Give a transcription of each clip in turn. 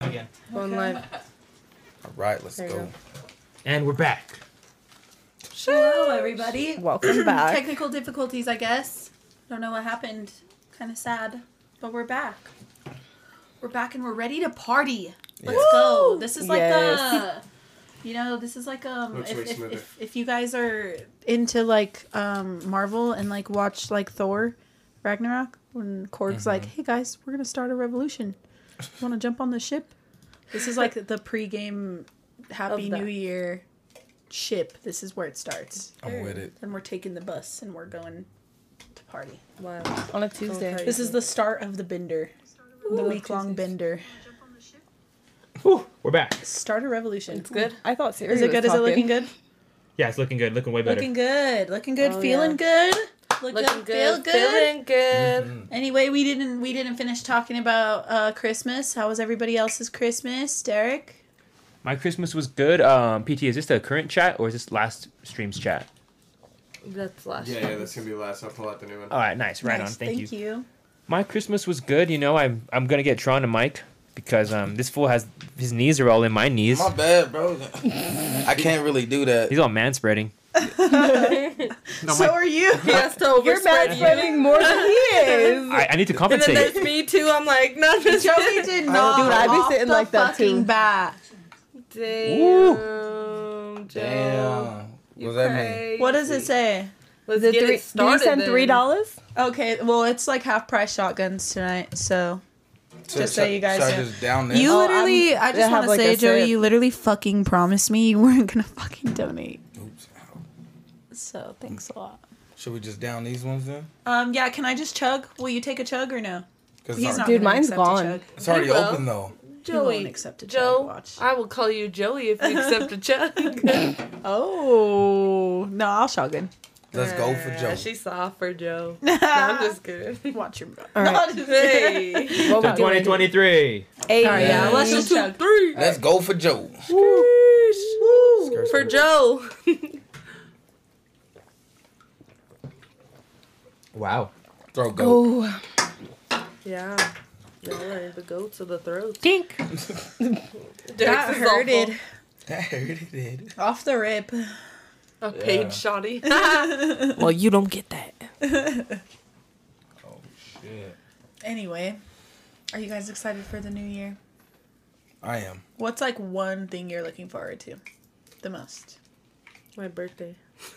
again. Going live. All right, let's There you go. go. And we're back. Hello, everybody. Welcome back. Technical difficulties, I guess. Don't know what happened. Kind of sad, but we're back. We're back and we're ready to party. Let's go. This is like Yes. a, you know, this is like um, Looks if, way if, smoother. if, if you guys are into like um Marvel and like watch like Thor, Ragnarok, when Korg's Mm-hmm. like, hey guys, we're gonna start a revolution. Want to jump on the ship? This is like the pregame Happy that. New Year ship. This is where it starts. I'm with it. And we're taking the bus and we're going to party. Wow. On a Tuesday. This is the start of the bender, the week long bender. Whew, we're back. Start a revolution. It's good. I thought Siri Is it was good? Is it Talking. looking good? Yeah, it's looking good. Looking way better. Looking good. Looking good. Oh, feeling yeah. good. Look Looking good. Feel good. good. Feeling good. Mm-hmm. Anyway, we didn't we didn't finish talking about uh, Christmas. How was everybody else's Christmas, Derek? My Christmas was good. Um, PT, is this the current chat or is this last stream's chat? That's last. Yeah, yeah, that's gonna be last. I'll pull out the new one. All right, nice, right Nice, on. Thank, you. Thank you. My Christmas was good. You know, I'm I'm gonna get Tron to Mike because um this fool has his knees are all in my knees. My bad, bro. I can't really do that. He's all man spreading. No, So are you. He has to overspread You're bad you. spreading more than he is. I, I need to And then compensate. there's me too. I'm like, no, just Joey did not. not dude, I be off sitting the like that too. fucking Bat. Damn, Joe. Damn. You What does that mean? crazy. What does it say? Let's The get three, it started. do you send then. three dollars? Okay, well, it's like half price shotguns tonight, so. So- Just so you guys so I know. just down there. You Oh, literally, I'm- I they just want have, to like, say, a Joey, set. you literally fucking promised me you weren't gonna fucking donate. Oops. So thanks a lot. Should we just down these ones then? Um, yeah, can I just chug? Will you take a chug or no? Because He's it's, not already- Dude, gonna mine's accept a gone. chug. it's already He will. open though. He Joey. won't accept a chug. Joe, Watch. I will call you Joey if you accept a chug. Oh no, I'll shotgun. Let's go for Ah, Joe. She soft for Joe. no, I'm just kidding. Watch your. All right. Hey. What So we doing? 2023. Eight. All right, yeah, let's One, just two, chug. three. Let's go for Joe. Skirts For go. Joe. Wow. Throw go. Oh, yeah. Joe and the goats of the throat. dink. That hurted. That hurt it did. Off the rip. A Yeah. paid shoddy. Well, you don't get that. Oh shit. Anyway, are you guys excited for the new year? I am. What's like one thing you're looking forward to, the most? My birthday.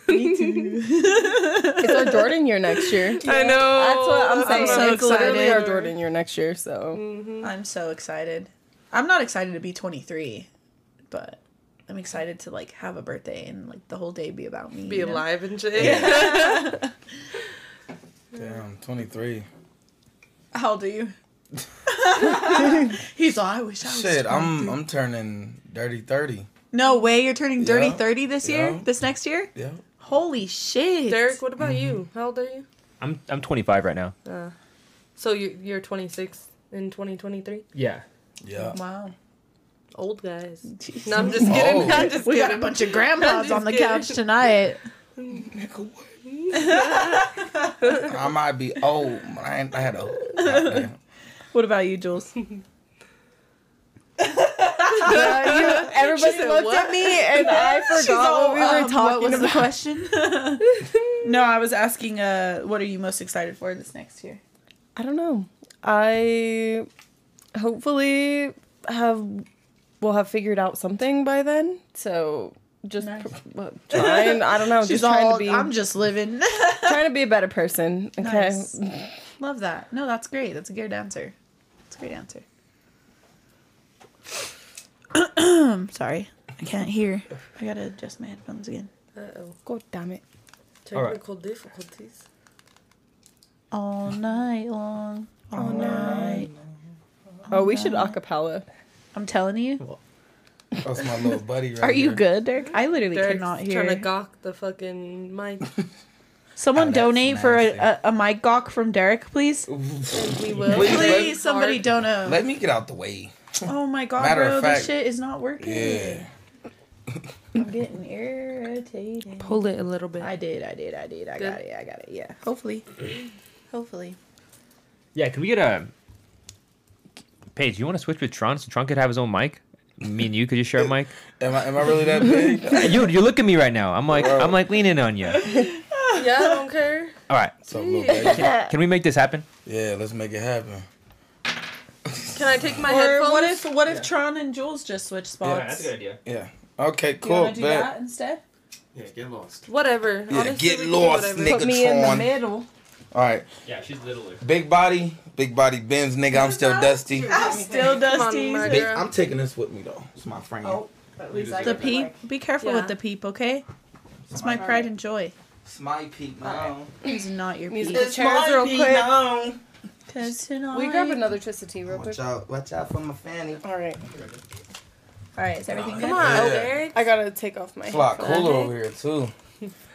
Me too. It's our Jordan year next year. I know. That's what I'm Mm. saying. so it's literally our excited. Jordan year next year. So Mm-hmm. I'm so excited. I'm not excited to be 23, but I'm excited to like have a birthday and like the whole day be about me. Be you know? alive and shit. Damn, 23. How old are you? He's all, I wish I was. Shit, I'm I'm turning dirty 30. No way, you're turning dirty Yeah. 30 this year? Yeah. This next year? Yeah. Holy shit. Derek, what about you? How old are you? I'm I'm 25 right now. Uh, so you're, you're 26 in 2023? Yeah. Yeah. Wow. Old guys. Jeez. No, I'm just kidding. Oh. I'm just we got a kidding. bunch of grandpas Just on the kidding. couch tonight. Nigga, what? I might be old, but I ain't I had old. Goddamn. What about you, Jules? Yeah, you- everybody said, looked "What?" at me, and I forgot um, what we were talking um, What was the about. question? no, I was asking, uh, what are you most excited for this next year? I don't know. I hopefully have will have figured out something by then. So just Nice. pr- uh, trying. I don't know. She's just trying all, to be. I'm just living. trying to be a better person. Okay. Nice. Love that. No, that's great. That's a good answer. That's a great answer. Sorry, I can't hear. I gotta adjust my headphones again. Uh-oh. God damn it. All right. Technical difficulties. All night long. All, night. Oh, we should acapella. I'm telling you. That's my little buddy right Are you here. good, Derek? I literally Derek's cannot trying to hear. gawk the fucking mic. Someone Oh, that's donate for a, a, nasty. a mic gawk from Derek, please. And we will. Please, let- Please, somebody donate. Let me get out the way. Oh my god, Matter of bro, fact- this shit is not working. Yeah. I'm getting irritated. Pull it a little bit. I did, I did, I did. I Good. got it, I got it. Yeah. Hopefully. Hopefully. Yeah, can we get a Paige, you want to switch with Tron so Tron could have his own mic? Me and you could just share a mic. Am I am I really that big? You you look at me right now. I'm like Bro. I'm like leaning on you. All Yeah, I don't care. right, So little baby. can we make this happen? Yeah, let's make it happen. Can I take my Or headphones? what if what if Tron and Jules just switch spots? idea. Yeah. Okay, Do you cool. want to do bet. that instead? Yeah, get lost. Whatever. Yeah, Honestly, get we can do lost, whatever. nigga. Put me in the Tron. middle. All right. Yeah, she's littler. Big body, big body bends, nigga. I'm still dusty. I'm still Come on, dusty. Mark. Big, I'm taking this with me though. It's my friend. Oh, at least I The get peep. Be careful Yeah. with the peep, okay? It's my pride and joy. It's my peak now. It's not your Music peep. It's Chairs my real peak quick. now. 'Cause tonight- We grab another twisted tea real quick. Watch out! Watch out for my fanny. All right, All right, is everything Come good? on, Yeah. Derek. I gotta take off my. It's a lot headphones. cooler over here too.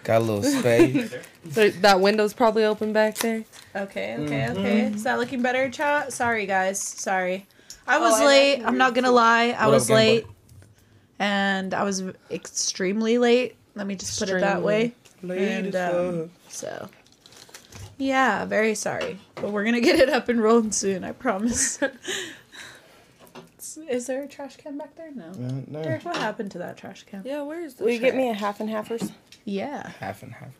Got a little space. There- That window's probably open back there. Okay, okay, okay. Is that looking better, chat? Sorry, guys. Sorry. Oh, I Mm-hmm. was late. I'm not going to lie. I What up, was Game Boy? late. And I was extremely late. Let me just put it that way. And, um, so, yeah, very sorry. But we're going to get it up and rolling soon, I promise. Is there a trash can back there? No. Mm, no. Derek, what happened to that trash can? Yeah, where is Will the you get me a half and halfers? Yeah. Half and half.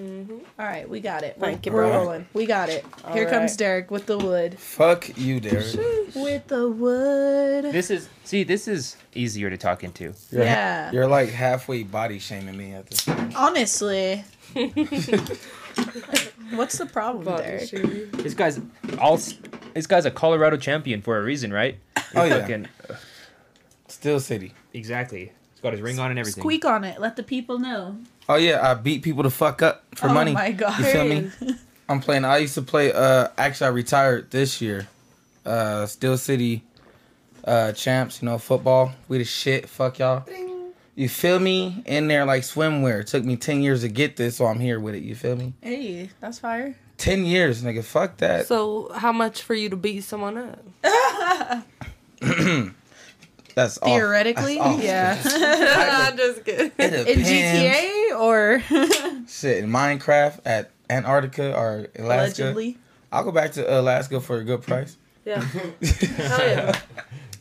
All right, we got it. We're, Thank you, we're bro. rolling. We got it. Here right. comes Derek with the wood. Fuck you, Derek. With the wood. This is see, this is easier to talk into. You're, Yeah. You're like halfway body shaming me at this. point. Honestly. What's the problem, body Derek? shape? This guy's all s- this guy's a Colorado champion for a reason, right? Oh yeah. Fucking- Still city. exactly. He's got his ring on and everything. Squeak on it. Let the people know. Oh yeah, I beat people to fuck up for oh money. my god. You feel me? I'm playing. I used to play. Uh, actually, I retired this year. Uh, Steel City, uh, champs. You know, football. We the shit. Fuck y'all. You feel me? In there like swimwear. Took me ten years to get this, so I'm here with it. You feel me? Hey, that's fire. Ten years, nigga. Fuck that. So, how much for you to beat someone up? That's all. Theoretically, yeah. I'm just kidding. In GTA or shit in Minecraft at Antarctica or Alaska. allegedly I'll go back to Alaska for a good price. Yeah. Hell yeah.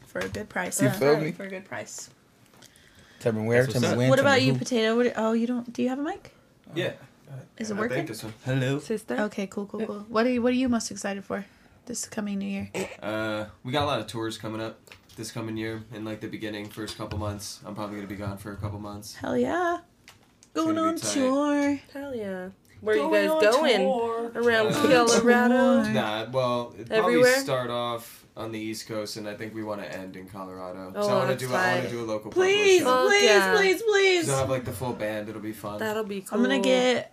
for a good price. You huh? feel me? For a good price. Tell me where. That's Tell what's me up. when. What tell me about you, who. potato? What, oh, you don't? Do you have a mic? Yeah. Is it I think working? this one. Hello. Sister? Okay, cool, cool, cool. What are you? What are you most excited for this coming New Year? Uh, we got a lot of tours coming up this coming year. In like the beginning, first couple months, I'm probably gonna be gone for a couple months. Hell yeah, going gonna be on tight. tour. Hell yeah. Where you guys going? Around Uh, Colorado? Tour. Nah, well, it'd Everywhere? probably start off on the East Coast, and I think we want to end in Colorado. Oh, so I want to that's do I want fine. to do a local pub Please, show. Fuck please, yeah. please, please. So I have like the full band. It'll be fun. That'll be cool. I'm gonna get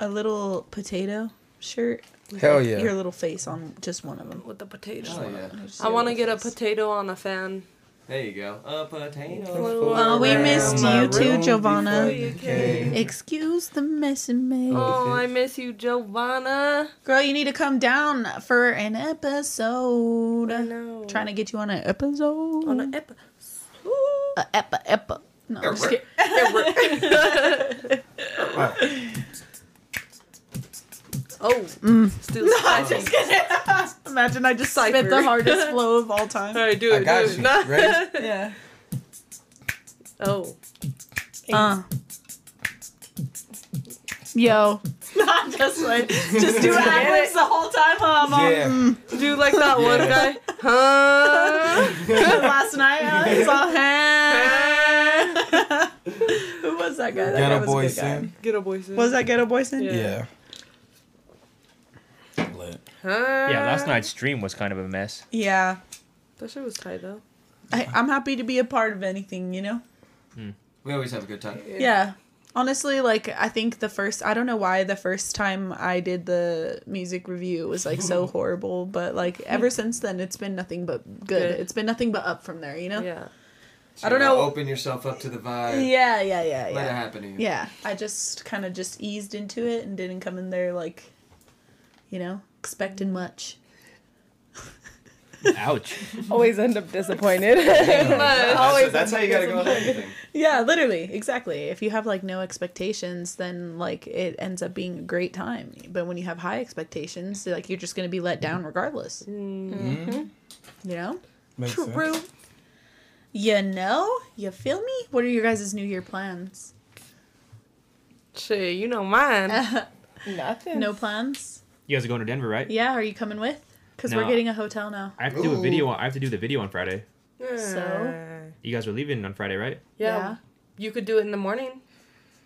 a little potato shirt. with, Hell like, Oh, yeah. Your little face on just one of them. with the potato. Oh yeah. I want to get a potato on a fan. There you go. A potato. Oh, we Around missed my you too, room. Giovanna. You came. Excuse the mess and made. Oh, I miss you, Giovanna. Girl, you need to come down for an episode. I know. Trying to get you on an episode. on an ep. a epa epa. No, I'm just kidding. Oh, still spicy. Imagine I just Cypher. Mm. Oh. spit the hardest flow of all time. All right, do I it. got do it. you. No. Ready? Yeah. Oh, Uh. Yo. Not just like just do ad-libs the whole time, huh, mom? Yeah. do like that one guy. Huh? Last night I saw him. Who was that guy? That guy Ghetto was boy a good guy. sin. Get a voice in. Was that Ghetto Boy Sin? Yeah. Yeah. Huh? yeah, last night's stream was kind of a mess. Yeah. That shit was tight though. I, I'm happy to be a part of anything, you know? We always have a good time. Yeah. Honestly, like I think the first I don't know why the first time I did the music review was like so horrible, but like ever since then it's been nothing but good. Good. It's been nothing but up from there, you know? Yeah. So I don't you gotta know- Open yourself up to the vibe. yeah, yeah, yeah. Let it yeah. happen to you. Yeah, I just kind of just eased into it and didn't come in there like, you know, expecting much. Ouch. Always end up disappointed. That's, Always that's how you gotta go with everything. Yeah, literally, exactly. If you have like no expectations, then like it ends up being a great time. But when you have high expectations, like you're just gonna be let down regardless. You know? Makes sense. True. You know? You feel me? What are your guys' New Year plans? Shit, you know Uh, mine. Nothing. No plans? You guys are going to Denver, right? Yeah, are you coming with? Because No. we're getting a hotel now. I have to do a video. I have to do the video on Friday. So? You guys are leaving on Friday, right? Yeah. You could do it in the morning.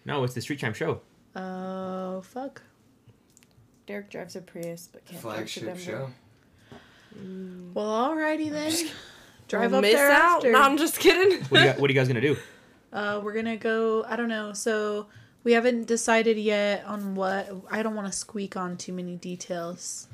No, it's the street time show. Yeah. Oh, fuck. Derek drives a Prius, but can't Flagship show. Well, alrighty then. Drive We'll up miss there out. after. No, I'm just kidding. What are you, guys, what are you guys gonna do? Uh, we're gonna go. I don't know. So we haven't decided yet on what. I don't want to squeak on too many details.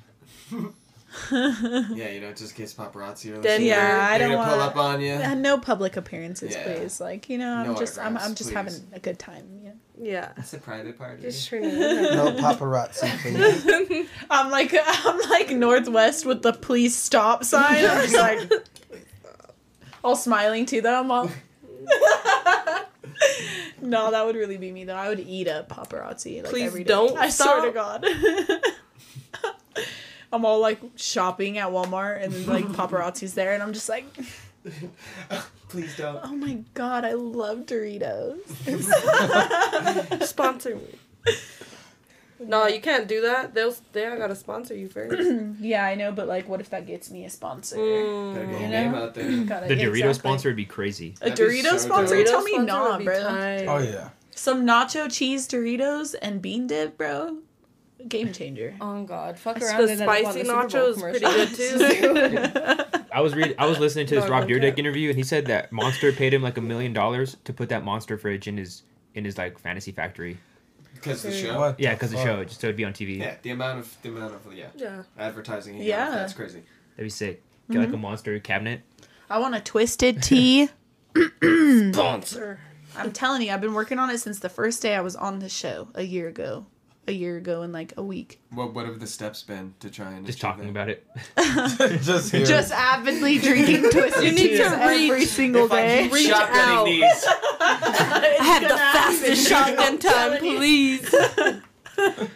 Yeah, you know, just in case paparazzi are Then listening. yeah, they're I don't gonna pull wanna- up on you. And Uh, no public appearances, Yeah. please. Like you know, I'm No just. I'm. autographs, I'm just please. having a good time. You know? Yeah. It's a private party. Just Trini. No paparazzi, please. I'm like. I'm like Northwest with the please stop sign. I'm just like. All smiling too. Though I'm all. no, that would really be me though. I would eat up paparazzi. Like, Please every day. don't I swear stop. to God. I'm all like shopping at Walmart and then like paparazzi's there and I'm just like, Please don't. oh my god, I love Doritos. Sponsor me. No, you can't do that. They'll they I gotta sponsor you first. Yeah, I know, but like, what if that gets me a sponsor? Gotta get Mm, You your know? name out there. Gotta- The Dorito exactly. sponsor would be crazy. A That'd be Dorito so sponsor? dope. Tell me nah, bro. oh yeah. Some nacho cheese Doritos and bean dip, bro. Game changer. Oh God, fuck The around. and end up on spicy the Super Bowl nacho is pretty commercial. good too. I was read. I was listening to this No, Rob don't Dyrdek care. interview, and he said that Monster paid him like a million dollars to put that Monster fridge in his in his like fantasy factory. Because the show. What Yeah, because the fuck? show, just so it'd be on TV. Yeah, the amount of the amount of yeah yeah. advertising. He Yeah. yeah, that's crazy. That'd be sick. Get like a Monster cabinet. I want a twisted tea. Sponsor. I'm telling you, I've been working on it since the first day I was on the show a year ago. A year ago in like a week. What what have the steps been to try and Just achieve talking that? about it. Just here. Just avidly drinking twisted You need teas to every reach. single day. Reach out. these. I had the gonna happen. fastest shotgun I'm telling time, you. please.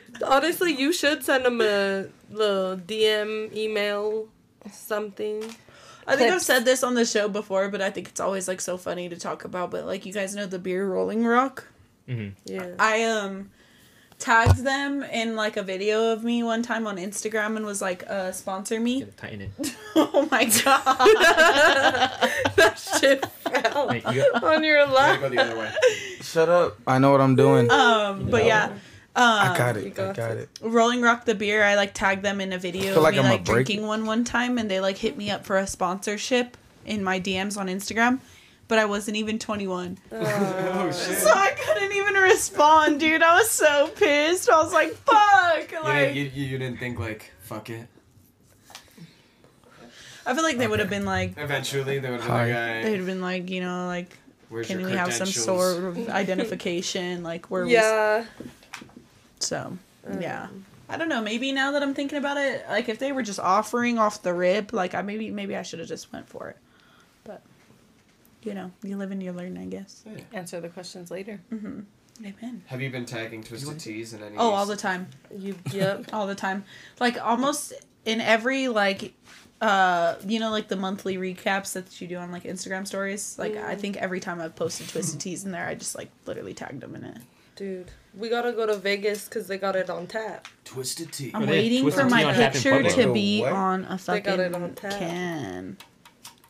Honestly, you should send him a little DM, email, something. I think I've clips. said this on the show before, but I think it's always like so funny to talk about. But like, you guys know the beer Rolling Rock? Mm-hmm. Yeah. I um tagged them in like a video of me one time on Instagram and was like, uh, sponsor me. Gotta Tighten it. oh my god. that shit fell Hey, you got- on your Gotta lap. go the other way. shut up. I know what I'm doing. um, but yeah. Ah, I got you it. I got got it. it. Rolling Rock the beer, I like tagged them in a video Feel of like me I'm a like break- drinking one one time, and they like hit me up for a sponsorship in my DMs on Instagram, but I wasn't even 21, Oh shit! so I couldn't even respond, dude. I was so pissed. I was like, "Fuck!" You Like, didn't, you, you, you didn't think like fuck it. I feel like they would have been like, Eventually they would have Hi. been they'd like, have been like, you know, like, "Where's can your we have some credentials?" sort of identification? Like, where we Yeah. So, yeah. I don't know. Maybe now that I'm thinking about it, like if they were just offering off the rib, like I maybe maybe I should have just went for it. But you know, you live and you learn, I guess. Answer the questions later. Amen. Have you been tagging Twisted Teas in any? Oh, all the time, You. Yep. all the time. Like almost in every like, uh, you know, like the monthly recaps that you do on like Instagram stories. Like I think every time I've posted twisted teas in there, I just like literally tagged them in it. Dude, we gotta go to Vegas because they got it on tap. Twisted Tea. I'm Are they waiting Twisted for Tea my on tap in picture public? to be What? on a They got it fucking on tap. can.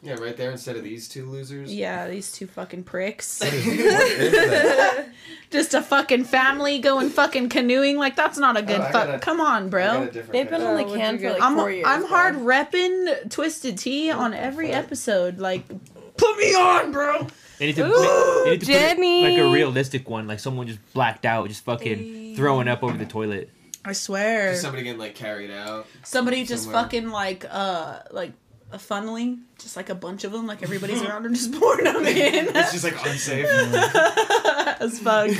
Yeah, right there instead of these two losers. Yeah, these two fucking pricks. What is that? Just a fucking family going fucking canoeing. Like that's not a good Oh, I fuck. gotta- Come on, I got a bro. different They've been kind. on the Oh, what'd can you for get? like I'm four years. I'm bro. hard repping Twisted Tea on every episode. Like, put me on, bro. They need to, Ooh, they need to put it, like a Jenny! realistic one, like someone just blacked out, just fucking throwing up over the toilet. I swear. Just somebody getting like carried out. Somebody just somewhere. fucking like uh like a funneling, just like a bunch of them. Like everybody's around and just pouring them in. It's just like unsafe. As fuck.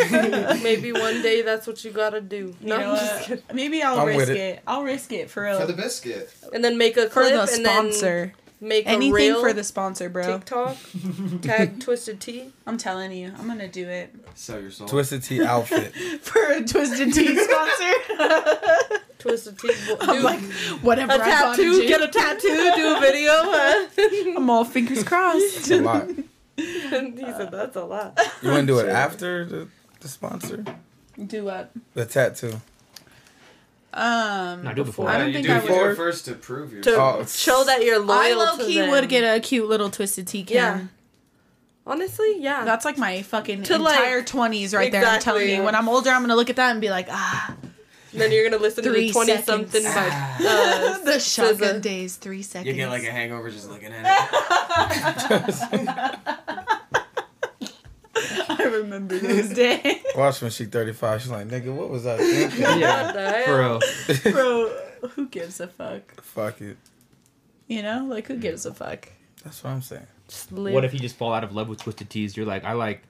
Maybe one day that's what you gotta do. No, You know I'm just what? kidding. Maybe I'll I'm with risk it. it. I'll risk it for real. For the biscuit. And then make a For clip the and then sponsor. Make a Anything real for the sponsor, bro. TikTok. Tag Twisted Tea. I'm telling you, I'm gonna do it Sell your soul. Twisted Tea outfit. for a Twisted Tea sponsor. Twisted Tea. Dude, I'm like, whatever. a I bought tattoo. Jake. Get a tattoo. Do a video. huh? I'm all fingers crossed. a lot. and he said, "That's a lot." You want to do it after the, the sponsor? Do what? The tattoo. Um, No, do it before. I Yeah, don't you think do I it would. with your would- first to prove your. To Oh. show that you're I loyal. low to key them. would get a cute little twisted tea can. Yeah. Honestly, yeah. That's like my fucking To, like- entire twenties right there. I'm telling Exactly. you, when I'm older, I'm gonna look at that and be like, ah, then you're gonna listen to Three the twenty something seconds. by uh, the shotgun SZA. days, three seconds. You get like a hangover just looking at it. I remember those days, Watch when she 35. She's like, nigga, what was I thinking? God damn. Bro. bro. Who gives a fuck? Fuck it. You know, like who gives a fuck? That's what I'm saying. Just live. What if you just fall out of love with Twisted Teas? You're like, I like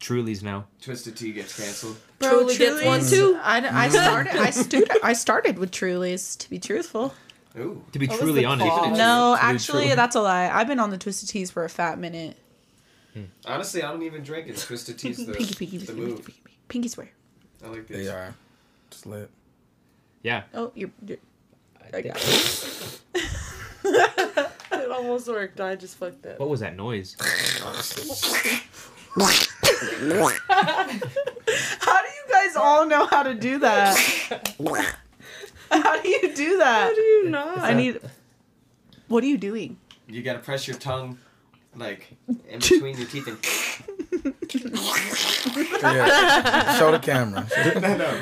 Trulies now. Twisted Tea gets canceled. Truly gets one Mm-hmm. Trulies- too. I, I started. I started. I started with Trulies. To be truthful, Ooh. To be What was truly the honest, call? no, to be actually, true. that's a lie. I've been on the Twisted Teas for a fat minute. Honestly, I don't even drink it. Twisted Tea's the, Pinky, pinky, the pinky, move. pinky, pinky, pinky swear. I like They this. are. Just lit. yeah. Oh, you're. you're I got It almost worked. I just fucked up. What was that noise? How do you guys all know how to do that? how do you do that? How do you know? I need. What are you doing? You gotta press your tongue, like, in between your teeth and. Yeah. Show the camera. no, no.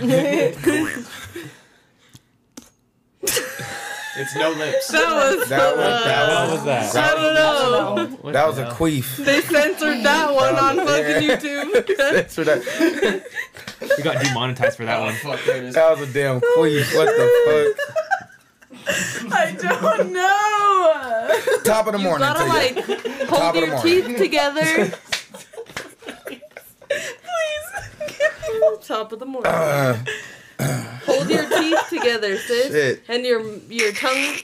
it's no lips. that was. That was, that what was that? I don't know. was, that was a queef. They censored that one on fucking Yeah. YouTube. That's what that, We got demonetized for that Oh, one. fuck, there it is. that was a damn queef. What the I don't know. fuck? Top of the you morning. gotta to you. like hold of the your morning. teeth together. Please. Top of the morning. Uh, hold your teeth together, sis, Shit. and your your tongue,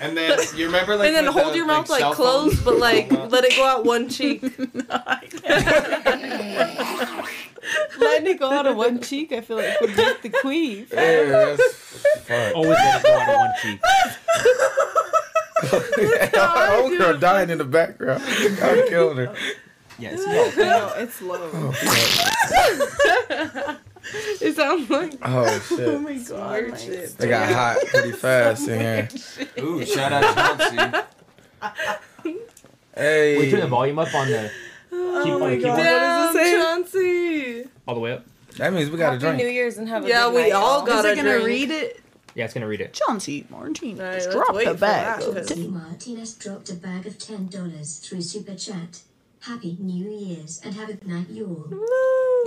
And then you remember like and then with hold the, your mouth like, cell phone? closed, but like let it go out one cheek. Letting it go out of one cheek, I feel like would make the queen. yeah, that's fuck. Always let it go out of one cheek. Old girl dying in the background. I killed her. Yes. No, it's low. Oh, fuck. It sounds like oh shit. my weird shit. They got hot pretty fast in here. Ooh, shout out to Chelsea. Hey. We turn the volume up on the. Oh Keep on, keep on. Damn, say? Chauncey. All the way up. That means we got to Happy New drink. Year's and have a Yeah, good we night, all y'all. got- Is Gotta it gonna drink. read it? Yeah, it's gonna read it. John C. Martinez Alright, let's dropped wait the for bag. that, of 'cause- di- Jose Martinez dropped a bag of ten dollars through super chat. Happy New Year's and have a good night, y'all.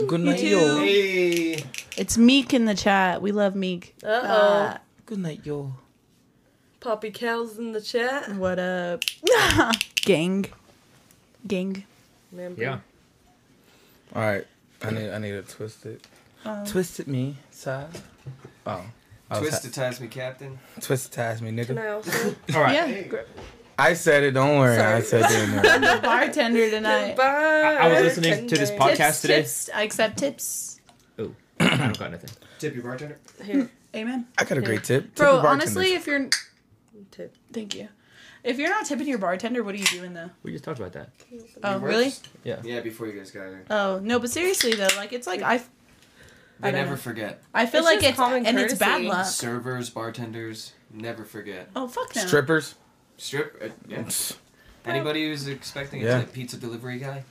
Good night, too. yo. Hey. It's Meek in the chat. We love Meek. Uh oh. Good night, yo. Poppy cows in the chat. Uh, what up, Uh, gang? Gang. Remember? Yeah. All right. I need. I need to twist it. Um, Twisted me, side. Oh. I was Twisted ties me, Captain. ha- twistitize me, Can nigga. I also? All right. yeah, I said it. Don't worry. I Sorry. said it. in there. bartender tonight. Bye. I was listening to this podcast today. Tips. I accept tips. Ooh, I don't got nothing. Tip your bartender. Here, Amen. I got a great tip. Tip Bro, your bartenders. honestly, if you're tip. thank you, if you're not tipping your bartender, what are you doing though? We just talked about that. Oh, You were really? just- Yeah. Yeah, before you guys got here. Oh no, but seriously though, like it's like I, f- They don't never know. Uh. forget. I feel It's like just it's common and it's bad courtesy. luck. Servers, bartenders, never forget. Oh fuck no. strippers. Strip. Uh, yeah. Anybody who's expecting a Yeah. tip, pizza delivery guy?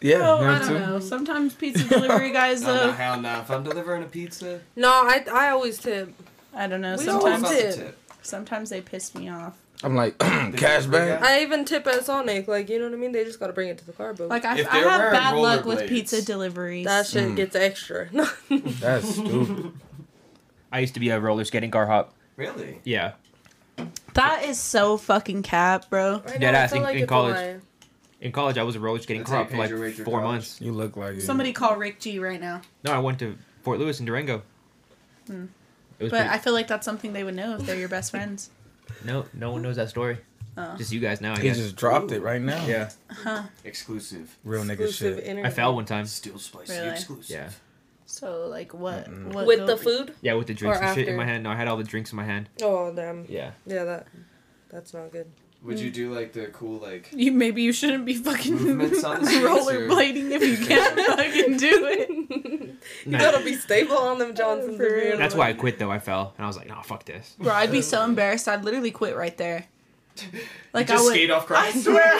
Yeah. Oh, I them don't too. know. Sometimes pizza delivery guys No, no, though. hell no. If I'm delivering a pizza, No, I I always tip. I don't know. We it's all Sometimes- Sometimes about the tip. sometimes they piss me off. I'm like cash bag. I even tip at Sonic. Like you know what I mean? They just gotta bring it to the car, but Like mm. I, If I they're have wearing bad luck with rollerblades. pizza deliveries. that shit gets extra. That's stupid. I used to be a roller skating car hop. Really? Yeah. that is so fucking cap, bro. I know, Dead I ass feel in- in it's a college. lie. In college, I was a roller skating That's car how hop for you paid like your way through four college. months. You look like it. Somebody call Rick G right now. No, I went to Fort Lewis in Durango. It was But pretty, Hmm. I Oh. feel like that's something they would know if they're your best friends. no, no one knows that story. Just you guys now. I He guess. just dropped it right now. Yeah. Exclusive. Real nigga Exclusive shit. I internet. fell one time. Still spicy Really? exclusive. Yeah. So like what? what With the food? Yeah, with the drinks Or and shit in after. my hand. No, I had all the drinks in my hand. Oh damn. Yeah. Yeah, that that's not good. Would Mm. you do like the cool like You maybe you shouldn't be fucking Movements on the streets, rollerblading if you can't fucking do it. You gotta be stable on them Johnsons. For if you're real. gonna- That's why I quit though. I fell and I was like, nah, fuck this. Bro, I'd be so embarrassed. I'd literally quit right there. Like just I would. skate off I Christ? swear, I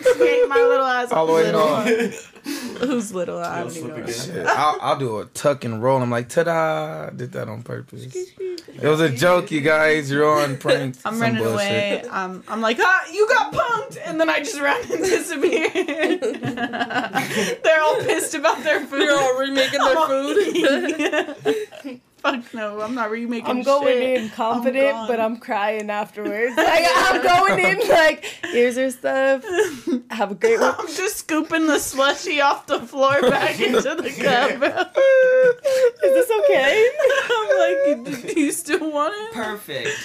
skate my little ass All the way little home. one. Who's little? I You'll don't even slip know. again. Shit, I'll, I'll do a tuck and roll. And I'm like, ta-da! I did that on purpose. It was a joke, you guys. You're on prank. I'm Some running bullshit. away. Um, I'm like, ah, you got punked, and then I just run and disappear. They're all pissed about their food. They're all remaking their food. food. Fuck no, I'm not remaking. I'm going shit. in confident, gone. but I'm crying afterwards. Like I'm going in like here's your stuff. Have a great one. I'm just scooping the slushy off the floor back into the cup. Is this okay? I'm like, do you still want it? Perfect.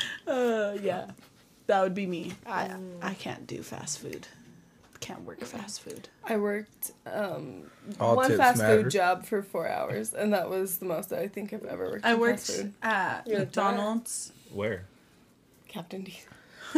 Uh, yeah, that would be me. I I can't do fast food. Can't work fast food. I worked um, All one tips fast matter. food job for four hours, and that was the most I think I've ever worked. I in worked fast food. at You're McDonald's. Where? Captain D.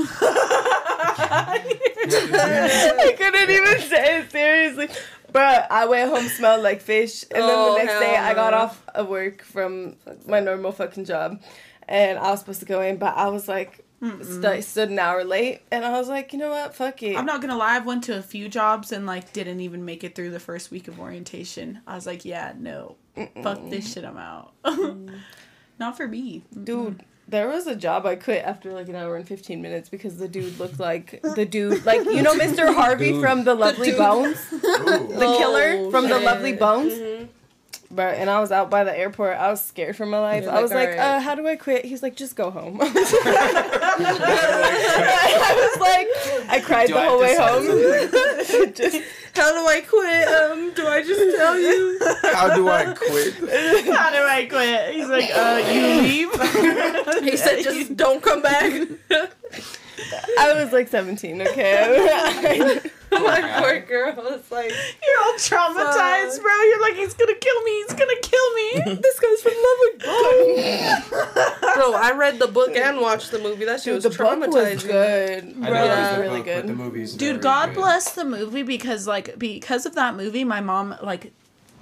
I couldn't even say it seriously. Bruh, I went home smelled like fish, and Oh, then the next hell day I got no. off of work from my normal fucking job, and I was supposed to go in, but I was like, stu- stood an hour late, and I was like, you know what, fuck it. I'm not gonna lie. I went to a few jobs and like didn't even make it through the first week of orientation. I was like, yeah, no, fuck this shit. I'm out. Mm. Not for me. dude there was a job i quit after like an hour and 15 minutes because the dude looked like the dude like you know mr harvey Dude. from the lovely dude. bones Ooh. the killer Oh, from the shit. Mm-hmm. lovely bones But and I was out by the airport. I was scared for my life. You're I was like, like, "All right." uh, "How do I quit?" He's like, "Just go home." I was like, I cried Do the I whole way have to home. just How do I quit? Um, do I just tell you? How do I quit? How do I quit? He's like, uh, you leave. He said, just don't come back. I was like 17. Okay, My poor girl. It's like You're all traumatized, Fuck. bro. You're like, he's gonna kill me. He's gonna kill me. this guy's from Lovely Bones. Bro, I read the book and watched the movie. That shit was dude, the book traumatizing. was good. I Bro, know Yeah. it was it was really book, but good. The movie's Dude, very God good. bless the movie because like because of that movie, my mom like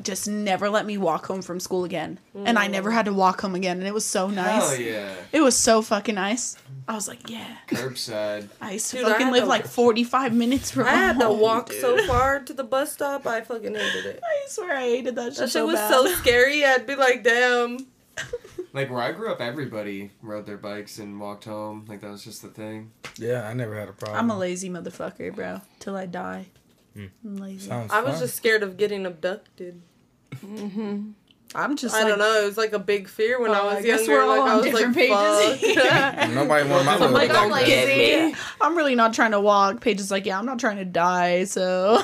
just never let me walk home from school again, and I never had to walk home again, and it was so nice. Hell yeah. It was so fucking nice. I was like, yeah, Curbside. I used to Dude, I fucking had live to- like forty five minutes from I had to home, walk dude. so far to the bus stop. I fucking hated it. I swear I hated that shit. That shit so was bad. so scary. I'd be like, damn. Like where I grew up, everybody rode their bikes and walked home. Like that was just the thing. Yeah, I never had a problem. I'm a lazy motherfucker, bro. Till I die. Hmm. I'm lazy. Sounds I was fun. just scared of getting abducted. I'm just. I like, don't know. It was like a big fear when Oh, I I was guess younger. we're all like, I on was like, different pages fuck. Nobody wanted my I'm little like, dog I'm like, back. "See?" Yeah. I'm really not trying to walk. Paige is like, yeah, I'm not trying to die, so.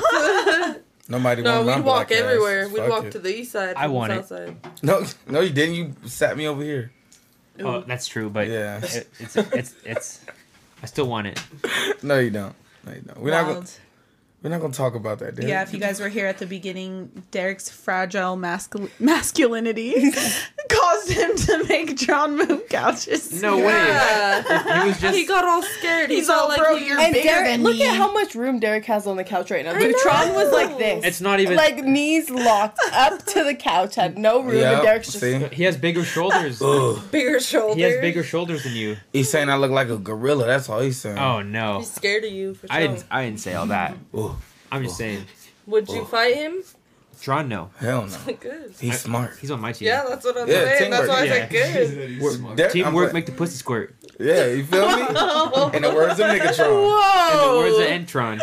Nobody no, wanted my we'd black walk ass. everywhere. We'd Fuck walk it. to the east side. I from the want it. south Side. No, no, you didn't. You sat me over here. Oh, that's true, but Yeah. it, it's, it's it's I still want it. No, you don't. No, you don't. We're not. Gonna, Wild. we're not gonna talk about that, dude. Yeah, if you guys were here at the beginning, Derek's fragile mascul- masculinity caused him to make John move couches. No Yeah. way. He was just he got all scared. He He's felt all, like "Bro, he, you're And bigger Derek, than look me. at how much room Derek has on the couch right now. Lutron was like this. it's not even like knees locked up to the couch, had no room, Yep, and Derek's just see, he has bigger shoulders. Ugh. bigger shoulders. he has bigger shoulders than you. he's saying I look like a gorilla. That's all he's saying. Oh no. He's scared of you for sure. I didn't I didn't say all that. Ugh. I'm just saying. Would you fight him? John no. hell no. Good. He's I- smart. He's on my team. Yeah, that's what I'm Yeah, saying. That's teamwork. why I Yeah. said good. He's smart. Derek- I'm Teamwork pla- make the pussy squirt. Yeah, you feel me? In the words of Nigatron. Oh. And the words of Whoa. Entron.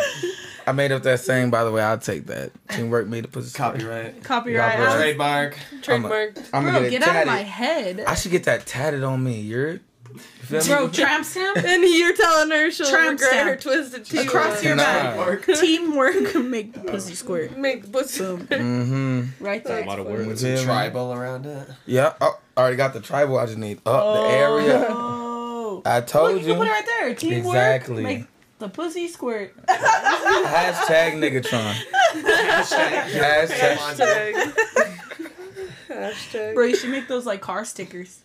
I made up that saying, by the way. I'll take that. Teamwork made a pussy. squirt. Copyright. Copyright. Copyright. Alex. Trademark. Trademarked. I'm Bro, gonna get, get, it out of tatted. my head. I should get that tatted on me. You're. You feel me? Bro, tramps him And you're telling her she'll Tramp regret stamp. her twisted tea. across your Nah. back. Trademark. Teamwork make the pussy squirt. Make pussy. Boom. Mm-hmm. Right A there. lot of funny. words. With some Yeah. tribal around it. Yeah. Oh, I already got the tribal. I just need up the area. I Look, told you can put it right there. Teamwork. Exactly. Make the pussy squirt. Hashtag niggatron. Hashtag. Hashtag. Hashtag. Bro, you should make those like car stickers.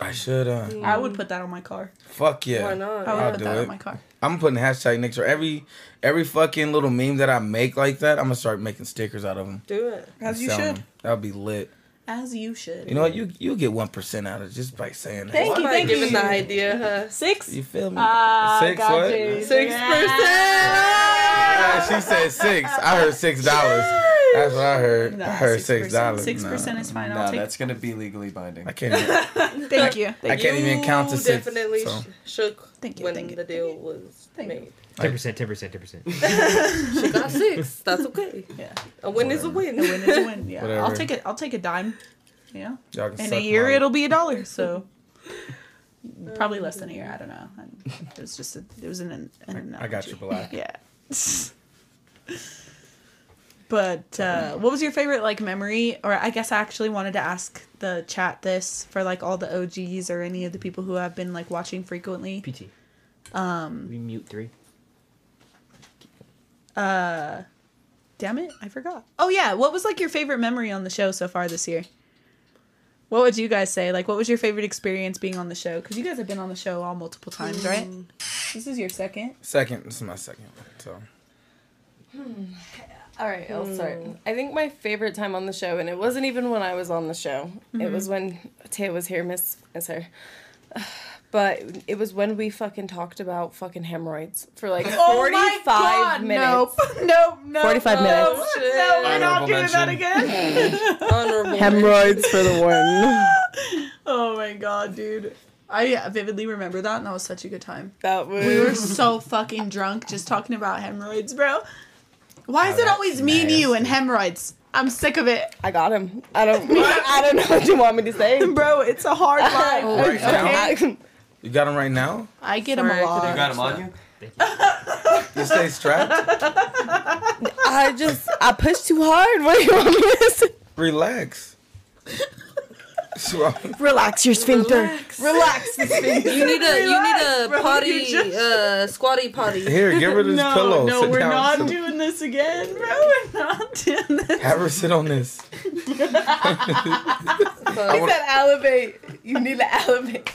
I should. Uh, I would put that on my car. fuck yeah. Why not? I would I'll put do that it. on my car. I'm putting hashtag niggatron. Every every fucking little meme that I make like that, I'm gonna start making stickers out of them. Do it. As you should. That'll be lit. As you should. You know what? You you get one percent out of it just by saying that. Thank you, Like, thank given the you. idea, huh? Six. You feel me? Ah, six got what? you. Six Ah, she said six. I heard six dollars. That's what I heard. No, I heard six 6%. dollars. 6% is fine. I'll Nah, take that's gonna be legally binding. I can't. Even, Thank you. I Thank you. can't even count to You six. definitely so. sh- shook Thank you, when thank you, the deal was Thank you. made. Ten percent, ten percent, ten percent. She got six. That's okay. Yeah. A win is a win. A win is a win. Yeah. I'll Whatever. take it. I'll take a dime. Yeah. Y'all can In a suck year, my- it'll be a dollar. So probably less than a year. I don't know. It was just a, it was an, an I got analogy. you, black. Yeah. but uh, what was your favorite like memory? Or I guess I actually wanted to ask the chat this for like all the OGs or any of the people who have been like watching frequently. PT. Um. We mute three. Damn it, I forgot. Oh yeah, what was like your favorite memory on the show so far this year? What would you guys say? Like, what was your favorite experience being on the show? Because you guys have been on the show all multiple times, right? This is your second. Second, this is my second. one, So All right, I'll start. I think my favorite time on the show, and it wasn't even when I was on the show. It was when Taya was here, miss miss her. But it was when we fucking talked about fucking hemorrhoids for like forty five minutes. Oh Nope. Nope. Nope. nope. 45 minutes. Hmm. No, we're not Honorable doing that mention. again. Honorable. Hemorrhoids for the one. oh my god, dude. I vividly remember that, and that was such a good time. that was We were so fucking drunk just talking about hemorrhoids, bro. Why is it that's always me and you and hemorrhoids? I'm sick of it, I got him. I don't. I don't know what you want me to say. bro. It's a hard life. right now, I- you got them right now. I get them Sorry, a I lot. You got him on you? You stay strapped. I just I pushed too hard. What do you want me to say? Relax. So, Relax your sphincter. Relax. the sphincter. You need a you need a potty uh squatty potty. here, give her this no, pillow. Oh, no, Sit we're down. not Sit- doing this again, bro. We're not doing this. Have her sit on this. I said elevate. You need to elevate.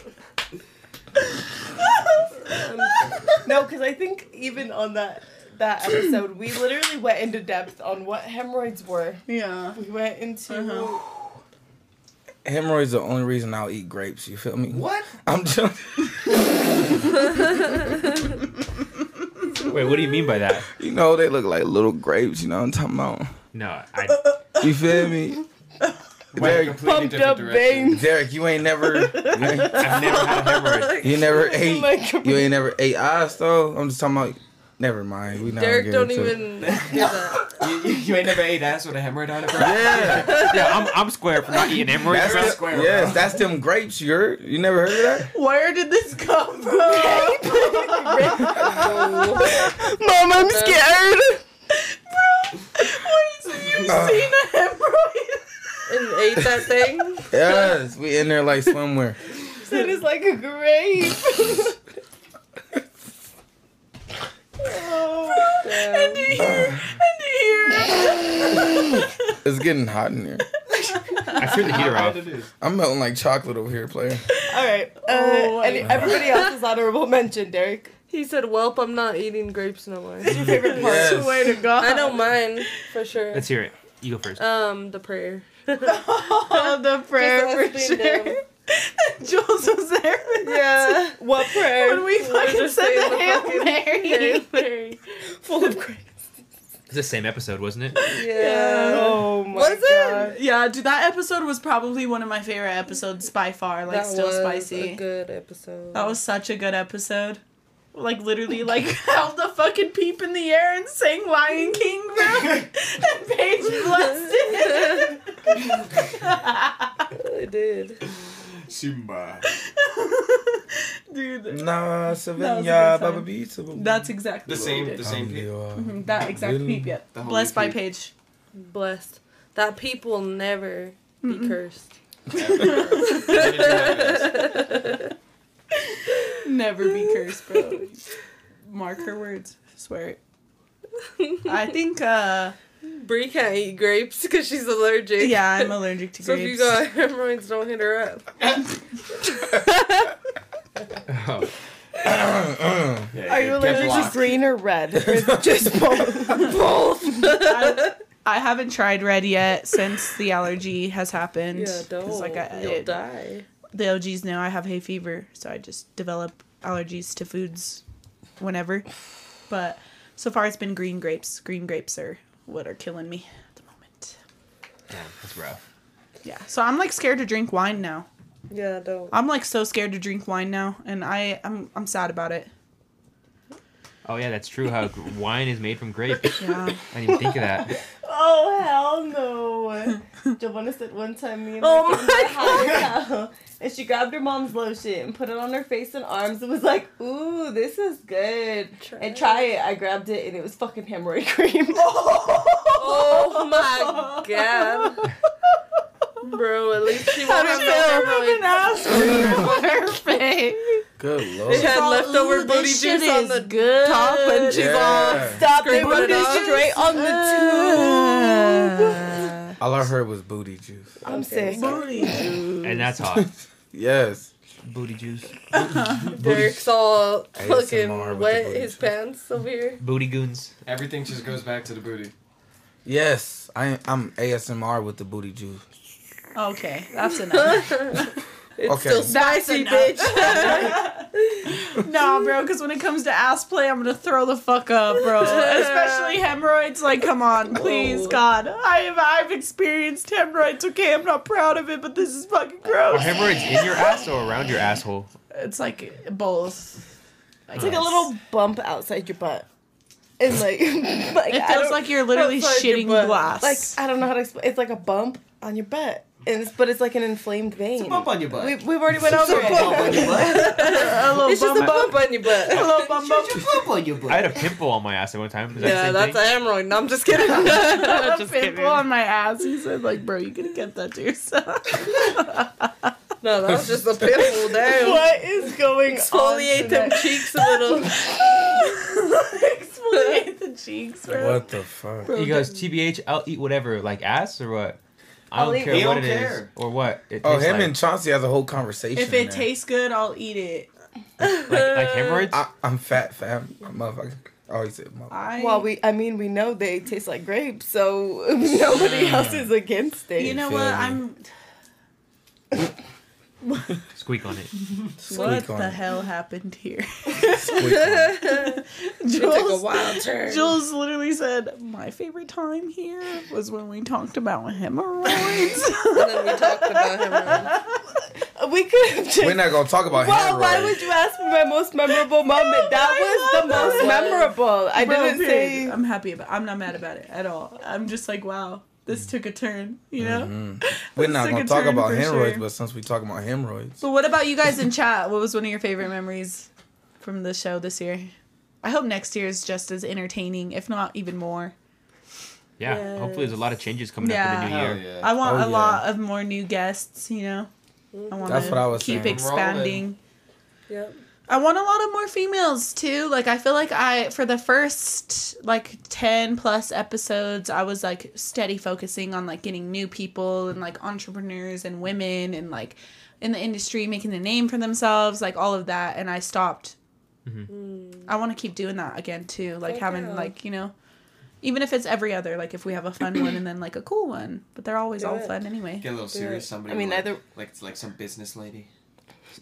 no, because I think even on that that episode, we literally went into depth on what hemorrhoids were. Yeah. We went into Hemorrhoids are the only reason I'll eat grapes. You feel me? What? I'm just. Wait, what do you mean by that? You know they look like little grapes. You know what I'm talking about. No, I. You feel me? Derek, Completely pumped up different direction. bang. Derek, you ain't never, I've never had a hemorrhoid. you never my ate, God. you ain't never ate eyes though. I'm just talking about. Never mind. We not Derek get don't into it. even do that. You, you, you ain't never ate ass with a hemorrhoid on it, bro? Yeah, Yeah, I'm, I'm square for not eating hemorrhoids. that's You're a the- square, yes, bro. that's them grapes. You heard? You never heard of that? Where did this come from? bro, Mom, I'm scared. what is it? You've seen a hemorrhoid. And ate that thing. Yes, we in there like swimwear. It is like a grape. and Uh, to hear, and to hear. It's getting hot in here. I threw the heater How off. bad it is. I'm melting like chocolate over here, player. All right. Uh, Oh, any- everybody else's honorable mention, Derek. He said, Welp, I'm not eating grapes no more. Favorite part. Yes. Way to go. I don't mind for sure. Let's hear it. You go first. Um, the prayer. Oh, the prayer Just for us being sure. Jules was there. Yeah. What prayer? When we fucking just said saying the the Hail fucking Mary. Mary. full of grape. It's the same episode, wasn't it? Yeah. Oh my Was god. it? Yeah, dude, that episode was probably one of my favorite episodes by far. Like, That still was spicy. a good episode. That was such a good episode. Like literally, like held the fucking peep in the air and sang Lion King, bro. and Paige blessed it. it did. Simba. Dude, Nah, Savannah, That was a Baba good Beats. that's exactly The what same- we did. the same- Mhm, That exact Really? peep, yep. The holy Blessed by peep. Paige. Blessed. That people never be cursed. What did you have, ass? Never be cursed, bro. Mark her words. Swear it. I think, uh, Brie can't eat grapes because she's allergic. yeah, I'm allergic to So if you grapes. got hemorrhoids, don't hit her up. Oh. Are you allergic to green or red? Or just both? I, I haven't tried red yet since the allergy has happened. Yeah, don't. 'Cause, Like I, You'll it- die. the OGs know I have hay fever, so I just develop allergies to foods whenever. But so far, it's been green grapes. Green grapes are what are killing me at the moment. Damn, that's rough. Yeah. So I'm like scared to drink wine now. Yeah, don't. I'm like so scared to drink wine now, and I I'm I'm sad about it. Oh yeah, that's true. How gr- wine is made from grapes. Yeah. I didn't even think of that. Oh hell no! Joanna said one time me and Oh my, friend were high, and she grabbed her mom's lotion and put it on her face and arms and was like, "Ooh, this is good." Try and try it. I grabbed it and it was fucking hemorrhoid cream. Oh my god. Bro, at least she won't have no hemorrhoids. Perfect. Good They lord. had Ooh, leftover this booty shit juice on is the good. top and she's all Yeah. Stop it! Scrape Put it off. it straight on the tube. All I heard was booty juice. I'm sick. And that's hot. Yes. Booty juice. Derek's all ASMR with fucking the wet booty his juice. pants over here. Booty goons. Everything just goes back to the booty. Yes. I, I'm ASMR with the booty juice. Okay, that's enough. It's Okay. still spicy, bitch. nah, bro, because when it comes to ass play, I'm gonna throw the fuck up, bro. Especially hemorrhoids. Like, come on, please, Whoa. God. I've I've experienced hemorrhoids. Okay, I'm not proud of it, but this is fucking Are gross. hemorrhoids in your ass or around your asshole? It's like both. It's like a little bump outside your butt. It's like, like It I feels don't- like you're literally outside your shitting butt. glass. like I don't know how to explain. It's like a bump on your butt, and it's, but it's like an inflamed vein. Bump on your butt. We, we've already went over Bump it. on your butt. a little It's just a bump on your butt. Hello, bum bum. Just Bump on your butt. I had a pimple on my ass at one time. Is that Yeah, the same that's a hemorrhoid. No, I'm just kidding. A pimple on my ass. He said, like, bro, you could have kept that to yourself. No, that was just a pimple. Damn. What is going Exfoliate on? them tonight? cheeks a little. Exfoliate the cheeks, bro. What the fuck? thing? He goes, TBH, I'll eat whatever, like ass or what? I I'll don't eat- care He what don't it is care. or what. It Oh, tastes him like. and Chauncey has a whole conversation. If there. it tastes good, I'll eat it. like, like hemorrhoids. I, I'm fat, fam. I'm motherfucker. Oh, he said motherfucker. I, Well, we I mean we know they taste like grapes, so nobody else is against it. you know feel what? me. I'm Squeak on it. What on the it. hell happened here? Squeak on. Took a Jules, wild turn. Jules literally said, My favorite time here was when we talked about hemorrhoids. And then we talked about hemorrhoids. we could have just. We're not gonna talk about well, why hemorrhoids. would you ask for my most memorable moment? That was the most memorable. I Bro, didn't period. say. I'm happy about I'm not mad about it at all. I'm just like, wow, this took a turn, you know? We're not Took a gonna talk turn about for hemorrhoids, sure. but since we talking about hemorrhoids, But what about you guys in chat? What was one of your favorite memories from the show this year? I hope next year is just as entertaining, if not even more. Yeah. Hopefully, there's a lot of changes coming up in the new Yeah. year. Hell yeah. I want Oh, a yeah. lot of more new guests, you know? I want That's what I was keep saying. expanding. Mm-hmm. Yep. I want a lot of more females too. Like I feel like I for the first like 10 plus episodes I was like steady focusing on like getting new people and like entrepreneurs and women and like in the industry making a name for themselves, like all of that and I stopped. Mm-hmm. I want to keep doing that again too, like Fuck having Mm. yeah. like, you know, even if it's every other, like if we have a fun one and then like a cool one, but they're always Do all it. fun anyway. Get a little serious. Somebody. I mean, like, either- like it's like some business lady.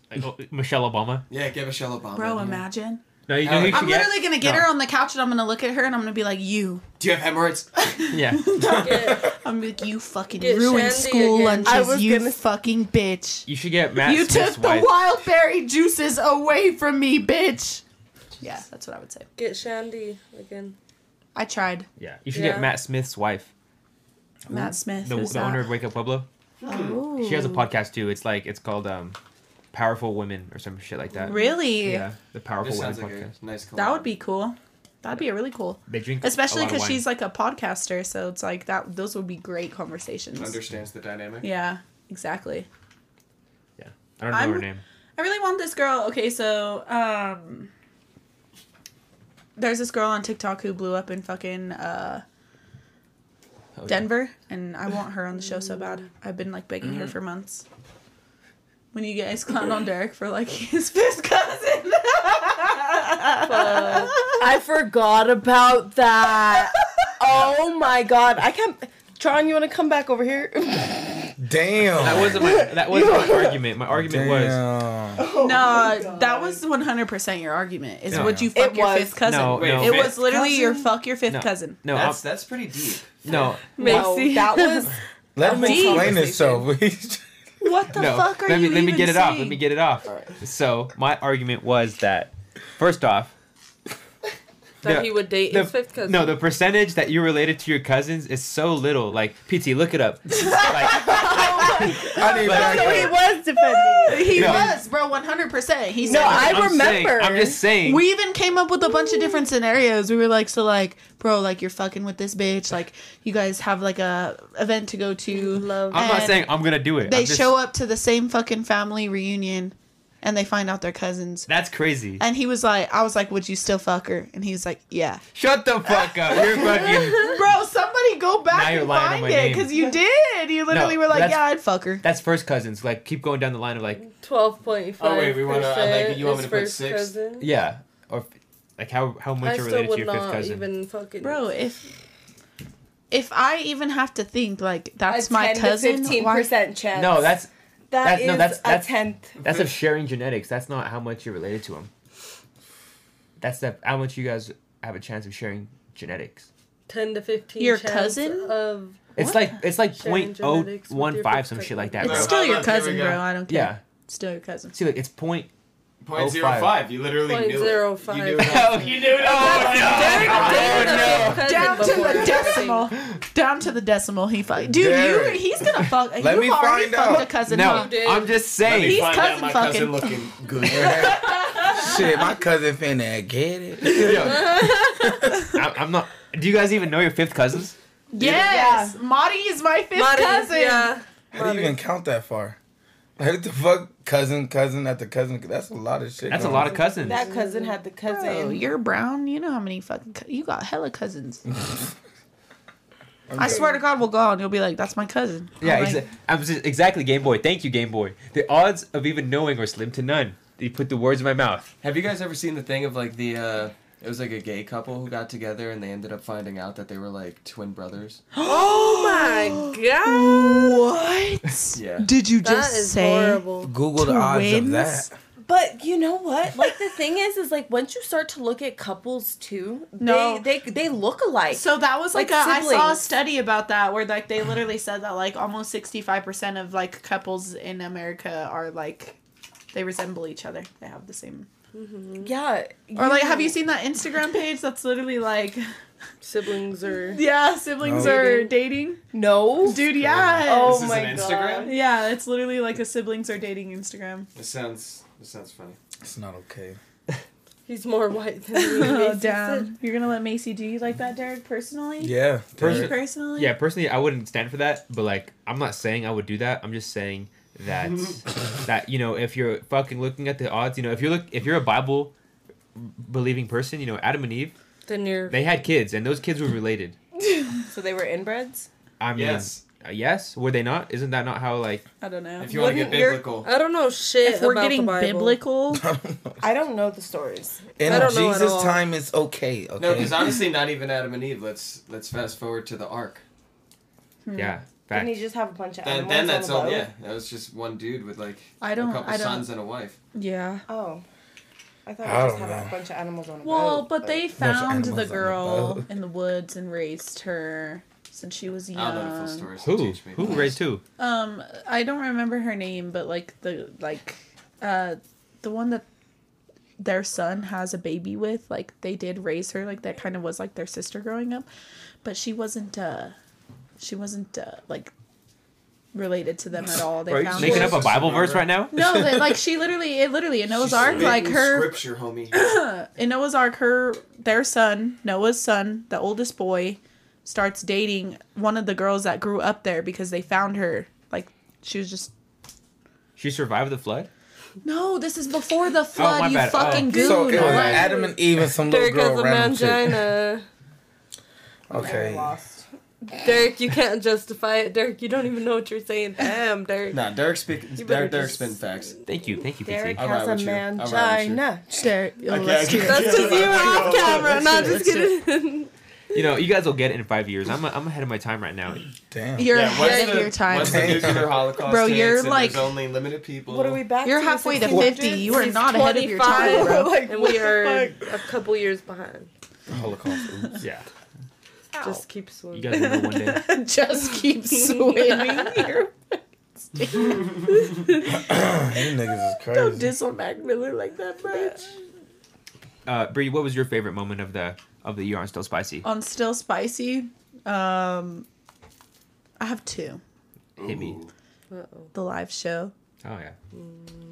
Like, oh, Michelle Obama. Oh, Yeah, get Michelle Obama. Bro, in here. imagine. No, you know who you I'm should literally going to get her on the couch and I'm going to look at her and I'm going to be like, "You Do you have hemorrhoids? Yeah. Get, I'm like, you fucking Get Shandy ruined school again. lunches, I was you gonna- fucking bitch. You should get Matt you Smith's took wife. the wild berry juices away from me, bitch. Yeah, that's what I would say. get Shandy again. I tried. Yeah. You should Yeah. get Matt Smith's wife, Matt Smith. the, who's the that? owner of Wake Up Pueblo. Oh. She has a podcast too. It's like it's called um, Powerful Women or some shit like that. Really? Yeah. The Powerful This Women sounds like podcast. a nice. That would be cool. That'd be a really cool. They drink Especially because because she's like a podcaster, so it's like that. Those would be great conversations. Understands the dynamic. Yeah, exactly. I don't know I'm- her name. I really want this girl. Okay, so um there's this girl on TikTok who blew up in fucking uh yeah. Oh, Denver and I want her on the show so bad. I've been like begging Mm. her for months. When you guys clown on Derek for like his fifth cousin. I forgot about that. Oh my god. I can't. Tron, you want to come back over here? Damn. That wasn't my. That wasn't my argument. My argument was Damn. Oh no, that was 100% your argument. Is No. would you fuck It your was. fifth cousin? no, Wait, no, It Fifth was literally your fuck your fifth no, cousin. No, that's I'm- Oh, that's pretty deep. no. No, Macy. that was. Let him Deep explain himself. What the no. fuck are let you me let me even get it off. Let saying? me get it off. So my argument was that, first off, That Yeah. he would date the, his fifth cousin. no, the percentage that you're related to your cousins is so little. Like PT, look it up. like, I need back No, he up. was defending. He No. was, bro, 100%. He said No, I I'm saying- remember. I'm just saying. We even came up with a bunch of different scenarios. We were like, so like, bro, like you're fucking with this bitch. Like you guys have like a event to go to. Love. I'm not saying I'm gonna do it. they I'm just- show up to the same fucking family reunion, and they find out they're cousins. That's crazy. And he was like, I was like, would you still fuck her? And he was like, yeah. Shut the fuck up. You're fucking. Bro, somebody go Now back you're and lying on find my it name. because you did. You literally were like, that's- yeah, I'd fuck her. That's first cousins. Like keep going down the line of like Twelve point five. Oh, wait, we wanna- I like- you want me to put six? Cousin. yeah or like how how much I you're still related to would your fifth not cousin. even fucking. Bro, if if I even have to think like that's a my 10 cousin, To 15% why- chance. No, that's that that's- no, is that's- that's- a tenth. that's of sharing genetics. That's not how much you're related to them. That's the how much you guys have a chance of sharing genetics. ten to fifteen. Your chance cousin? of It's What? like it's like Sharing point oh genetics with one your five fifth some shit cousin. like that. It's Bro. Right. still Here your we cousin, go. bro. I don't care. Yeah. It's still your cousin. See, like it's point. Point Oh, zero five. five. You literally Point knew zero it. five. You knew Oh, it. you knew it. Oh Derek dated a fifth cousin Down to before the his decimal. Down to the decimal. He fuck. Dude, you, Derek. he's gonna fuck. Let you me already find fucked out. a cousin. no! huh? did. I'm just Let me saying. He's find out cousin my fucking. cousin looking good. Shit, my cousin finna get it. I, I'm not. Do you guys even know your fifth cousins? Yes, Marty is my fifth Marty, cousin. Yeah. How do you even count that far? Like what the fuck, cousin, cousin after cousin. That's a lot of shit. That's a going lot of on. cousins. That cousin had the cousin. Oh, you're brown. You know how many fucking cou- you got hella cousins. I swear to God, we'll go out and you'll be like, "That's my cousin." I'm Yeah, like, exa- I'm just, exactly, Game Boy. Thank you, Game Boy. The odds of even knowing are slim to none. You put the words in my mouth. Have you guys ever seen the thing of like the? uh It was like a gay couple who got together and they ended up finding out that they were like twin brothers. Oh my god. What Yeah. did you That just is say? horrible. Google the odds of Twins? that. But you know what? Like the thing is, is like once you start to look at couples too, No. they they, they look alike. So that was like, Like a I saw a siblings. study about that where like they literally said that like almost sixty five percent of like couples in America are like they resemble each other. They have the same. yeah. Or like, have you seen that Instagram page that's literally like, Siblings are. yeah, siblings No. are dating, No. dude. Yeah. Oh this is my an God. Instagram. Yeah, it's literally like a siblings are dating Instagram. This sounds. This sounds funny. It's not okay. He's more white than me. Oh, Macy said. damn. You're gonna let Macy do you like that, Derek? Personally, Yeah. You Derek. personally, Yeah, personally, I wouldn't stand for that. But like, I'm not saying I would do that. I'm just saying that that you know, if you're fucking looking at the odds, you know, if you're look, if you're a Bible believing person, you know, Adam and Eve, Then you're. they had kids, and those kids were related. So they were inbreds. I mean, Yes. uh, yes, were they not? Isn't that not how like? I don't know. If you want to get Wouldn't your- biblical, I don't know shit If we're about getting the Bible. biblical, I don't know the stories. In I don't know at Jesus' all. time, it's okay. Okay. no, because honestly, not even Adam and Eve. Let's let's fast forward to the Ark. Hmm. Yeah, Didn't you fact. just have a bunch of Then, animals then that's on all. the boat? Yeah, that was just one dude with like I don't. a couple I don't. sons and a wife. Yeah. Oh. I thought I we just don't had a know. bunch of animals on Oh, a Well, boat, but they There's found animals the on the girl boat. in the woods and raised her since she was I don't know the full young. story. So Who? teach me. Who raised who? Um, I don't remember her name, but like the like, uh, the one that their son has a baby with, like they did raise her, like that kind of was like their sister growing up, but she wasn't. uh She wasn't uh, like related to them at all. They Are you found making her. up a Bible verse right now? no, they, like she literally, it literally, a Noah's She's Ark, like spitting her scripture, homie. in Noah's Ark, her their son, Noah's son, the oldest boy, starts dating one of the girls that grew up there because they found her. Like she was just She survived the flood. No, this is before the flood, my flood. you you bad. Oh. fucking fucking goon. So it was Alright. Adam and Eve and some little Derek girl has a random chick. mangina. Okay. Derek, you can't justify it. Derek, you don't even know what you're saying. Damn, Derek. Nah, Derek's spin, You better Derek, Derek's just- spin facts. Thank you, thank you, Derek PC. I ride has a with you. I ride with you. mangina. Derek, oh, Okay, let's I do can- it. That's because you were off camera. Let's No, do it, just let's do kidding. You know, you guys will get it in five years. I'm I'm ahead of my time right now. Damn. You're Yeah, once ahead of the- your time. Once the nuclear holocaust Bro, hits you're and like- there's only limited people. What are we back You're to the halfway to 1600s? 50. You are not ahead of your time, 25. bro. Like, and what we the are fuck? a couple years behind. Holocaust. Yeah, Just keep you swimming. guys will know one day. Just keep swimming here. you niggas is crazy. Don't diss on Mac Miller like that, bro. Uh, Bree, what was your favorite moment of the of the year on Still Spicy? On Still Spicy, um, I have two. Hit me. Uh-oh. The live show. Oh yeah. I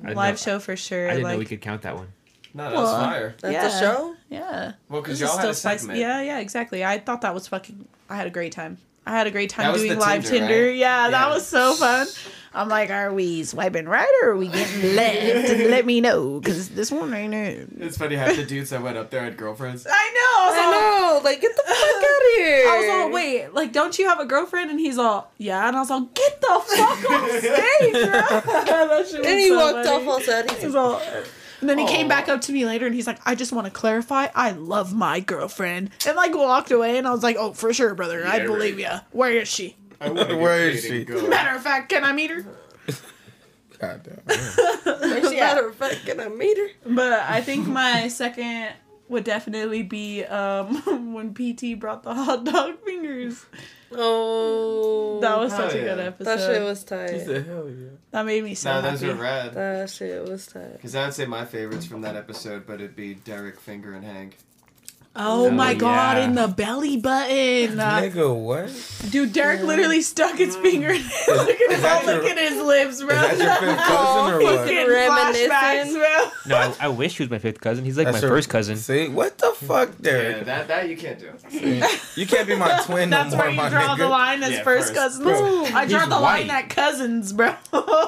didn't Live know- show for sure. I didn't like, know we could count that one. No, that was Well, fire. That's Yeah. a show? Yeah. Well, because This is y'all had a Still segment. Yeah, yeah, exactly. I thought that was fucking. I had a great time. I had a great That time was doing the live Tinder, Tinder. right? Yeah, that Yeah. was so fun. I'm like, are we swiping right or are we getting left? Let me know because this one right here. It's funny half the dudes that went up there had girlfriends. I know. I was all- I know. Like, get the fuck out of here. I was all, wait, like, don't you have a girlfriend? And he's all, yeah. And I was all, get the fuck off stage, bro. That shit And was he so walked funny. off all sad. He's He's like, all- and then he came back up to me later and he's like, I just want to clarify, I love my girlfriend. And like walked away and I was like, oh, for sure, brother. I Yeah, believe ya. Where is she? I wanna Where get is paid and she? go. Matter of fact, can I meet her? Goddamn. as a matter of fact, can I meet her? But I think my second would definitely be um, when PT brought the hot dog fingers. Oh. That was Oh, such a yeah. good That episode. That That, shit was tight. hell yeah. made me so No, those happy. were rad. That shit was tight. Because I would say my favorites from that episode, but it'd be Derek, Finger, and Hank. Oh my yeah. god, in the belly button. Uh, Nigga, what? dude, Derek literally stuck his finger in Look at his, that your- look at his lips, bro. Is that your fifth cousin or what? Fucking Reminiscing. flashbacks, bro. No, I, I wish he was my fifth cousin. He's like my That's her- first cousin. See, what the fuck, Yeah, Derek? that, that you can't do. you can't be my twin no That's more, where you my draw nigga. the line as Yeah, first, first. cousins. Bro, I draw he's the line white. at cousins, bro.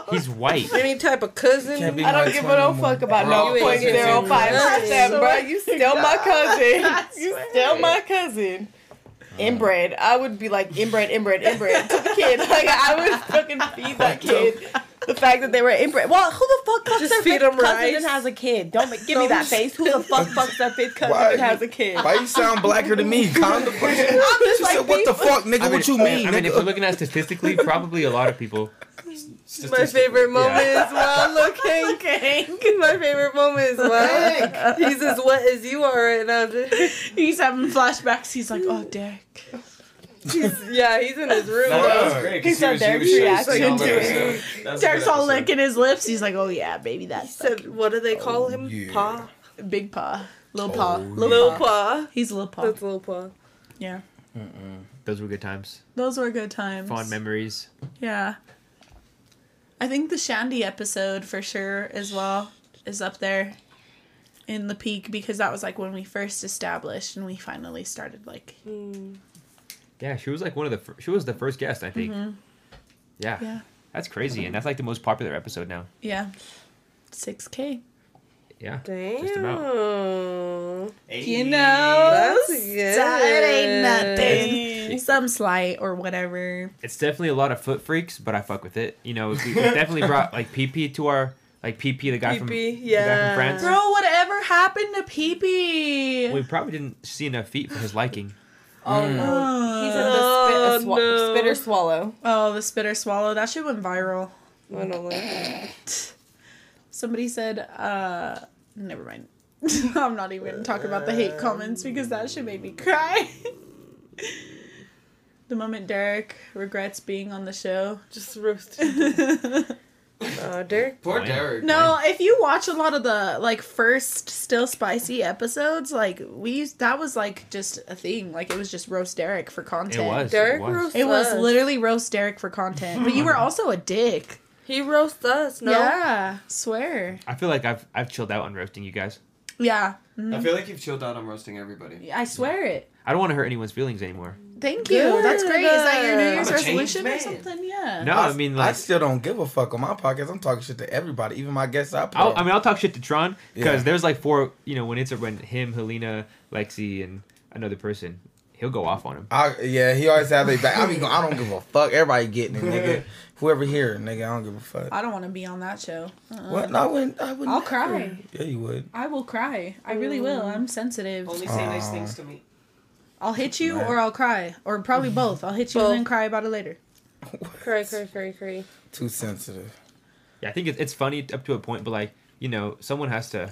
He's white. Any type of cousin. Can't be I my don't give a twin no more. fuck about no Bro, you point ain't getting zero five percent, no bro. money. You still my I cousin. You swear. still my cousin. Uh. Inbred. I would be like inbred, inbred, inbred to the kid. Like I would fucking feed that kid. The fact that they were inbred. Well, who the fuck fucks Just their feed fifth 'em cousin rice. and has a kid? Don't make- give me that face. Who the fuck fucks their fifth cousin Why? and has a kid? Why you sound blacker than me? Calm the fuck down. She said, what the fuck, nigga? what you mean, I nigga? mean, if we're looking at statistically, probably a lot of people. My favorite moment Yeah. is while look Hank. My favorite moment is while he's as wet as you are right now. he's having flashbacks. He's like, oh, Derek. He's, yeah, he's in his room. No, that was great. 'cause He's he on was Derek's you, Shay, reaction Sting, all to that it. episode. That's a Derek's good all episode. licking his lips. He's like, oh, yeah, baby, that's Said, what do they call him? yeah. Pa. Big Paw. Little Paw. Little, Lil paw. Pa. He's Little Paw. That's Lil Pa. Yeah. Those were good times, Those were good times. fond memories. Yeah. I think the Shandy episode for sure as well is up there in the peak because that was like when we first established and we finally started like Yeah, she was like one of the. Fir- she was the first guest, I think. Yeah. yeah that's crazy, and that's like the most popular episode now. yeah 6k Yeah, just about. Damn. you know That's good. that ain't nothing some slight or whatever It's definitely a lot of foot freaks, but I fuck with it. You know, we, we definitely brought like PP to our like PP, the guy from PP, the guy yeah. from France. bro whatever happened to pee We probably didn't see enough feet for his liking. Oh no. He's in the spit, Oh, a swa- no. spit or swallow. oh the spitter swallow that shit went viral I don't like it. Somebody said, uh, never mind. I'm not even gonna talk about the hate comments because that shit made me cry. the moment Derek regrets being on the show. Just roasted. no, Uh, Derek. Poor Why? Derek. if you watch a lot of the like first still spicy episodes, like we used, that was like just a thing. Like it was just roast Derek for It content. was. Derek it was. roasted It was us. literally roast Derek for content. But you were also a dick. He roasts us, no? Yeah, swear. I feel like I've I've chilled out on roasting you guys. Yeah, I feel like you've chilled out on roasting everybody. I swear it. I don't want to hurt anyone's feelings anymore. Thank you. That's great. Is that your New Year's I'm a changed resolution or man. something? Yeah. No, I mean like I still don't give a fuck on my podcast. I'm talking shit to everybody, even my guests I play. I'll, I mean, I'll talk shit to Tron because Yeah. there's like four. You know, when it's a, when him, Helena, Lexi, and another person, he'll go off on him. I, yeah, he always have they back. I mean, I don't give a fuck. Everybody getting it, nigga. Whoever here, nigga, I don't give a fuck. I don't want to be on that show. Uh-uh. what? No, I wouldn't. I wouldn't I'll never. cry. Yeah, you would. I will cry. I really will. I'm sensitive. Only say nice Aw. things to me. I'll hit you Right. or I'll cry. Or probably both. I'll hit you Both. and then cry about it later. Cray, cray, cray, cray. Too sensitive. Yeah, I think it's, it's funny up to a point, but like you know, someone has to.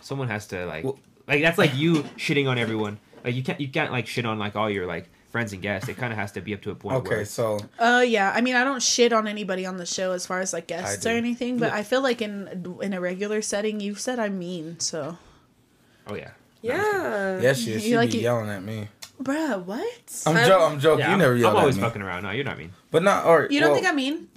Someone has to like Well- like that's like you shitting on everyone. Like you can't you can't like shit on like all your like friends and guests. It kind of has to be up to a point. Okay, Where, so Uh, yeah. I mean, I don't shit on anybody on the show as far as like guests do. or anything, but I feel like in in a regular setting, you've said I'm mean. So, oh yeah. Yeah. yeah, she, You she like be it- yelling at me. bruh, what? I'm I'm- joking. I'm joking. yeah you I'm- never yell I'm always at me. fucking around. No, you're not mean. But not all right. You don't well, think I'm mean?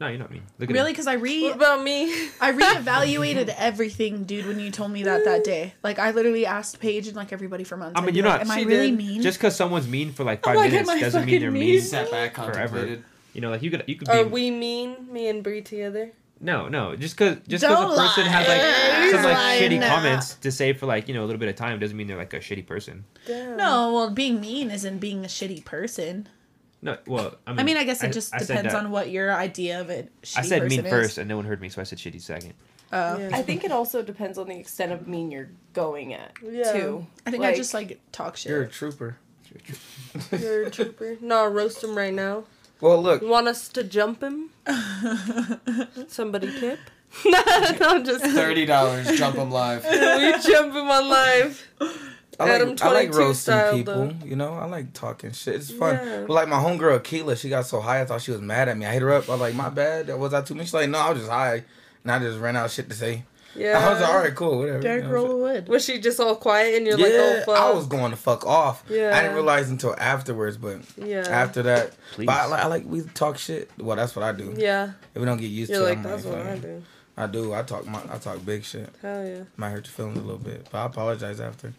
No, you're not mean. Look at Really? him. Because I What re about me? I reevaluated everything, dude. When you told me that that day, like I literally asked Paige and like everybody for months. I mean, I'd be you're like, not- Am I She really did. mean? Just because someone's mean for like Oh five my God, minutes am I doesn't mean they're fucking mean. mean? Sat back, Forever. contemplated. You know, like you could you could be Are we mean? Me and Bree together? No, no. Just because just because Don't a person has like lie. some like He's shitty lying now. comments to say for like you know a little bit of time doesn't mean they're like a shitty person. Damn. no, well, being mean isn't being a shitty person. No, well, I mean, I mean, I guess it just said depends that. on what your idea of it. I said mean is. first, and no one heard me, so I said shitty second. Oh. Yeah. I think it also depends on the extent of mean you're going at, Yeah. too. I think I Like- just like talk shit. you're a trooper. You're a trooper. No, roast him right now. Well, look. Want us to jump him? Somebody tip? no, I'm just kidding. Thirty dollars, jump them live. we jump him on live. I Adam like, I like 22 roasting style, people. You know, I like talking shit. It's fun. Yeah. But like my homegirl Keela, she got so high, I thought she was mad at me. I hit her up. I was like, my bad. Was I too much? She's like, no, I was just high, and I just ran out of shit to say. Yeah. I was like, all right, cool, whatever. Derek You know what I'm roll of wood. Was she just all quiet and you're yeah, like, oh fuck? I was going to fuck off. Yeah. I didn't realize until afterwards, but Yeah. after that, Please. but I, like- I like we talk shit. Well, that's what I do. Yeah. If we don't get used You're to, it, like, I'm that's what I fuck it. do. I do. I talk my, I talk big shit. Hell yeah. Might hurt your feelings a little bit, but I apologize after.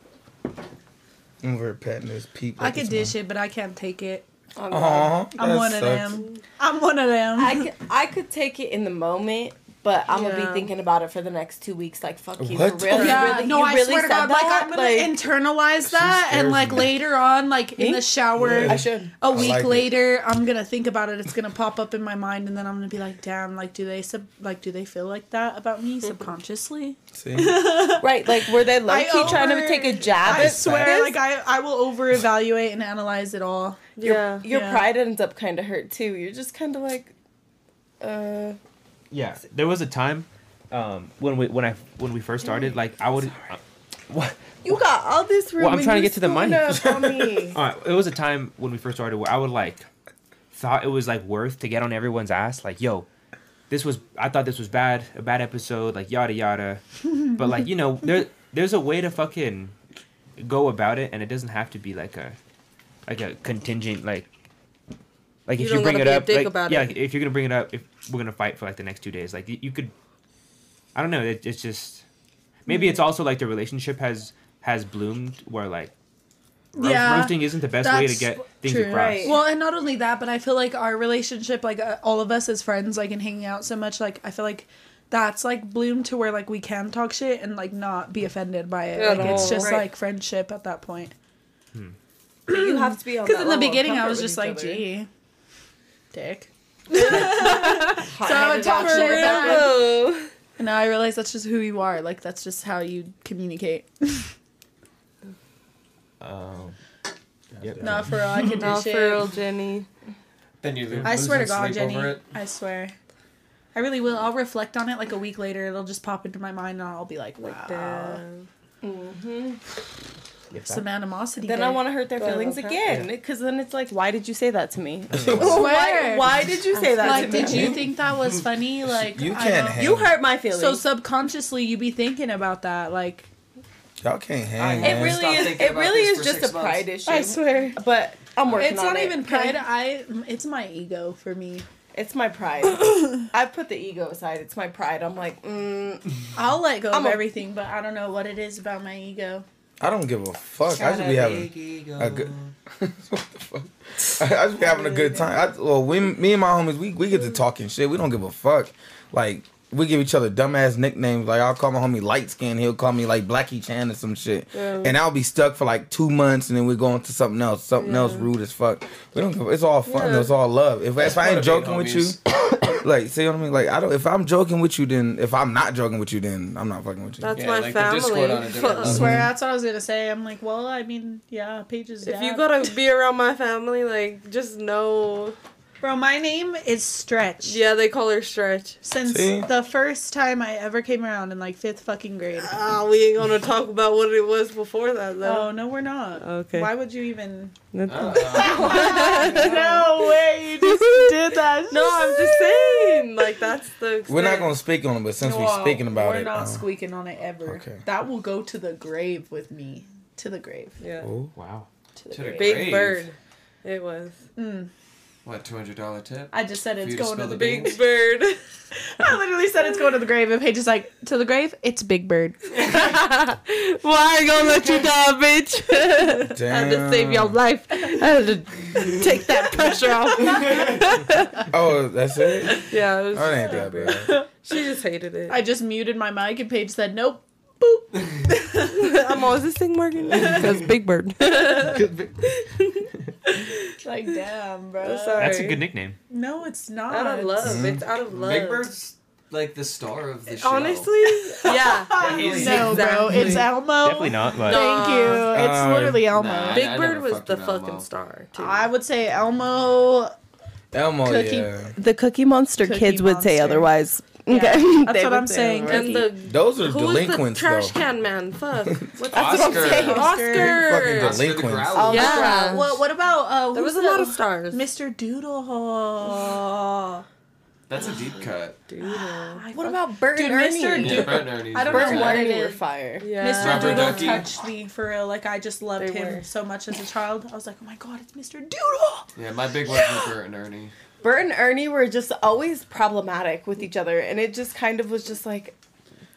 I'm over here petting this peep. I could dish it, but I can't take it. I'm Uh-huh. not- Aww, I'm one of them. I'm one of them. I could, I could take it in the moment, but I'm gonna Yeah. be thinking about it for the next two weeks. Like, fuck you, What? for real. yeah, you really, no, you I really swear to said God, that? like I'm gonna internalize that, and scares like me. later on, like in Me? the shower, Yeah. I should. A I week like it. later, I'm gonna think about it. It's gonna pop up in my mind, and then I'm gonna be like, "Damn, like do they sub, like do they feel like that about me subconsciously?" See, right? Like, were they low I key trying over- to take a jab? I at swear, this? like I I will over evaluate and analyze it all. Yeah. your yeah. pride ends up kind of hurt too. You're just kind of like, uh, Yeah, there was a time um, when we when I when we first started, like I would. uh, what? You got all this room. Well, I'm and trying to you get to the screwing money. up on me. All right, it was a time when we first started where I would like thought it was like worth to get on everyone's ass, like yo. This was I thought this was bad, a bad episode, like yada yada. But like you know, there there's a way to fucking go about it, and it doesn't have to be like a like a contingent like like You if don't you bring it gotta be a up, dick like, about yeah, it. if you're gonna bring it up, if we're gonna fight for like the next two days, like you, you could, I don't know, it, it's just Mm. maybe it's also like the relationship has has bloomed where like ro- Yeah, roasting isn't the best way to that's get things true. across. Right. Well, and not only that, but I feel like our relationship, like uh, all of us as friends, like and hanging out so much, like I feel like that's like bloom to where like we can talk shit and like not be offended by it. At like it's all. just Right. like friendship at that point. you have to be on. Because that in the level of beginning, I comfort was just with each like, other. gee, dick. Hot-headed I would talk ass shit For shit. about- real though. And now I realize that's just who you are. Like that's just how you communicate. Um, yep. Not for real, I can do Nah, for shit. real, Jenny. Then you lose I swear to losing God, sleep over Jenny. it. I swear. I really will. I'll reflect on it like a week later. It'll just pop into my mind, and I'll be like, Like wow, damn. Yep, that- some animosity. Then I there." want to hurt their Well, feelings okay. again because then it's like, why did you say that to me? Swear. why, why did you say that like, to me? did you think that was funny? Like, you I can't don't- hang. You hurt my feelings. So subconsciously, you be thinking about that. Like, Y'all can't hang. It it man. really Stop is. thinking It about really this is for just six a months. pride issue. swear, But I'm working it's on not it. even pride. I, it's my ego for me. It's my pride. I put the ego aside. It's my pride. I'm like, mm, I'll let go I'm of a- everything, but I don't know what it is about my ego. I don't give a fuck. I just be having a good. what the fuck? I, I just be having a good time. I, well, we, me and my homies, we we get to talking shit. We don't give a fuck. Like we give each other dumbass nicknames. Like I'll call my homie light skin. He'll call me like Blackie Chan or some shit. And I'll be stuck for like two months, and then we go on to something else. Something else rude as fuck. We don't. Give, it's all fun. though. It's all love. If if I ain't part of being joking with you, homies. like see what I mean. Like I don't. If I'm joking with you, then if I'm not joking with you, then I'm not fucking with you. That's Yeah, my like the family. Discord on a different Fuck. Um, level. Swear, that's what I was gonna say. I'm like, well, I mean, yeah, Paige's if dad. you gotta be around my family, like just know. bro, my name is Stretch. Yeah, they call her Stretch. Since See? the first time I ever came around in like fifth fucking grade. Ah, we ain't gonna talk about what it was before that though. Oh no, we're not. Okay. Why would you even? Uh, no way! You just did that. No, I'm just saying, like that's the. We're not extent. gonna speak on it, but since we're speaking about we're it, not uh, squeaking on it ever. okay. That will go to the grave with me. To the grave. Yeah. Oh, ooh. Wow. To the to the grave. Big grave. Bird. It was Mm. What two hundred dollar tip? I just said For it's you to going to spill the. the grave. beans? Big Bird. I literally said it's going to the grave, and Paige is like, "To the grave? It's Big Bird." Why I gonna let you down, bitch? I had to save your Damn. life. I had to take that pressure off. Oh, that's it. yeah, it was Oh, it ain't just- that bad. she just hated it. I just muted my mic, and Paige said, "Nope." Boop. I'm always this thing working because Big Bird. Like, damn, bro. I'm sorry. That's a good nickname. No, it's not. out of love. Mm-hmm. It's out of love. Big Bird's like the star of the show. Honestly, yeah. Yeah, he's- No, bro. Exactly. It's Elmo. Definitely not. But No. Thank you. It's Uh, literally Elmo. nah. Big I Bird never was fucked the with Elmo. fucking star too. I would say Elmo. Elmo, Cookie. yeah. The Cookie Monster Cookie kids would say Monster. otherwise. Okay, that's what They would I'm say saying. otherwise. and the Those are who was delinquents, the trash though. can man? Fuck. What's that? That's what I'm Oscar. saying. Fucking Oscar. Oscar the delinquents. Grouch. Oh, Yeah. yeah. What, what about uh? There was who's a the- lot of stars. Mr. Doodle. what That's a deep cut. about Bert Dude, and Mr. Ernie? Doodle. Yeah, Bert and Ernie. I don't Bert know and what it Ernie were is. fire. Yeah. Mr. Rubber Doodle ducky. touched me for real. Like I just loved They him were. so much as a child. I was like, oh my god, it's Mr. Doodle. Yeah, my big ones were Bert and Ernie. Bert and Ernie were just always problematic with each other, and it just kind of was just like,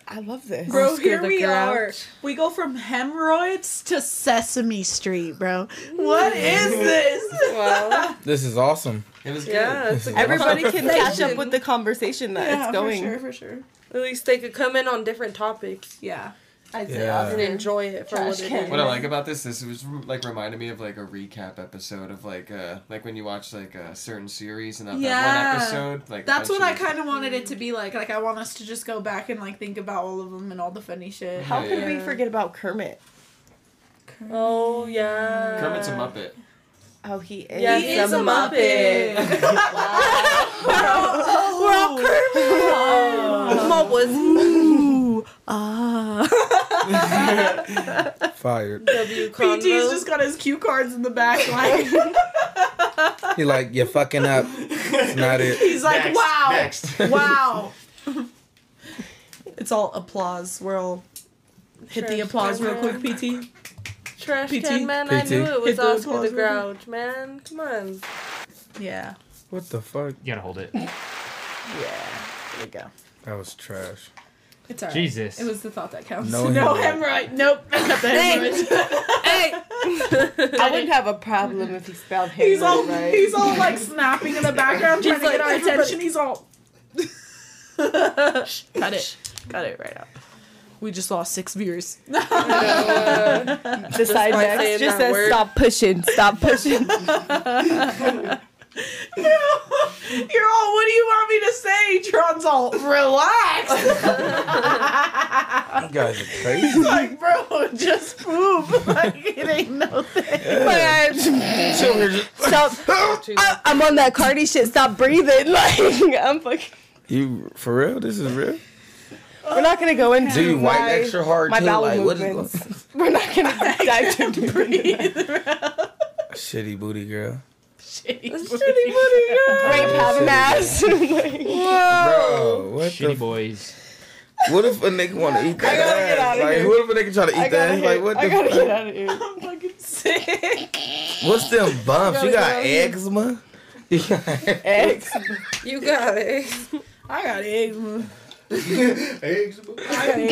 I love this. Bro, Oscar here the we Grouch. are. We go from hemorrhoids to Sesame Street, bro. What is this? Wow. This is awesome. It was Yeah, good. it's a good Everybody can catch up Conversation. with the conversation that it's going. for sure, for sure. At least they could come in on different topics Yeah. I'd say, Yeah. and enjoy it for Trash what it can. is. What I like about this, this was like reminded me of like a recap episode of like uh like when you watch like a certain series and that, Yeah. that one episode. Like That's that what I shit kind of wanted it to be like. Like I want us to just go back and like think about all of them and all the funny shit. How could we Yeah. forget about Kermit? Oh yeah. was- Kermit's a Muppet. Oh, he is. Yeah, He he is a a Muppet. Muppet. Oh. We're all Kermit. Mom was Ooh, ah. Fired. W Convo. PG's just got his cue cards in the back, like He like you're fucking up. It's not it. he's like, Next, wow, next. wow. it's all applause. We're all hit the applause real quick, PT. trash PT. can man. I PT. knew it Hit was the Oscar applause the real quick. Grouch, man. Come on. Yeah, What the fuck? you gotta hold it. yeah. There we go. That was trash. It's alright. Jesus. It was the thought that counts. No No, no hemorrhoid. hemorrhoid. Nope. I got the Thanks. hemorrhoid. Hey. I wouldn't have a problem if he spelled him he's all right. he's all like snapping in the background trying to like, get our everybody- attention. He's all cut it. Cut it right out. We just lost six viewers. the side by next saying just that says, word. "Stop pushing, stop pushing." You're all, what do you want me to say? Tron's all, relax. You guys are crazy. He's like, bro, just poop. Like, it ain't no thing. My God. stop! I, I'm on that Cardi shit. Stop breathing. Like I'm fucking. You for real? This is real. We're not gonna go into Do you wipe my- extra hard my too? bowel Like what movements. is We're not gonna dive too deep. Breathe, bro. shitty booty girl? Shitty Shitty booty, yeah. Rape having ass. Like, Bro, what the Shitty boys. What if a nigga want to eat that gotta ass? get outta Like, here. what if a nigga try to I eat that gotta ass? hit- Like, what I gotta the get fuck? out of here. I'm fucking sick. What's them bumps? You gotta get got outta here. eczema? You got Eggs. you got it. I got eczema. eczema?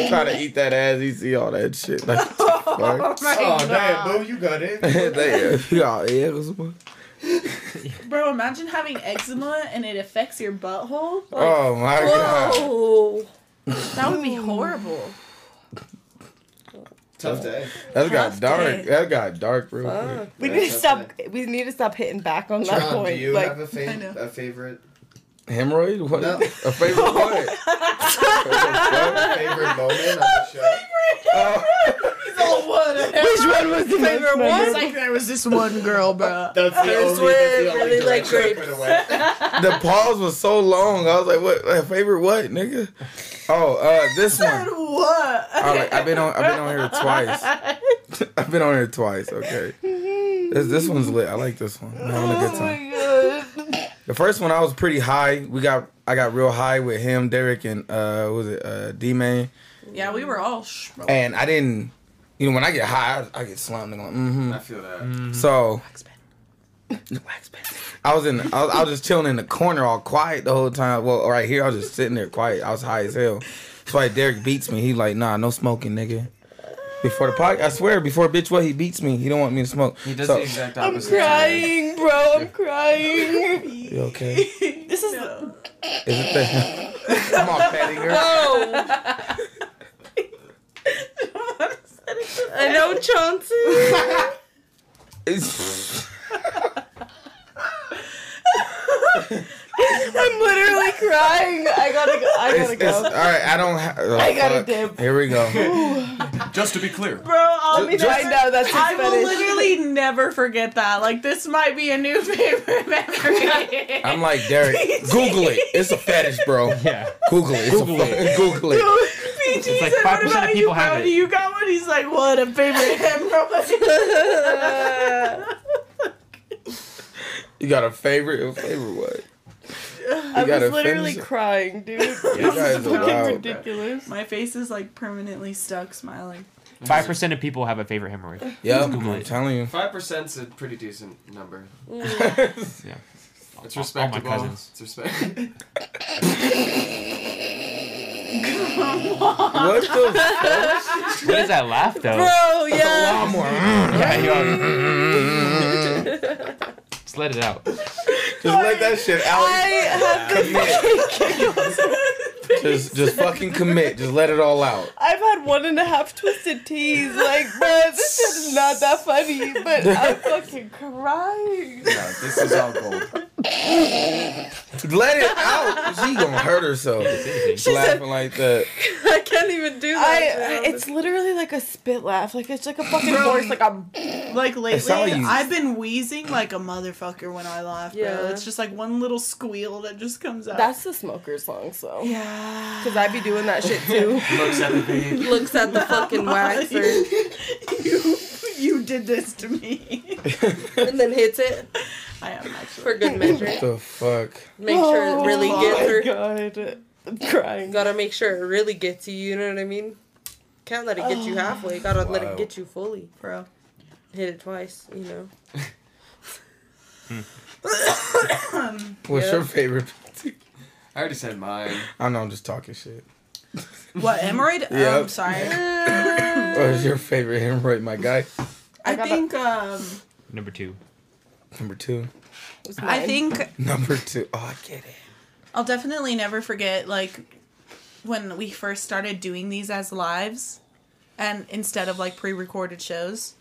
Try to eat that ass, you see all that shit. Like, Fuck. Oh, damn, boo, you got it. They- you all eggs, boy. Bro, imagine having eczema and it affects your butthole. Oh my god. Oh, that would be horrible. Tough day. That got Tough dark. day. That got dark real quick. We Yeah, need to that's stop. We need to stop hitting back on John, that do point. you Like, have a, I know. fa- a favorite Hemorrhoid? What? No. A favorite what? favorite moment on the show? which one was the favorite It's like there was this one girl, bro. That's the First only, that's word, the only really like direction I grapes. put away. the pause was so long. I was like, "What? A favorite what, nigga?" Oh, uh, this one. What? All right, I've been on. I've been on here twice. I've been on here twice. Okay. This this one's lit. I like this one. I'm having a good time. The first one I was pretty high. We got I got real high with him, Derek, and uh, what was it uh, D Man. Yeah, we were all sh- And I didn't. You know, when I get high, I, I get slammed. And mm-hmm. I feel that. Mm. So pen. I was in. I was, I was just chilling in the corner, all quiet the whole time. Well, right here, I was just sitting there quiet. I was high as hell. That's why Derek beats me. He like, nah, no smoking, nigga. Before the podcast, I swear, before bitch, what he beats me. He don't want me to smoke. He does So- the exact opposite. to me. Crying, bro. I'm crying. You okay? Is This is it that? Come on, petting her. no. I know Chauncey. It's- I'm literally crying. I gotta go. I it's- gotta it's- all go. right, I don't. Ha- oh, I gotta fuck. dip. Here we go. Just to be clear, Bro, I'll Let me find out. That's his I will fetish. literally never forget that. Like this might be a new favorite memory. I'm like Derek. Google it. It's a fetish, bro. Yeah. Google it. It's Google Google a, it. Google it. PG It's like said, "What 5% of about you, people have bro? it." Do you got one?" He's like, "What a favorite memory." You got a favorite? A favorite what? I You gotta was literally finish it. crying, dude. You guys are Fucking wild. ridiculous. My face is like permanently stuck smiling. Five percent of people have a favorite hemorrhoid. Yep, Google I'm it. telling you. five percent's a pretty decent number. Yeah. It's All- all my respectable. cousins. it's respect. What the fuck? What is that laugh though? Bro, yeah. Yeah, you are- Just let it out. Mm-hmm. Just let that shit out. I have the. Just, just fucking commit. Just let it all out. I've had one and a half twisted teas. Like, bruh, this shit is not that funny, but I'm fucking crying. no, this is all gold. Let it out. She gonna hurt herself. She's laughing like that. I can't even do I, that. it's literally like a spit laugh. Like it's like a fucking horse. Like I'm. Like lately, all you. I've been wheezing like a motherfucker when I laugh. Yeah. Bro. It's just like one little squeal that just comes out. That's the smoker song, so. yeah. Cause I be doing that shit too. Looks at the babe. looks at the fucking waxer you you did this to me. and then hits it I am actually. for good measure. What the fuck? Make sure it really Oh gets my her. God, I'm crying. Gotta make sure it really gets you. You know what I mean? Can't let it get you halfway. Gotta let Wow. it get you fully. Bro. Hit it twice. You know. What's Yeah. your favorite? I already said mine. I know I'm just talking shit. What hemorrhoid? Yeah. Um, sorry. What's your favorite hemorrhoid, my guy? I, gotta- think um Number two. Number two. It's I mine. think Number two. Oh, I get it. I'll definitely never forget like when we first started doing these as lives and instead of like pre-recorded shows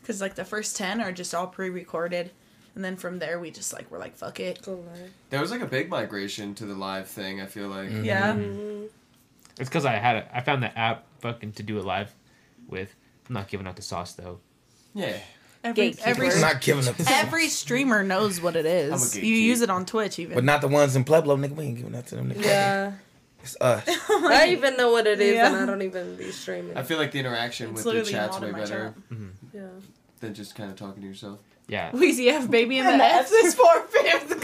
because like the first 10 are just all pre-recorded and then from there we just like we're like fuck it Go live. There was like a big migration to the live thing. I feel like. Mm. yeah It's because I had a, I found the app fucking to do it live with. I'm not giving out the sauce though. Yeah. every every I'm not giving up. The every streamer knows what it I'm a is gatekeeper. you use it on twitch even but not the ones in Pueblo, nigga. We ain't giving that to them, nigga. Yeah. It's us. I even know what it is, and Yeah. I don't even be streaming. I feel like the interaction It's with the literally chat's not way in my better yeah. than just kind of talking to yourself. Yeah. Wheezy F baby and the F is for fifth.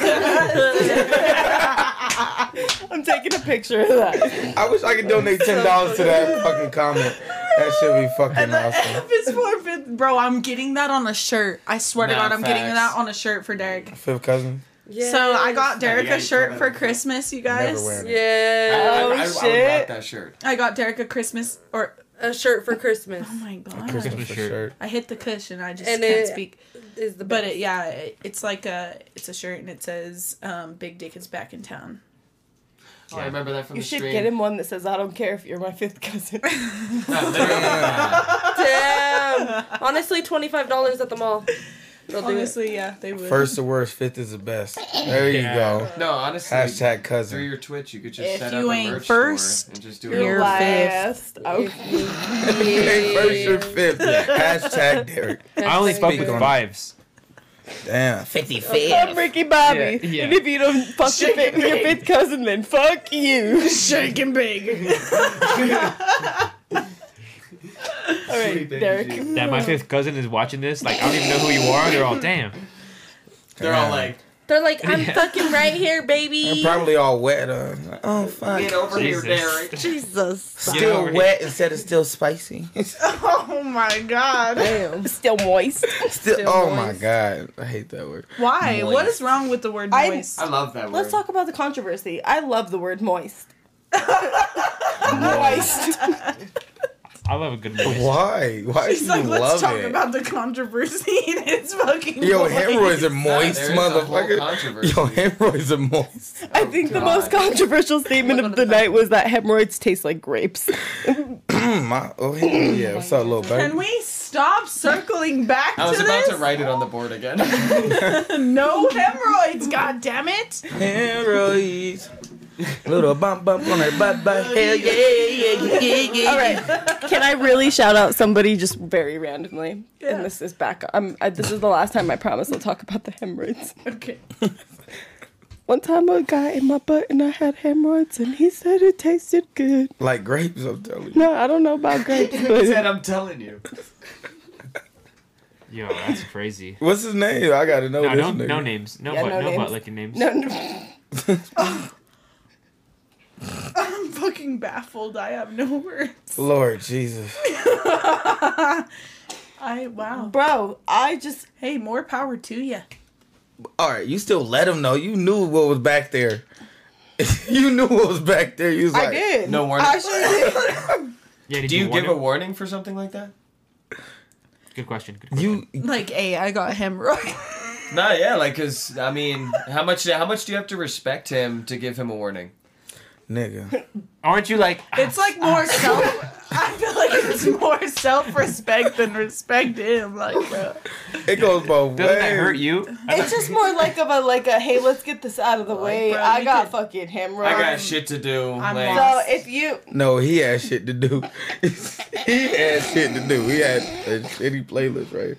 I'm taking a picture of that. I wish I could donate ten dollars to that fucking comment. That should be fucking And the awesome. F is for fifth. Bro, I'm getting that on a shirt. I swear to Nah, God, I'm getting facts. that on a shirt for Derek. Fifth cousin. So I got Yeah, you Derek a gotta shirt cover for that. Christmas, you guys. Oh, Never wearing it. I, Yeah. I, I, I would rock shit. that shirt. I got Derek a Christmas or a shirt for Christmas. Oh my god! Christmas shirt. shirt. I hit the cushion. I just And can't it speak. Is the but it, yeah, it, it's like a it's a shirt and it says um, "Big Dick is back in town." Oh, I remember that from You the should stream. get him one that says, "I don't care if you're my fifth cousin." Damn. Honestly, twenty five dollars at the mall. They'll Honestly, yeah, they would. First to worst, fifth is the best. There you go. No, honestly. Hashtag cousin. Through your Twitch, you could just If set you up a ain't merch first, store and just do it. you're Last. Oh, Okay. First or fifth. Hashtag Derek. I only fuck Speak with on it. fives. Damn. 55. I'm Ricky Bobby. Yeah, yeah. And if you don't fuck your fifth, your fifth cousin, then fuck you. Shake and bake. All right, Sweet Derek. baby That my fifth cousin is watching this. Like I don't even know who you are. They're all damn. They're all like, They're like, I'm Yeah. fucking right here, baby. They're probably all wet. Uh, like, oh, fuck. get over Jesus. here, Derek. Jesus. Get Still over here. wet instead of still spicy. oh my god! Damn. Still moist. still, oh my god, I hate that word. Why? What Moist. is wrong with the word I- moist? I love that word. Let's talk about the controversy. I love the word moist. moist. I love a good voice. Why? Why do She's you like, let's love talk it? about the controversy. and It's fucking Yo, moist. hemorrhoids are moist, There's a whole motherfucker. controversy. Yo, hemorrhoids are moist. I think the most God. controversial statement of the night was that hemorrhoids taste like grapes. my, oh, hey, yeah. What's up, little Can baby? we stop circling back I was to about this? to write it on the board again. I No hemorrhoids, god damn it! Hemorrhoids. Little bump bump on her butt, butt. Hell yeah, yeah, yeah, yeah, yeah. All right. Can I really shout out somebody just very randomly? And this is back. I'm, I, this is the last time I promise I'll talk about the hemorrhoids. Okay. One time a guy ate my butt and I had hemorrhoids and he said it tasted good. Like grapes, I'm telling you. No, I don't know about grapes, said, but I'm telling you. Yo, that's crazy. What's his name? I gotta know No, this no, nigga. no names. No Yeah, butt. no No, names. butt licking names. no, no. I'm fucking baffled. I have no words. Lord Jesus. I, wow. bro, I just Hey, more power to you. All right, you still let him know. You knew what was back there. you knew what was back there. You was like, I did. No warning. I should Yeah. Did Do you give warn a him? warning for something like that? Good question. Good question. You Like, hey, I got hemorrhoid. Nah, yeah, like, cause I mean, how much, how much do you have to respect him to give him a warning? nigga. Aren't you like? ah, It's like more self. I feel like it's more self respect than respect him. Like, bro. It goes both Doesn't that ways. hurt you? It's just more like of a like a hey, let's get this out of the way. bro, I you got could- fucking I got hemorrhoids. shit to do. Um, I'm like, lost. So if you No, he had shit to do. he had shit to do. He had a shitty playlist right here.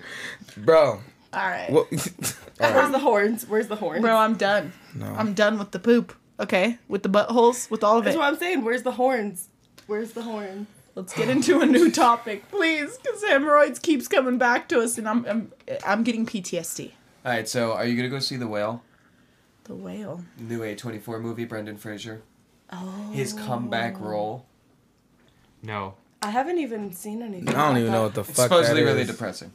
Bro. All right. What? All where's right. the horns? Where's the horns? Bro, I'm done. No. I'm done with the poop. Okay? With the buttholes, with all of That's it. what I'm saying. Where's the horns? Where's the horn? Let's get into a new topic, please, because hemorrhoids keeps coming back to us, and I'm I'm I'm getting PTSD. all right, so are you gonna go see the whale? The whale. New A24 movie, Brendan Fraser. Oh. His comeback role. No. I haven't even seen anything. I don't about even that. know what the It's fuck supposedly that really is. depressing.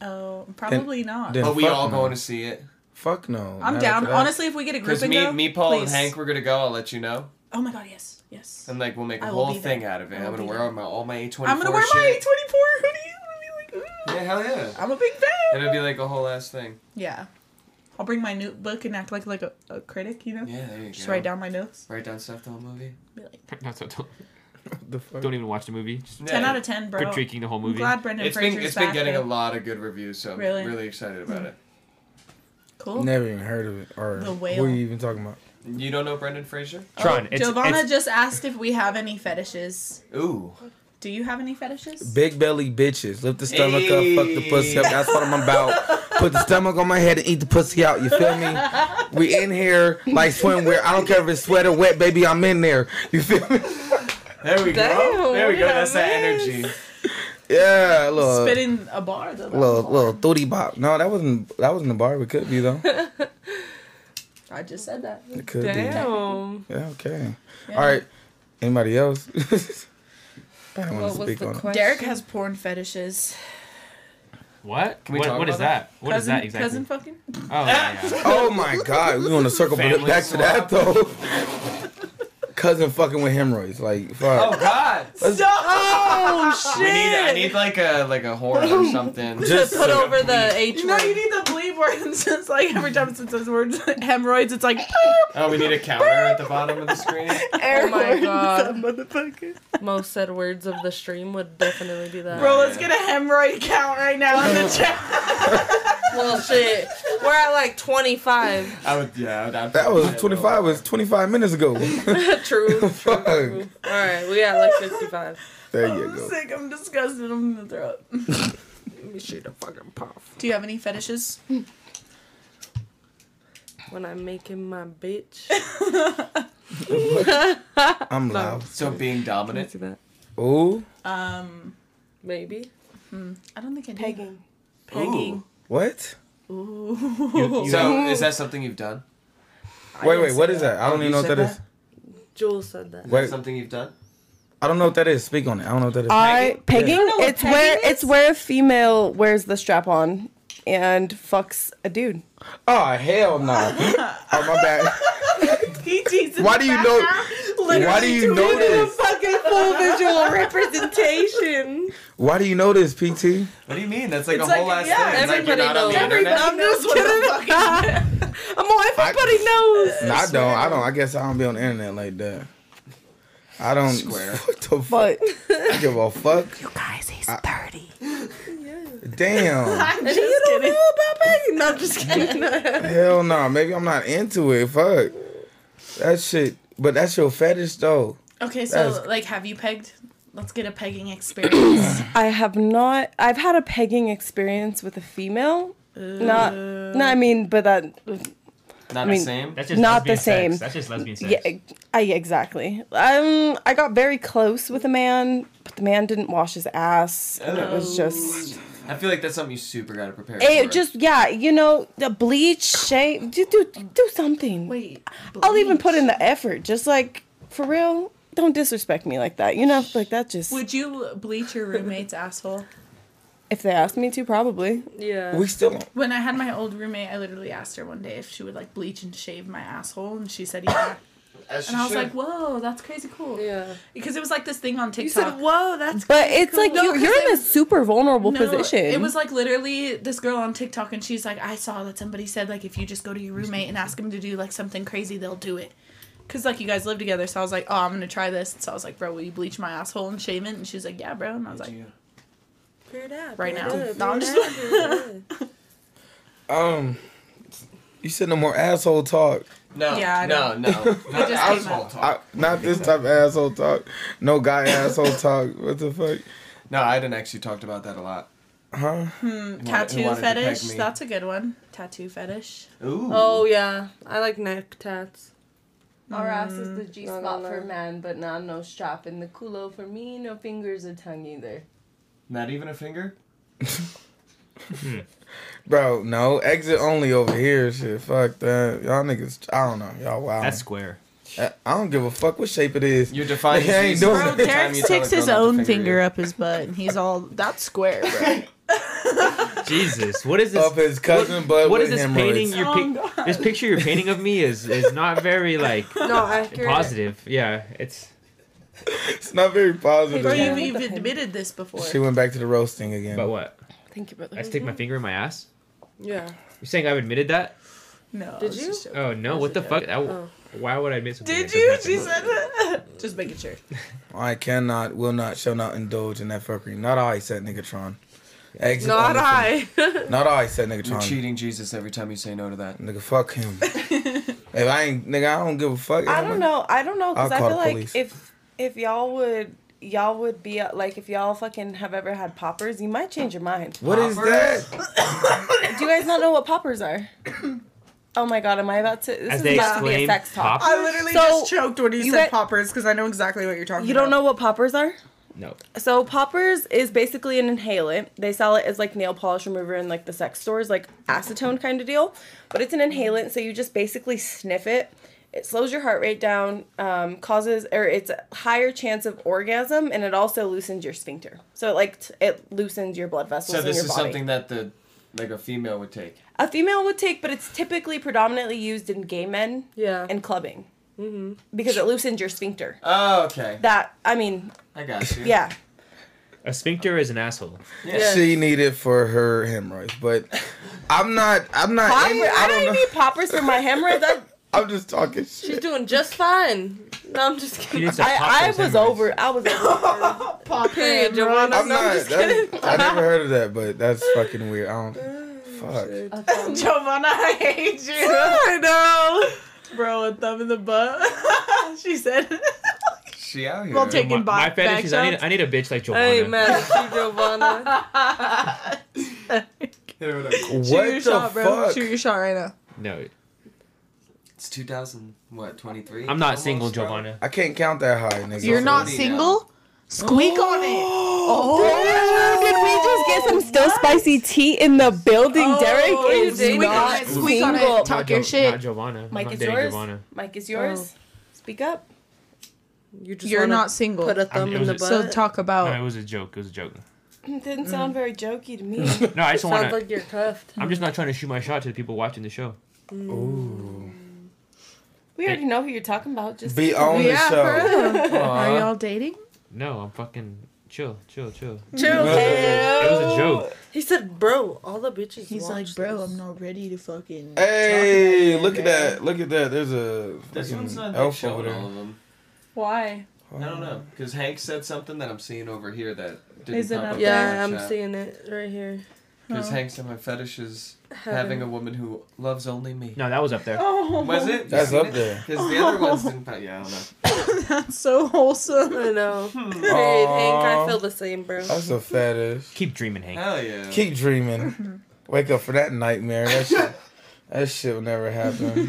Oh, probably not. then But we fuck all no. going to see it. Fuck no. I'm Not down. after that. Honestly, if we get a group Because and me, go, me, Paul, please. and Hank, we're gonna go. I'll let you know, Oh my god, yes, yes. and like we'll make a I will whole be thing there. out of it. I will I'm gonna be wear there. all my all my A24 I'm gonna wear my shit. 24 hoodie. I'm gonna be like, ooh, Yeah, hell yeah. I'm a big And fan. it'll be like a whole ass thing. Yeah, I'll bring my notebook and act like like a, a critic, you know. Yeah, there you Just go. write down my notes. Write down stuff the whole movie. Be like, No, so don't, What the fuck? don't even watch the movie. Just Yeah. ten out of ten, bro. critiquing the whole I'm movie. glad Brendan It's Fraser's been it's been back, getting a though. lot of good reviews, so I'm Really? Hmm. really, excited about it. Cool. Never even heard of it. Or The What whale. are you even talking about? You don't know Brendan Fraser? Tron. Oh, it's, Giovanna it's- just asked if we have any fetishes. Ooh. Do you have any fetishes? Big belly bitches. Lift the stomach up, fuck the pussy up. That's what I'm about. Put the stomach on my head and eat the pussy out. You feel me? We in here like swimwear. I don't care if it's sweat or wet, baby. I'm in there. You feel me? There we go. Damn, There what we go. did I That's that energy. Yeah, a uh, little, Spitting a bar though. that was little, hard. little tootie bop. No, that wasn't that wasn't the bar. We could be though. I just said that. It could Damn. be. Yeah, okay. All right. Anybody else? I don't want What to was speak the on it. question? Derek has porn fetishes. what? Can we what, talk what is about that? that? What is that exactly? Cousin fucking? Oh, yeah, yeah. Oh my God, we want to circle back Family back to that though. cousin fucking with hemorrhoids. Like, fuck. Oh God! Oh We need, I shit! need like a like a horn or something. Just put over the H. You know, you need the bleep words. It's like every time since those words hemorrhoids, it's like. Oh, we need a counter at the bottom of the screen. Oh my god. motherfucker. Most said words of the stream would definitely be that. Bro, let's get a hemorrhoid count right now in the chat. Well, shit. We're at like 25. I would, yeah, I would, I would That was 25 was 25 minutes ago. true. Fuck. There Alright, we got like 55. you go. Sick, I'm disgusted. I'm gonna throw up. Let me shoot a fucking puff. Do you have any fetishes? When I'm making my bitch. I'm loud. So being dominant. Ooh, Um, Maybe. I don't think I do. Pegging. Pegging. what? Ooh. You- you- So is that something you've done? Wait, wait, what is that? I don't Oh, You even know what said that is. Jules said that. Is Wait. that something you've done? I don't know what that is. Speak on it. I don't know what that is. I pegging. You know what it's where pegging it's where a female wears the strap on and fucks a dude. oh, hell no. oh, my bad. PG's in Why the do you know- background, literally why do you know tweeting this? a fucking full visual Representation. Why do you know this, PT? What do you mean? That's like It's a whole like, ass yeah, thing. It's like everybody you're not on the knows. internet. I'm just kidding. I'm all, everybody knows. No, I don't. I don't. I guess I don't be on the internet like that. I don't. Square. What the fuck? But I give a fuck. Guys, he's 30. Damn. I'm just kidding. No, I'm just kidding. Hell no. Maybe I'm not into it. Fuck. That shit. But that's your fetish though. Okay, That so is- like, have you pegged? Let's get a pegging experience. I have not. I've had a pegging experience with a female. Not. No, I mean, but that. Not mean, the same. That's just Not the lesbian sex. same. That's just lesbian sex. Yeah, I exactly. Um, I got very close with a man, but the man didn't wash his ass, and it was just. I feel like that's something you super gotta prepare. for. It just yeah, you know, the bleach, shave, do do do something. Wait, I'll even put in the effort. Just like for real, don't disrespect me like that. You know, like that just Would you bleach your roommate's asshole? if they asked me to, probably. Yeah. We still. When I had my old roommate, I literally asked her one day if she would like bleach and shave my asshole, and she said yeah. As and I was like, whoa, that's crazy cool. yeah. Because it was like this thing on TikTok. You said, whoa, that's But it's like No, you're, 'cause you're it in a was- super vulnerable No, position. It was like literally this girl on TikTok, and she's like, I saw that somebody said like if you just go to your roommate and ask him to do like something crazy, they'll do it. Cause like you guys live together, so I was like, oh, I'm gonna try this. So I was like, bro, will you bleach my asshole and shave it? And she was like, yeah, bro. And I was like, Period up, Right period now. up, No, I'm period just- up, period up. Um. You said no more asshole talk. no, Yeah, I no, no, no. Not just came asshole up. talk. I, not this type of asshole talk. No guy asshole talk. What the fuck? No, I didn't actually talked about that a lot. Huh? Who wa- who Hmm, tattoo wanted to peg fetish. me. That's a good one. Tattoo fetish. Ooh. Oh, yeah. I mm. like neck tats. Our ass is the G spot for man, but not no strap. And the culo for me, no fingers or tongue either. Not even a finger. Bro, no. Exit only over here. Shit. Fuck that. Y'all niggas. I don't know. Y'all wow. That's square. I I don't give a fuck what shape it is. You're defining. They ain't Jesus doing every it. time Derek you tell a sticks girl his not to own finger you. finger up his butt, and he's all that's square, bro. Jesus, what is this? Of his cousin, what, but what is with this hemorrhoids. painting? You're Oh, pic- God. this picture you're painting of me is is not very like No, accurate. positive. Yeah, it's It's not very Bro, positive. you, you've admitted this before. She went back to the roasting again. but what? Thank you, brother. I stick my finger in my ass. Yeah. You're saying I've admitted that? No. Did it's you? just a joke. Oh no! What the fuck? I Oh. w- Why would I admit something? Did that you? doesn't She happen? said that. Just making sure. I cannot, will not, shall not indulge in that fuckery. Not I, said Niggatron. Exit Not only for- I. Not I, said You're Niggatron. cheating Jesus every time you say no to that. Nigga, fuck him. if I ain't, nigga, I don't give a fuck. I don't know. I don't know because I'll I call feel the like police. if if y'all would y'all would be uh, like if y'all fucking have ever had poppers, you might change your mind. What is that? Do you guys not know what poppers are? Oh my god, am I about to? This As is they about to be a exclaim, sex talk. "Pop-" literally So, just choked when you said got- poppers because I know exactly what you're talking You don't know what poppers are? No. So poppers is basically an inhalant. They sell it as like nail polish remover in like the sex stores, like acetone kind of deal. But it's an inhalant, so you just basically sniff it. It slows your heart rate down, um, causes or it's a higher chance of orgasm, and it also loosens your sphincter. So it like t- it loosens your blood vessels So in this your is body. something that the like a female would take. a female would take, but it's typically predominantly used in gay men Yeah. and clubbing. Mm-hmm. Because it loosens your sphincter. Oh, okay. That I mean. I got you. Yeah. A sphincter is an asshole. She needed for her hemorrhoids, but I'm not. I'm not. Popper, in it. I don't need poppers for my hemorrhoids. I, I'm just talking shit. She's doing just fine. No, I'm just kidding. I, I was over. I was over. Period, Joanna. I'm No, I'm not. just that's- kidding. I never heard of that, but that's fucking weird. I don't. Fuck. Giovanna, I hate you. I know. Bro, a thumb in the butt. she said. She out here. Well, taking my, my back- fetish is I back need, I need a bitch like Joanna. Hey, man, she Giovanna. Hit her with a- What Shoot your the shot, bro. fuck? Shoot your shot right now. No, It's 2000, what, 23? I'm not single, Almost, bro. Giovanna. I can't count that high, nigga. You're not now. single? Squeak on it. Oh, did we just get some still spicy tea in the building? Oh, Derek you is did. not Squeak on it. single. Talk Not your Jo- shit. Not Giovanna. I'm Mike not is dating yours. Giovanna. Mike is yours. Oh. Speak up. You just You're wanna not single. put a I'm- thumb it in was the a- butt. so talk No, it about. was a joke. It was a joke. Didn't sound very jokey to me. No, I just want Sounds to. like you're cuffed. I'm just not trying to shoot my shot to the people watching the show. we already know who you're talking about. Just Be on Yeah, the show. for real. Are Aw. y'all dating? No, I'm fucking chill, chill, chill. It Joe. was a joke. He said, "Bro, all the bitches." He's watch like, bro, this." I'm not ready to fucking. Hey, look at that. Look at that. There's a This one's fucking not like, elf over showing all there. of them. Why? I don't know, because Hank said something that I'm seeing over here that didn't Is it pop not up Yeah, I'm seeing. seeing it right here. Because Hank said my fetish is having a woman who loves only me. No, that was up there. Oh, Was it? That's up there. Because the other ones didn't. pop- Yeah, I don't know. that's so wholesome. I know. Period, Hank. I feel the same, bro. That's a fetish. Keep dreaming, Hank. Hell yeah. Keep dreaming. Wake up for that nightmare. That shit. That shit will never happen. Ninety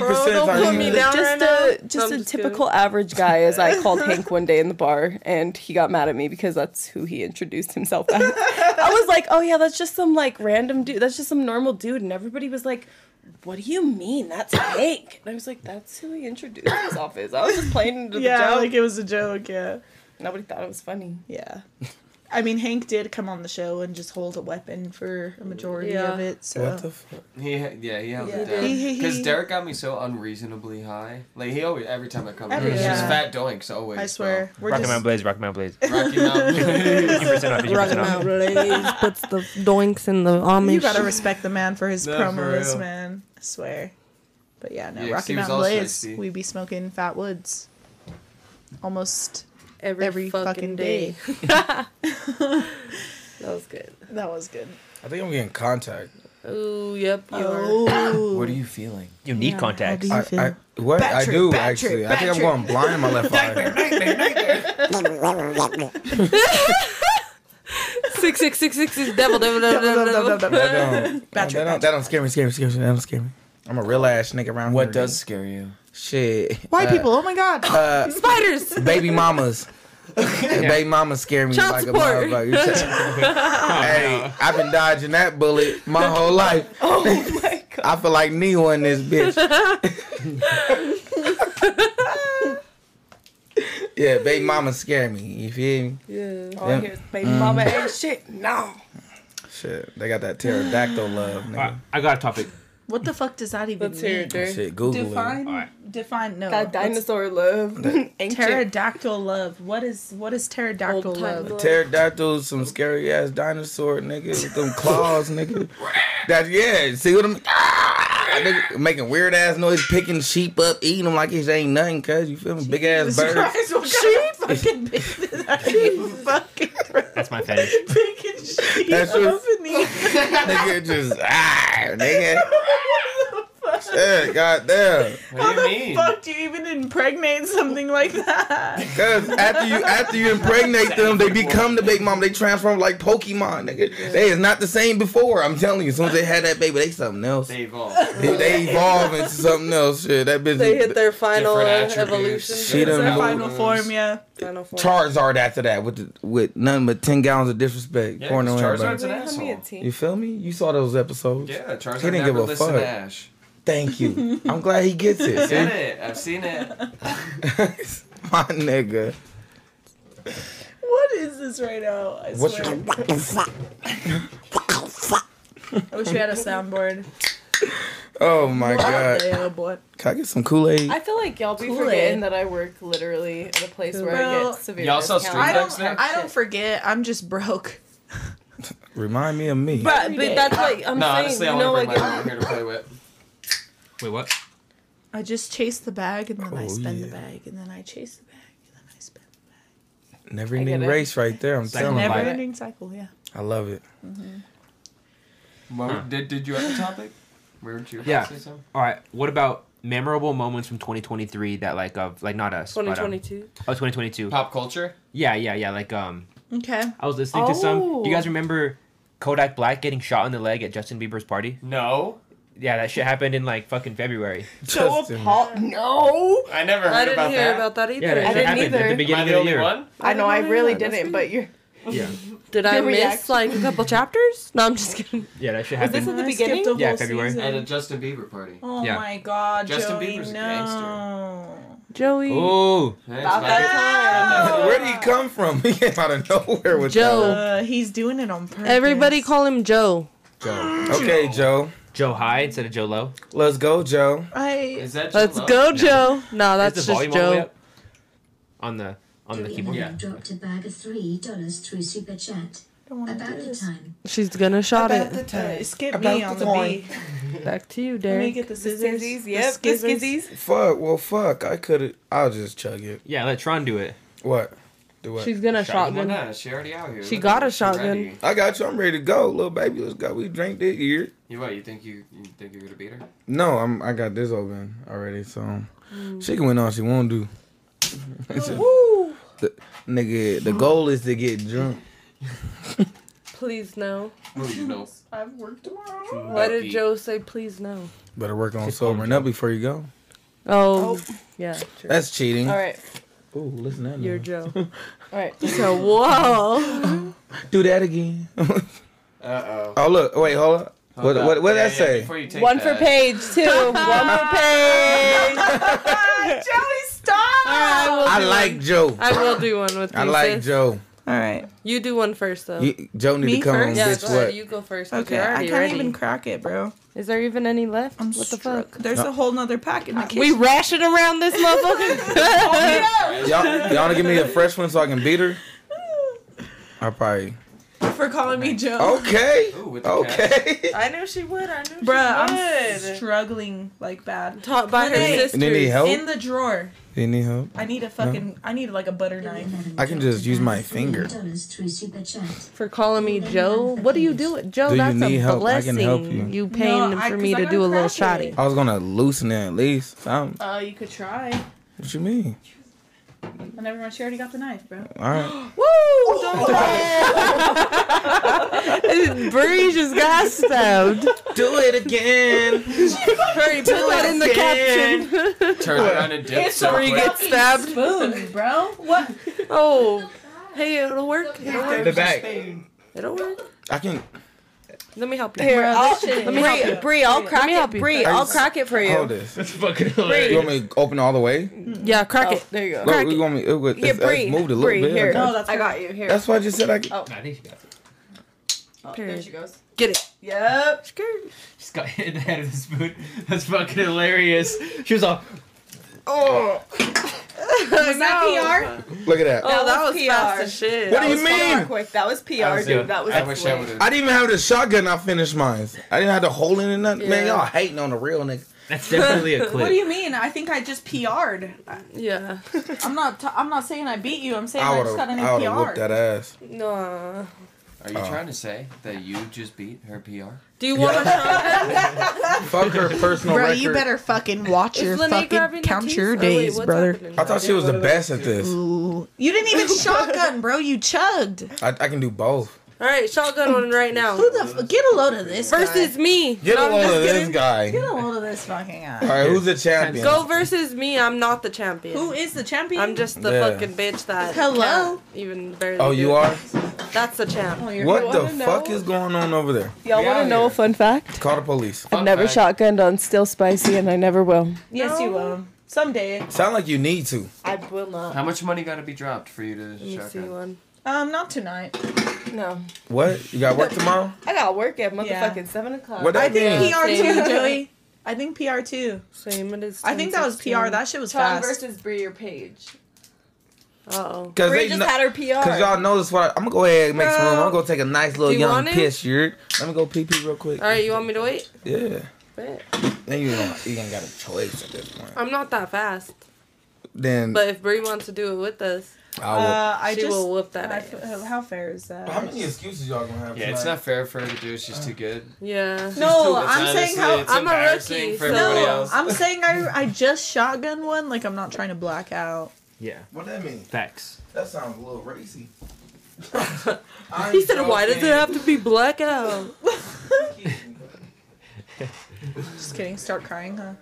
percent of Don't the put time. me you- down right Just now. a No, just I'm a kidding. typical average guy as I called Hank one day in the bar and he got mad at me because that's who he introduced himself as. I was like, Oh yeah, that's just some like random dude that's just some normal dude and everybody was like, What do you mean? That's Hank And I was like, That's who he introduced himself as. I was just playing into the Yeah, joke. like it was a joke. Yeah. Nobody thought it was funny. Yeah. I mean, Hank did come on the show and just hold a weapon for a majority Yeah. of it. So. What the fuck? He, yeah, he held Yeah. it down. He- Because he- Derek got me so unreasonably high. Like, he always, every time I come Every- here, it's just yeah. fat doinks always. I swear. We're Rocky just. Mountain Blaze, Rocky Mountain Blaze. bro. Rocky Mountain. 50% off, 50% Rocky off. Mountain Blaze puts the doinks in the Amish. You gotta respect the man for his No, for promos, real. man. I swear. But yeah, no, Yeah, 'cause Rocky he was Mountain also Blaze. icy. We be smoking Fat Woods. Almost every, every fucking day. That was good. That was good. I think I'm getting contact. Ooh, yep. You are. Oh. what are you feeling? You need Yeah, contacts. I I, feel- I, what? I Battery, do battery, actually. I think battery. I'm going blind in my left eye. Six six six six is devil devil devil devil devil. devil. That don't, that Battery, don't, that don't scare me. Scare me. Scare me. That don't scare me. I'm a real ass nigga around here. scare you? shit? White Uh, people, oh my god. Uh, Spiders. baby mamas. Baby mamas scare me Child like support. a motherfucker. hey, I've been dodging that bullet my whole life. Oh my god. I feel like Neo in this bitch. yeah, baby mamas scare me. You feel me? Yeah. All Yeah. I hear is baby Mm. mama ain't shit. No. Shit, they got that pterodactyl love. Nigga. Alright, I got a topic. What the fuck does that even Let's hear mean? it, Derek. Shit, Google Define, Alright. define, no. let's- Got dinosaur love. Ancient. Pterodactyl love. What is what is pterodactyl Old time love? it. love. Pterodactyl, some scary ass dinosaur, nigga, with them claws, nigga. That yeah, see what I'm ah, nigga, making weird ass noise, picking sheep up, eating them like it ain't nothing, cuz you feel me? Big ass Jesus birds. Christ, what kind of fucking business are you fucking That's my fetish. picking shit That's up just- and eating? nigga just ah, nigga. Shit, goddamn. What do you How the mean? fuck do you even impregnate something like that? Cause after you after you impregnate them, they become the big mom. They transform like Pokemon, nigga. They is not the same before. I'm telling you, as soon as they had that baby, they something else. They evolve. They, they evolve into something else. Shit, that bitch. They hit their final uh, Different attributes. evolution. She done Their Those- final form, yeah. Final form. Charizard after that with the, with nothing but ten gallons of disrespect. Yeah, pouring 'cause on everybody. Charizard's an Let me a asshole. You team. feel me? You saw those episodes. Yeah, Charizard He didn't never give a listened fuck. to Ash. Thank you. I'm glad he gets it. Get See? it. I've seen it. My nigga. What is this right now? I What's swear. your I wish we had a soundboard. Oh my god. Yeah, boy. Can I get some Kool Aid? I feel like y'all be Kool-Aid. forgetting that I work literally at a place where I Well, get severe. Y'all sell discount. street I don't. Next, next. I don't forget. I'm just broke. Remind me of me. But, but that's like I'm no, saying. honestly, you I want know, to bring like my mom here to play with. Wait, what? I just chase the bag and then I Oh, spend the yeah. bag and then I chase the bag. Never I ending get it. race right there. I'm It's like a telling never you. ending cycle. Yeah. I love it. Well, did, did you have the topic? Weren't you? about to Yeah. say something? All right. What about memorable moments from 2023 that like of like not us. but, um, 2022? oh, 2022. Pop culture. Yeah, yeah, yeah. Like um, Okay. I was listening to some. Do Oh. you guys remember Kodak Black getting shot in the leg at Justin Bieber's party? No. Yeah, that shit happened in like fucking February. no. I never I didn't hear about that either. Yeah, that I shit didn't happened at either. the beginning Am I of the the only year. one? I know I Oh, really yeah, that's didn't, but you're. Yeah, Did I Your miss reaction. like a couple chapters? No, I'm just kidding. yeah, that shit Was happened. this at the I skipped beginning? a Yeah, whole February. season. At a Justin Bieber party. Oh Yeah. my God, Justin Joey, Bieber's a gangster. no. Joey. Oh, Thanks, About buddy. Where did he come from? He came out of nowhere with Joe. Uh, he's doing it on purpose. Oh. Everybody call him Joe. Joe. that. Okay, Joe. Joe High instead of Joe Low. Let's go, Joe. I Is that Let's J-Lo? go, Joe. No, that's Is the just volume all the way Joe. up? On the on the Drew keyboard. Emmerich dropped a bag of three dollars through super chat. don't want to About do the this. time. She's gonna shot it. Uh, skip me on the B. Back to you, Let me Derek. get the scissors. skizzies, the yep, the skizzers. skizzies. Fuck. Well, fuck. I could have. I'll just chug it. Yeah, let Tron do it. What? Do what? She's gonna Well, shotgun. nah, she already out here. She Look got at her, a she shotgun. ready. I got you. I'm ready to go, little baby. Let's go. We drink this year. You what? You think you, you think you're gonna beat her? No, I'm. I got this open already, so Mm. she can win all she want to. Woo! The, nigga, Mm. the goal is to get drunk. Please no. Oh, you know. I've worked tomorrow. Why did Joe say please no? Better work on Just call sobering Joe. up before you go. Oh, yeah. That's cheating. All right, Ooh, listen to that. You're noise. Joe. all right. So whoa. Do that again. Uh oh. oh look. Wait. Hold up. What? What? What did that say? One for page two. One for page. All right, I will. I do like One. Joe. I will do one with you. I like sis. Joe. All right. You do one first though. You, Joe need Me to come first? on, yeah, bitch. go what? ahead. You go first. 'cause Okay. you're I already can't ready. even crack it, bro. Is there even any left? I'm what the struck. fuck? There's No. a whole nother pack in the kitchen. We rashing around this motherfucker. Y'all, y'all wanna give me a fresh one so I can beat her? I probably. for calling me Joe. Oh. Okay. Ooh, with the Okay. I knew she would. I knew Bruh, I'm struggling like bad. Taught by her Hey. sisters. And then he help. In the drawer. You need help? I need a fucking. I need like a butter knife. I can just use my finger. Dollars through super chat. for calling me Joe. What do you do, Joe? Do you that's need a help? I blessing. can help you. you. paying No, I- for me 'cause I to do a gotta little crack shotty. it. I was gonna loosen it at least. Something. Oh, you could try. What you mean? But never mind. She already got the knife, bro. All right. Bree just got stabbed. Do it again. Hurry, put that in the caption. Turn around and dip. so Bree quick. gets stabbed. Spoon, bro. What? Oh, hey, it'll work. It'll work. The back. It'll work. I can. Let me help you. Here, I'll, shit let me is- help you. Bree, I'll crack help it. you. Bree, I'll crack it for Hold you. this. That's fucking You hilarious. want me to open all the way? Yeah, crack Oh, it. there you go. Look, we want me. It, would- Here, it's, it's Bree. moved a little Bree, bit. I here. got- No, that's I got you. Here. That's why I just said I. Could. I think she got it. Oh, there Period. she goes. Get it. Yep. She's got hit in the head with a spoon. That's fucking hilarious. She was all, oh. Oh, Was that Look at that. Oh, that, was, PR. fast as shit. What do That you was mean? PR quick. That was PR, was dude. good. That was. I wish I quick. would have. I didn't even have the shotgun. I finished mine. I didn't have the hole in it. Nothing. Man, Yeah. y'all hating on the real nigga. That's definitely a PR? What do clip. you mean? I think I just PR'd. Yeah. I'm not. T- I'm not saying I beat you. I'm saying I, I would just got have. an I would have whooped that NPR. ass. No. Are Oh. you trying to say that you just beat her PR? Do you want to try? Fuck her personal record. fucking watch Is Lene grabbing the keys? Or wait, what's happening? I thought she was the best at this. Ooh. You didn't even shotgun, bro. You chugged. I, I can do both. All right, shotgun one right Oh, now. Who the f- get a load of this Versus me. Get No, a I'm load just of this kidding. guy. Guy. Get a load of this fucking All guy. right, who's the champion? Go versus me. I'm not the champion. Who is the champion? I'm just the Yeah. fucking bitch that Hello? can't even barely. Oh, do you it. are. That's the champ. Oh, You're What the wanna fuck know? is going on over there? Y'all We want out to know here. a fun fact? Call the police. I've never fact. shotgunned on Still Spicy, and I never will. Yes, you will. Someday. Sound like you need to. I will not. How much money got to be dropped for you to Let me see shotgun? one. Um, not tonight. No, What? You got work tomorrow? I got work at Yeah. motherfucking seven o'clock. What that I think mean? PR too, Joey. I think PR too. Same it is. I think that was PR. That shit was Tom fast. versus Brie or Paige. Oh, Cause Brie they just kno- had her PR. Cause y'all know this. What I, am gonna go ahead and make some room. I'm gonna take a nice Do little you young want it? piss shirt. Let me go pee pee real quick. All right, you want me to wait? Yeah. Bet. Then you don't. You ain't got a choice at this point. I'm not that fast. Then But if Brie wants to do it with us, I will. Uh, I she just- will whoop that I ass. f- how fair is that? excuses y'all gonna have? Yeah, it's not fair for her to do it. She's too good. Yeah. No, It's I'm saying honestly- how. it's I'm a embarrassing rookie, For so- everybody No, else. I'm saying I I just shotgun one. Like I'm not trying to black out. Yeah. What that mean? Facts. That sounds a little racy. He said, "Why does it have to be blackout?" Just kidding. Start crying, huh?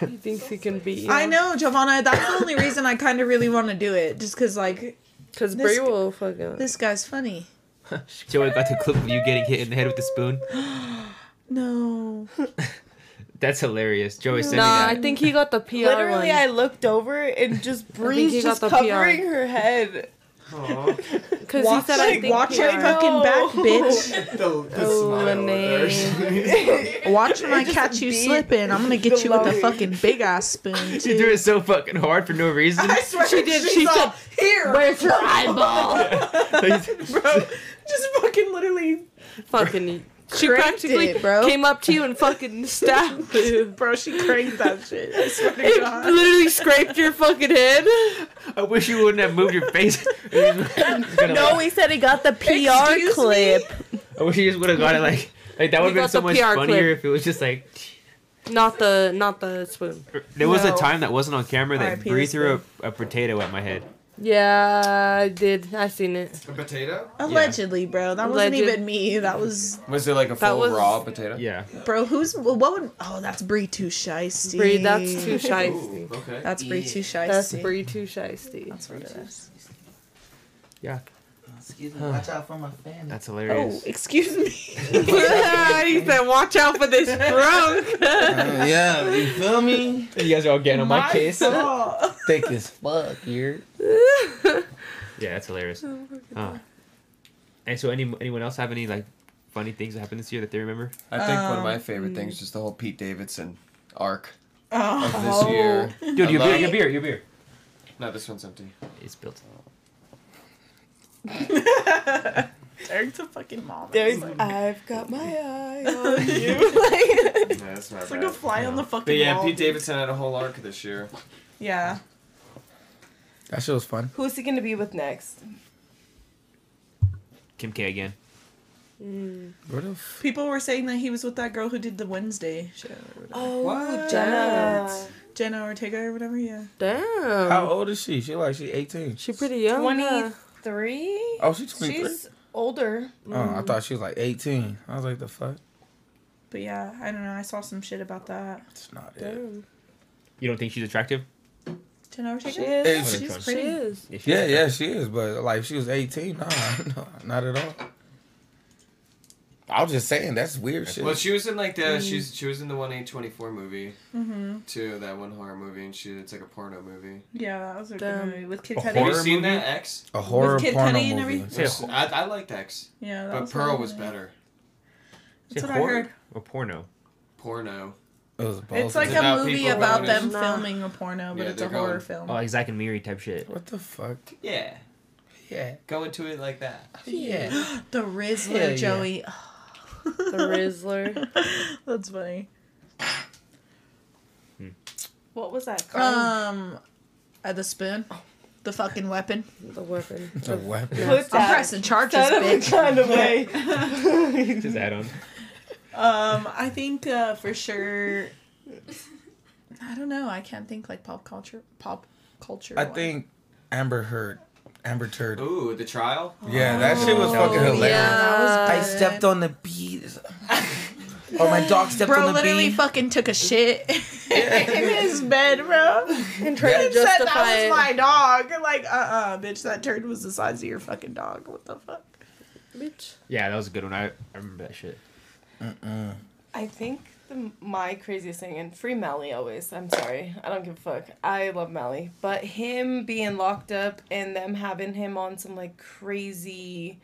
he thinks he can beat you. I know, Giovanna. That's the only reason I kind of really want to do it, just because like Cause This- Brie will fucking. this guy's funny. Joey got the clip of you getting hit in the head with the spoon. No. That's hilarious. Joey sent nah, me I that. think he got the PR Literally, one. I looked over and just think he Brie's got just the PR. covering her head. Because he Watch- said, "I like, think watch PR. your fucking back, bitch. The, the Oh, smile there. Watch when I just catch you beat slipping. I'm gonna get you with a Chloe. fucking big ass spoon. She threw it so fucking hard for no reason. swear She did. She said, here, "Where's your eyeball?" bro. Just fucking literally, fucking. She Cranked practically it, bro. came up to you and fucking stabbed you. bro. She cranked that shit. I swear to It God. literally scraped your fucking head. I wish you wouldn't have moved your face. No, he said he got the PR Excuse clip. I wish you just would have got it like like that would have got been so the much PR funnier clip. if it was just like Not the, not the spoon. there was No. a time that wasn't on camera that R.I.P. Bree this threw a, a potato at my head. Yeah, I did. I seen it. A potato? Allegedly, bro. That wasn't Alleged. even me. That was, Was it like a That full was- raw potato? Yeah. bro. Who's well, what would? Oh, that's Brie too shisty. Brie, that's too Ooh, shisty. okay. That's Brie too shisty. That's Brie too shisty. That's what it is. Yeah. Excuse me. Watch out for my family. That's Oh, hilarious. excuse me. he said, "Watch out for this drunk." yeah, you feel me? You guys are all getting on my, case. Oh. Thick as fuck, you're. Yeah, that's hilarious. Oh, Huh. And so any anyone else have any like funny things that happened this year that they remember? I think one um, of my favorite things just the whole Pete Davidson arc of Oh. this year. Dude, your love- beer, your beer, your beer. No, this one's empty. It's built. Derek's a fucking mom. There's, It's like, I've got my eye on you. Yeah, that's my it's like a bad. fly on the fucking But yeah, wall. Pete Davidson had a whole arc this year. Yeah. That shit was fun. Who's he gonna be with next? Kim K again. Where the f- People were saying that he was with that girl who did the Wednesday show. Oh, What? Jenna. Jenna Ortega or whatever, yeah. Um, Damn. How old is she? She like she 18. She pretty young. huh? 23? Oh, she's 23. She's older. Oh, I thought she was like 18. I was like, the fuck? But yeah, I don't know. I saw some shit about that. It's not it. You don't think she's attractive? Jenna Ortega? She is. Hey, She's She pretty. is. If she's Yeah, yeah, attractive. she is, but like she was 18. Nah, no, not at all. I was just saying, that's weird shit. Well, she was in like the Mm. she's she was in the one eight twenty four movie Mm-hmm. too. That one horror movie, and she it's like a porno movie. Yeah, that was a good Damn. movie. With Kid A Cudi. Have you Horror seen movie? that X? a horror Kid porno Cudi and movie. everything? Say a It's- I, I liked X, Yeah, that but was Pearl one. was better. That's Say what I horror heard. Or porno. Porno. It was both. It's like It's a about movie people about going them to- filming a porno, but Yeah, it's a they're horror going- film. Oh, like Zack and Miri type shit. what the fuck? Yeah, Yeah, go into it like that. yeah. the Rizzler, Hell yeah. Joey. The Rizzler. That's funny. What was that called? Um, uh, the spoon, Oh. the fucking weapon. the weapon. It's a weapon. I'm Put that pressing charges, son of a bitch. kind of way. Just add on. Um, I think uh, for sure. I don't know. I can't think like pop culture. Pop culture. I one. think Amber Heard. Amber Turd. Ooh, the trial. Yeah, that shit was Oh, fucking hilarious. Yeah, that I was stepped on the bees. or my dog stepped Bro on the literally bee. fucking took a shit in his bed, bro. And trying to Said justify that was it. my dog. Like, uh, uh bitch, that turd was the size of your fucking dog. What the fuck? Bitch. Yeah, that was a good one. I, I remember that shit. I think the, my craziest thing, and free Mally always. I'm sorry. I don't give a fuck. I love Mally. But him being locked up and them having him on some like crazy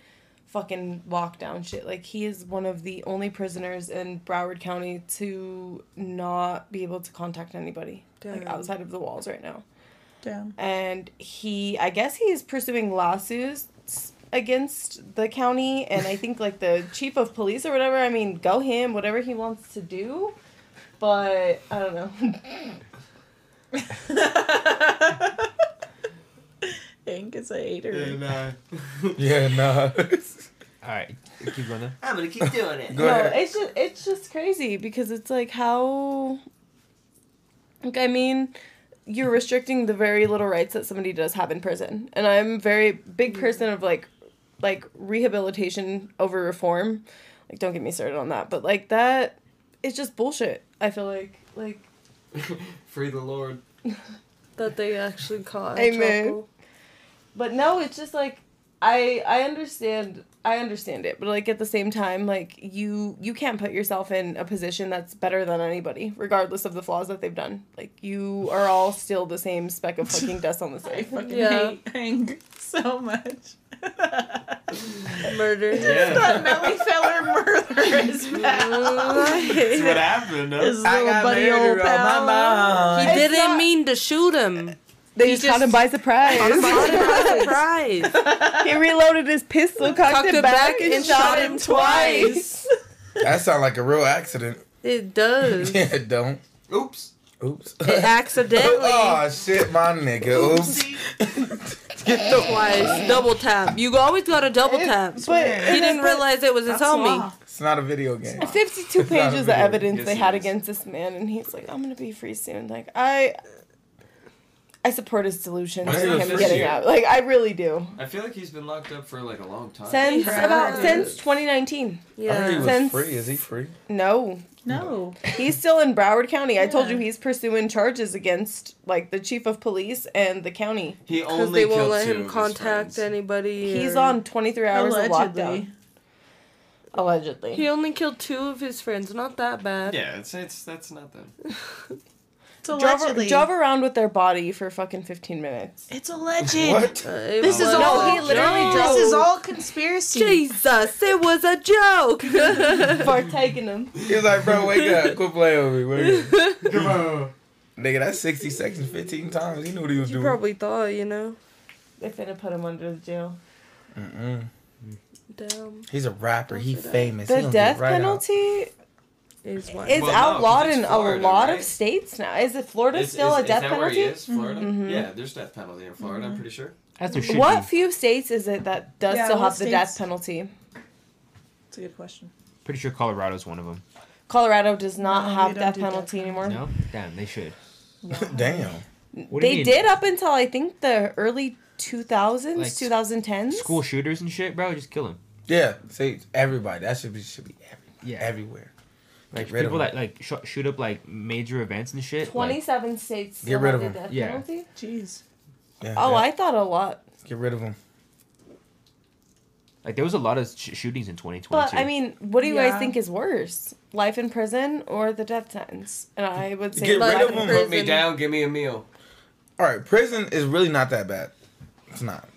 fucking walk down shit. Like he is one of the only prisoners in Broward County to not be able to contact anybody like Damn. outside of the walls right now. Damn. And he, I guess he is pursuing lawsuits against the county and I think like the chief of police or whatever. I mean, go him, whatever he wants to do. But I don't know. Hank is a hater. uh, yeah, nah. All right, keep running. I'm gonna keep doing it. Go no, ahead. it's just it's just crazy because it's like how like I mean you're restricting the very little rights that somebody does have in prison. And I'm a very big person of like like rehabilitation over reform. Like don't get me started on that, but like that it's just bullshit. I feel like like Free the Lord. that they actually caught. Amen. Amen. but no it's just like i i understand i understand it but like at the same time like you you can't put yourself in a position that's better than anybody regardless of the flaws that they've done like you are all still the same speck of fucking dust on this I earth fucking Yeah. hate Hank so much. Murder. That Melly Feller murder is bad. That's what happened. Huh? His little buddy old pal. He It's didn't not- mean to shoot him. they just, caught him by surprise Surprise! he reloaded his pistol cocked, Cocked it back and, shot him twice That sound like a real accident. It does. Yeah, it don't. Oops. Oops. It accidentally oh shit, my nigga. Oops. Get the twice double tap. You always got to double tap. but He didn't realize it was his homie. It's not a video game. 52 It's not a pages of video. evidence Yes, they it had is. against this man and he's like i'm gonna be free soon like i i support his delusions Why to not him this getting year? out like i really do I feel like he's been locked up for like a long time. since Yeah. about since 2019 I heard he Yeah. was Since- free. Is he free? no No. he's still in broward county i told Yeah. you he's pursuing charges against like the chief of police and the county he Because only they won't killed let two of him his contact friends. anybody. he's or- on 23 hours Allegedly. of lockdown allegedly He only killed two of his friends. Not that bad. Yeah, it's it's that's nothing. It's drove, allegedly. drove around with their body for fucking 15 minutes It's alleged. What? Uh, it This is was- all. No, he literally this drove- is all conspiracy. Jesus, it was a joke. for taking them He was like, bro, wake up. Quit playing with me. Wake up. Come on. nigga, that's 60 seconds 15 times. He knew what he was you doing. probably thought, you know. they finna put him under the jail Mm-mm. Damn, He's a rapper. He famous. He the gonna get death right out. penalty is wild. It's Well, no, 'cause outlawed it's in a Florida, lot right? of states now. Is it Florida Is- still is- a death is that penalty? Where he is? Florida? Mhm. Yeah, there's death penalty in Florida, I'm pretty sure. That's what should What be. few states is it that does Yeah, still what have the death states? penalty? It's a good question. Pretty sure Colorado's one of them. Colorado does not No, have they don't death do death penalty anymore. No, damn, they should. Damn. What do you They mean? did up until I think the early 2000s, Like, 2010s. School shooters and shit, bro. Just kill them. Yeah. See, everybody. That should be should be every, Yeah. everywhere. Like rid of people 'em. that like sh- shoot up like major events and shit. 27 states still Get rid have of the them. death Yeah. penalty. Jeez. Yeah, Oh, yeah. I thought a lot. Get rid of him. Like, like there was a lot of sh- shootings in 2022. But I mean, what do you Yeah. guys think is worse? Life in prison or the death sentence? And I would say Get life rid of in them. Put me Prison. down, give me a meal. All right, prison is really not that bad. It's not.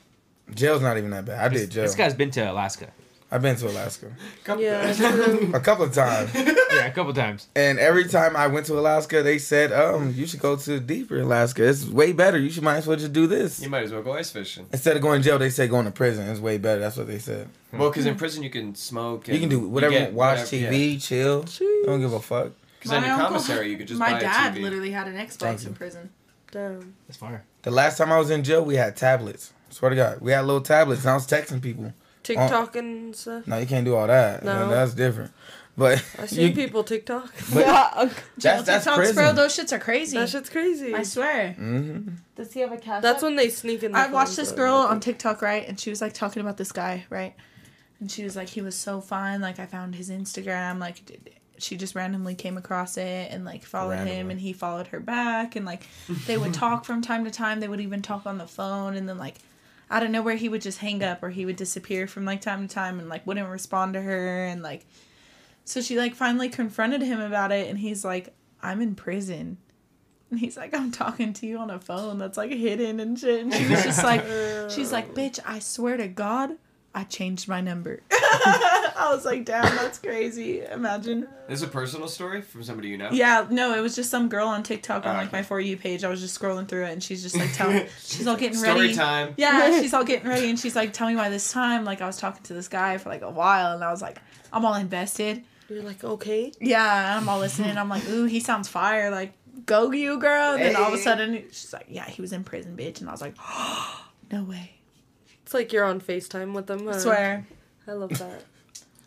Jail's not even that bad. I this, did jail. this guy's been to Alaska. I've been to Alaska Come Yeah, a couple of times, yeah, a couple times. and every time I went to Alaska, they said, "Um, you should go to deeper Alaska. It's way better. You should might as well just do this you might as well go ice fishing. instead of going to jail." They said going to prison is way better. That's what they said. Well, because in prison you can smoke. And You can do whatever. get watch whatever- TV, chill. Jeez. Don't give a fuck. Because on My your uncle- commissary you could just buy My a dad TV. literally had an Xbox Thank you. in prison. damn. That's fire. The last time I was in jail, we had tablets. Swear to God, we had little tablets, and I was texting people. TikTok and stuff. No, you can't do all that. No. that's different. But I seen you- people TikTok. but Jail that's that's TikToks, prison. bro. Those shits are crazy. That shit's crazy. I swear. hmm Does he have a cash? That's app? when they sneak in. I watched this girl on TikTok, right? And she was like talking about this guy, right? And she was like, he was so fun. Like, I found his Instagram. Like, d- d- she just randomly came across it and like followed him, Randomly. and he followed her back. And like, they would talk from time to time. They would even talk on the phone. And then, like, out of nowhere, he would just hang up or he would disappear from like time to time and like wouldn't respond to her. And like, so she like finally confronted him about it. And he's like, I'm in prison. And he's like, I'm talking to you on a phone that's like hidden and shit. And she was just like, She's like, bitch, I swear to God, I changed my number. I was like, damn, that's crazy. Imagine. This is a personal story from somebody you know. Yeah, no, it was just some girl on TikTok on Oh, like my for you page. I was just scrolling through it, and she's just like telling, she's all getting Story ready. time. Yeah, she's all getting ready, and she's like, tell me why this time. Like I was talking to this guy for like a while, and I was like, I'm all invested. You're like, okay. Yeah, I'm all listening. I'm like, ooh, he sounds fire. Like go you, girl. And then all of a Hey. sudden, she's like, yeah, he was in prison, bitch. And I was like, no way. It's like you're on FaceTime with them. uh, I huh? swear. I love that.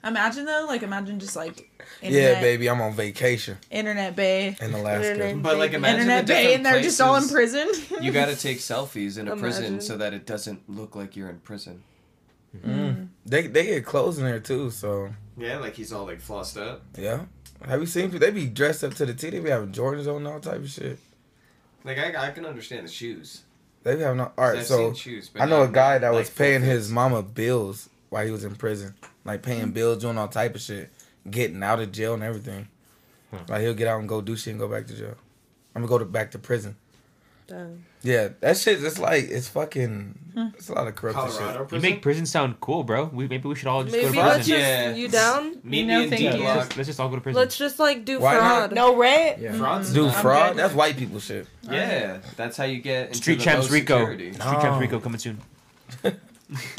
Imagine though, like imagine just like Yeah, baby, I'm on vacation internet bay. in Alaska. But like imagine internet the bay, different and they're just all in places prison. You got to take selfies in a prison Imagine. so that it doesn't look like you're in prison. Mm-hmm. Mm. They they get clothes in there too, so Yeah, like he's all like flossed up. yeah. Have you seen people? They be dressed up to the T. They be having Jordans on and all type of shit. Like I, I can understand the shoes. They be having all, all right. I've So seen shoes, but I know a not- guy that like was paying his mama bills while he was in prison, like Mm-hmm. paying bills, doing all type of shit, getting out of jail and everything. Like he'll get out and go do shit and go back to jail. I'm gonna go to, back to prison. Damn. Yeah, that shit. It's like it's fucking. Hmm. It's a lot of corruption Colorado shit. You make prison sound cool, bro. We, maybe we should all just go Maybe to prison. let's just. You down? Meet No, me in thank D you. block. Let's just all go to prison. Let's just like do Why not? fraud. No rent. Yeah. Fraud's Do not- fraud? That's white people shit. Yeah, that's how you get into Street the Champs low Rico. security. Street Champs Rico coming soon.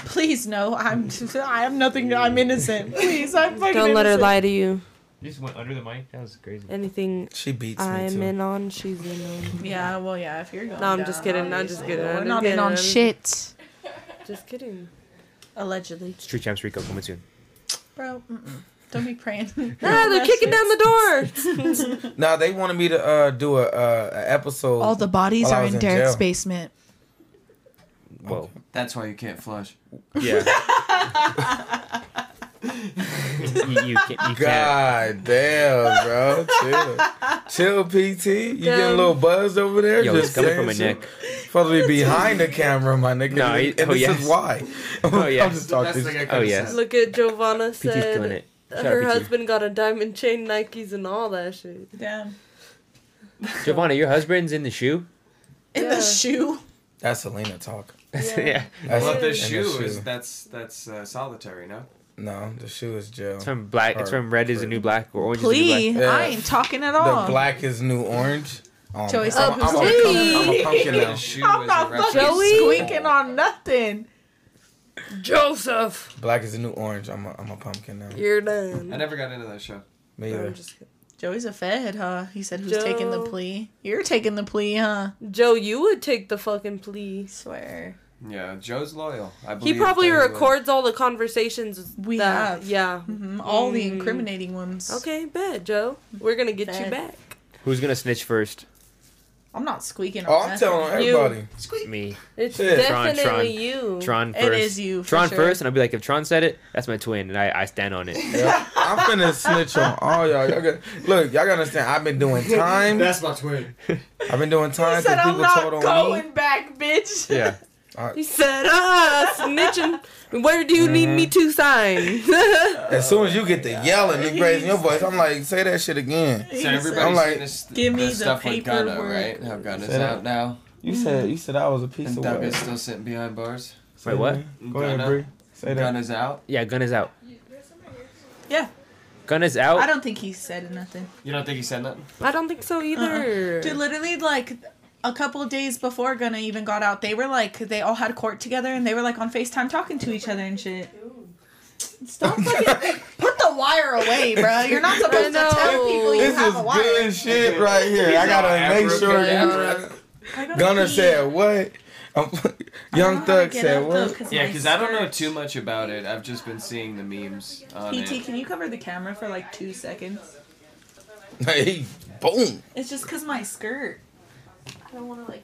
Please no, I'm I have nothing. I'm innocent. Please, I'm fucking. Don't let her innocent. lie to you. You just went under the mic. That was crazy. Anything She beats me, I'm too. in on, she's in on. Yeah, well, yeah. If you're going, No, I'm just down, kidding. I'm just obviously, kidding. We're I'm not just in on kidding. shit. Just kidding. Allegedly, Street Champs Rico coming soon. bro. Mm-mm. Don't be praying. Ah, they're kicking down the door. Now they wanted me to uh, do a, uh, a episode. All the bodies while I are was in Derek's jail. basement. Whoa. That's why you can't flush. Yeah. you, you can't. You can't. God damn, bro. Chill. Chill, PT. You getting a Damn. little buzzed over there? Yo, it's coming from my saying neck. shit. Supposed to be behind the camera, my nigga. No, he- and oh, this yeah. is why. Oh yeah. I'm just talking. Oh yeah. Look at Giovanna PT's doing said it. Shout out her PT. husband got a diamond chain, Nikes, and all that shit. Damn. Giovanna, your husband's in the shoe. In the shoe. That's Selena talk. Yeah. Yeah. Well, if the and shoe is that's that's uh, solitary, no? No, the shoe is jail. It's from black. It's Or from red is the new black or orange Plea. is the new I black. ain't talking at all. The black is new orange. Um, Oh. Joey said I'm, I'm, a- I'm, a please. pumpkin now. The shoe I'm is not a fucking Joey? squeaking on nothing. Joseph, Black is the new orange. I'm a, I'm a pumpkin now. you're done. I never got into that show. Me I'm either. just kidding. Joey's a fed, huh? He said, "Who's taking the Joe. plea? You're taking the plea, huh?" Joe, you would take the fucking plea. Swear. Yeah, Joe's loyal. He I believe probably that he will. records all the conversations We that, have. Yeah. Mhm, All the Mm. incriminating ones. Okay, bet, Joe. We're gonna get you Bet. back. Who's gonna snitch first? I'm not squeaking. Oh, on I'm nothing. telling everybody. Me. It's Shit. Tron, definitely Tron. you. Tron It first. is you, for Tron sure. first, and I'll be like, if Tron said it, that's my twin, and I, I stand on it. Yeah. I'm finna snitch on all y'all. y'all got, look, y'all gotta understand. I've been doing time. That's my twin. I've been doing time He said, because "I'm people not told on going back, bitch." me. Yeah. He said, ah, snitching. Where do you need me to sign? As soon as you get the yelling and raising your voice, I'm like, say that shit again. So everybody's I'm I'm like- this, Give me this the stuff with Gunna, paperwork. right? How Gunna's Say that. out now, You said you said I was a piece and of Doug work. is still sitting behind bars. Say Wait, what? that. Go ahead, Gunna. Bree. Say that. Gunna's out. Yeah, gun is out. Yeah. Gun is I out. don't think he said nothing. You don't think he said nothing? I don't think so Uh-uh. either. Dude, literally, like a couple of days before Gunna even got out, they were like, they all had court together and they were like on FaceTime talking to each other and shit. Stop fucking. put the wire away, bro. You're not supposed to I tell know. people you This have is a wire. good shit right here. I all gotta make Afro- sure. Afro- I gotta Gunner pee. said what? I'm- Young I Thug get said up, though, what? Yeah, my because I don't know skirt- too much about it. I've just been seeing the memes on PT, it. can you cover the camera for like two seconds? Hey, boom. It's just because my skirt. I don't want to like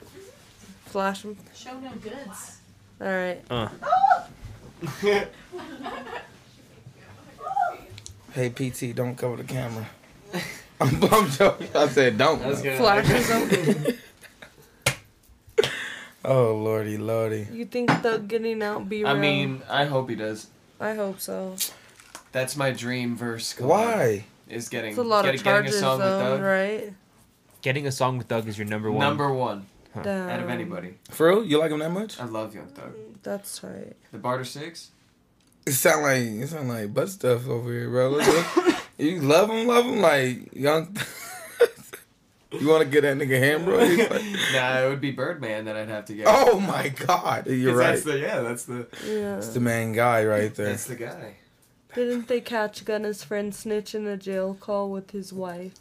Flash him. show no goods. All right. Uh, Hey, PT, don't cover the camera. I'm, I'm joking. I said don't. Flash him. Oh lordy, lordy. You think Thug getting out be real? I mean, I hope he does. I hope so. That's my dream verse. collab, Why? Is getting It's a lot get, of charges, getting a song with though, Doug. right? getting a song with Doug is your number one. Number one Damn. out of anybody. For real? You like him that much? I love Young Thug. That's right. The Barter Six. It sound like it sound like butt stuff over here, bro. Look, look. you love him, love him like young. you want to get that nigga hand, bro? He's like- nah, it would be Birdman that I'd have to get. oh my god, you're 'Cause right. That's the, yeah, that's the. Yeah. It's the main guy right there. That's the guy. Didn't they catch Gunna's friend snitch in a jail call with his wife?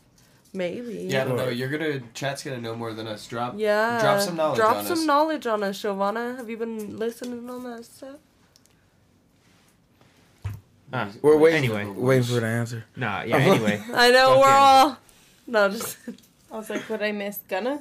Maybe. Yeah, I don't know. You're gonna chat's gonna know more than us. Drop. Yeah. Drop some knowledge Drop on some us. knowledge on us, Giovanna. Have you been listening on that stuff? Ah, We're waiting. Anyway. waiting for the answer. Nah, yeah, anyway. I know we're Fucking- all. No, just I was like, would I miss Gunna?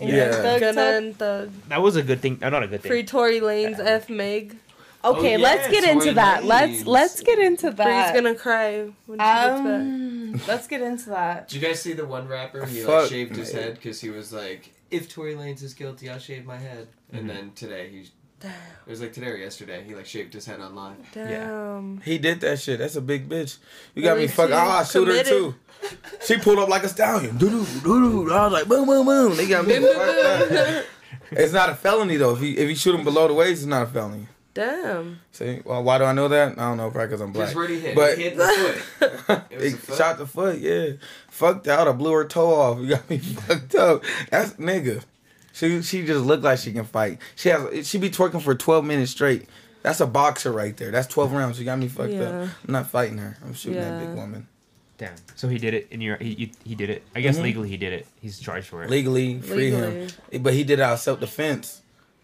Yeah. Thug Gunna Thug. and Thug. That was a good thing. No, not a good Free thing. Tory Lane's F Meg. Oh, Okay, let's get into that. Let's let's get into Bree's that. gonna cry when she um, let's get into that. Did you guys see the one rapper? He Fuck like shaved his me. head because he was like, "If Tory Lanez is guilty, I'll shave my head." Mm-hmm. And then today he, it was like today or yesterday, he like shaved his head on live. gets back. Damn. He did that shit. That's a big bitch. You got me Really? fucking. She Ah, I shoot her committed. too. She pulled up like a stallion. Doo doo doo doo. I was like, boom boom boom. They got me. fucked up. it's not a felony though. If you if you shoot him below the waist, it's not a felony. Damn. See, well, why do I know that? I don't know, probably because I'm black. Just where he hit. But- he hit the foot. It was It a foot. shot the foot, yeah. Fucked out. I blew her toe off. You got me fucked up. That's nigga. She she just looked like she can fight. She has she be twerking for twelve minutes straight. That's a boxer right there. That's twelve rounds. You got me fucked Yeah. up. I'm not fighting her. I'm shooting that Yeah. big woman. Damn. So he did it, and you're, he, he- he did it. I guess legally he did it. He's charged for it. Legally, free Legally. him. But he did it out of self defense.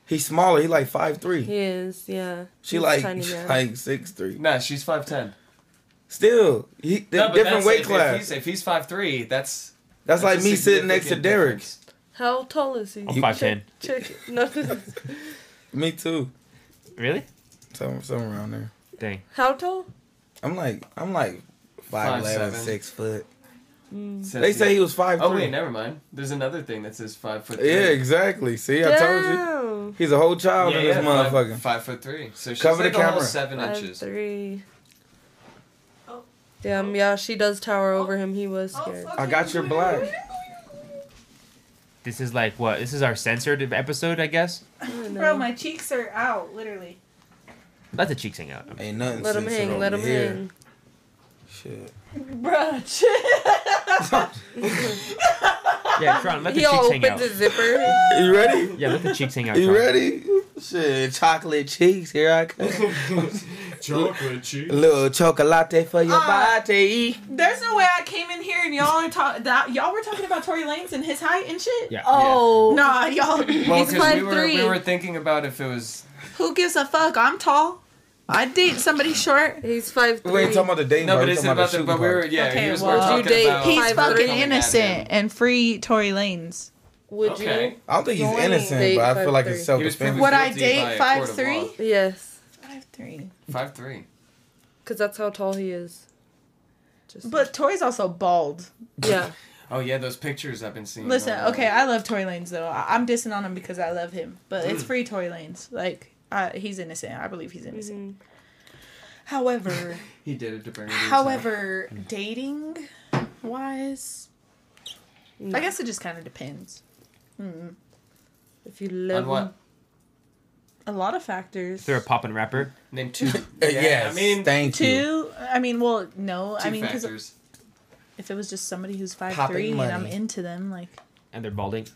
He's smaller. He like five three. He is. Yeah. She He's like tiny man. like six three. Nah, she's five ten. Still, he No, but different that's- weight if- class. If he's, if he's five three, that's that's, like a me sitting next to significant Derek. difference. How tall is he? I'm 5'10". Check. check it. No. Me too. Really? Some somewhere around there. Dang. How tall? I'm like I'm like five Five, eleven, seven. six foot. Mm. Says They say he was five. Oh wait, never mind. There's another thing that says five foot. Three. Yeah, exactly. See, I told you. Damn. He's a whole child in this five- motherfucker. Five, foot three. So she's Cover the like a whole camera. seven Five, inches. three. Oh. Damn, yeah, she does tower over him. He was scared. I got your black. This is like what? This is our censored episode, I guess. Bro, my cheeks are out, literally. Let the cheeks hang out. I mean, Ain't nothing. Let him censored hang, over let him here. hang. Shit. Bro, yeah, Tron. Let the He all cheeks hang opened out. his zipper. You ready? Yeah, let the cheeks hang out. You Tron. ready? Shit, chocolate cheeks. Here I come. Chocolate cheese. Little chocolate for your Ah. body. there's no way I came in here and y'all are talking that y'all were talking about Tory Lanez and his height and shit. Yeah. Oh, Nah, y'all. Well, He's 'cause we five were three. we were thinking about if it was Who gives a fuck? I'm tall. I date somebody short. He's five We ain't three. talking about the dating no, but part. is it talking about the shooting but we were part. yeah Okay, he was, well- we're talking You date- about he's He's Uh, Five fucking three. innocent and free Tory Lanez. would Okay. you? I don't think he's Joining innocent, date but I feel like five it's three. self He was defense. proven Would I guilty date by a five court of three? law. Yes, Five three. Five three. because that's how tall he is. Just But Tory's also bald. yeah, Oh yeah, those pictures I've been seeing. Listen, online. okay, I love Tory Lanez though. I- I'm dissing on him because I love him, but it's Mm. free Tory Lanez. Like, I, he's innocent. I believe he's innocent. Mhm. However, He did it to Bernie. Lewis. however, Mm. dating wise, I guess it just kind of depends. Mm. if you on um, love him. what? A lot of factors. If they're a poppin' rapper, Name two. Uh, Yeah, yes, I mean two thank you. Two, I mean, well, no, I mean, because factors. if it was just somebody who's five Popping three and I'm money. into them, like, and they're balding.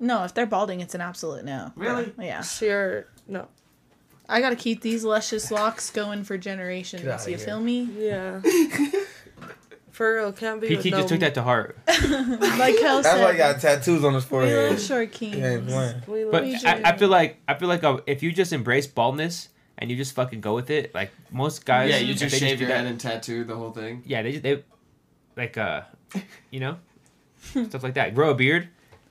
no, if they're balding, it's an absolute no. Really? Yeah. Sure, no, I gotta keep these luscious locks going for generations. Get outta You here. feel me? yeah. For real, can't be. with PT no- just took that to heart. Like That's why Kel said, he got tattoos on his we love forehead. short kings. He ain't playing. We love But We I, I do. feel like I feel like uh, if you just embrace baldness and you just fucking go with it, like most guys, Yeah, you if just they shave do your that- head and tattoo the whole thing. Yeah, they just they like uh, you know, stuff like that. Grow a beard.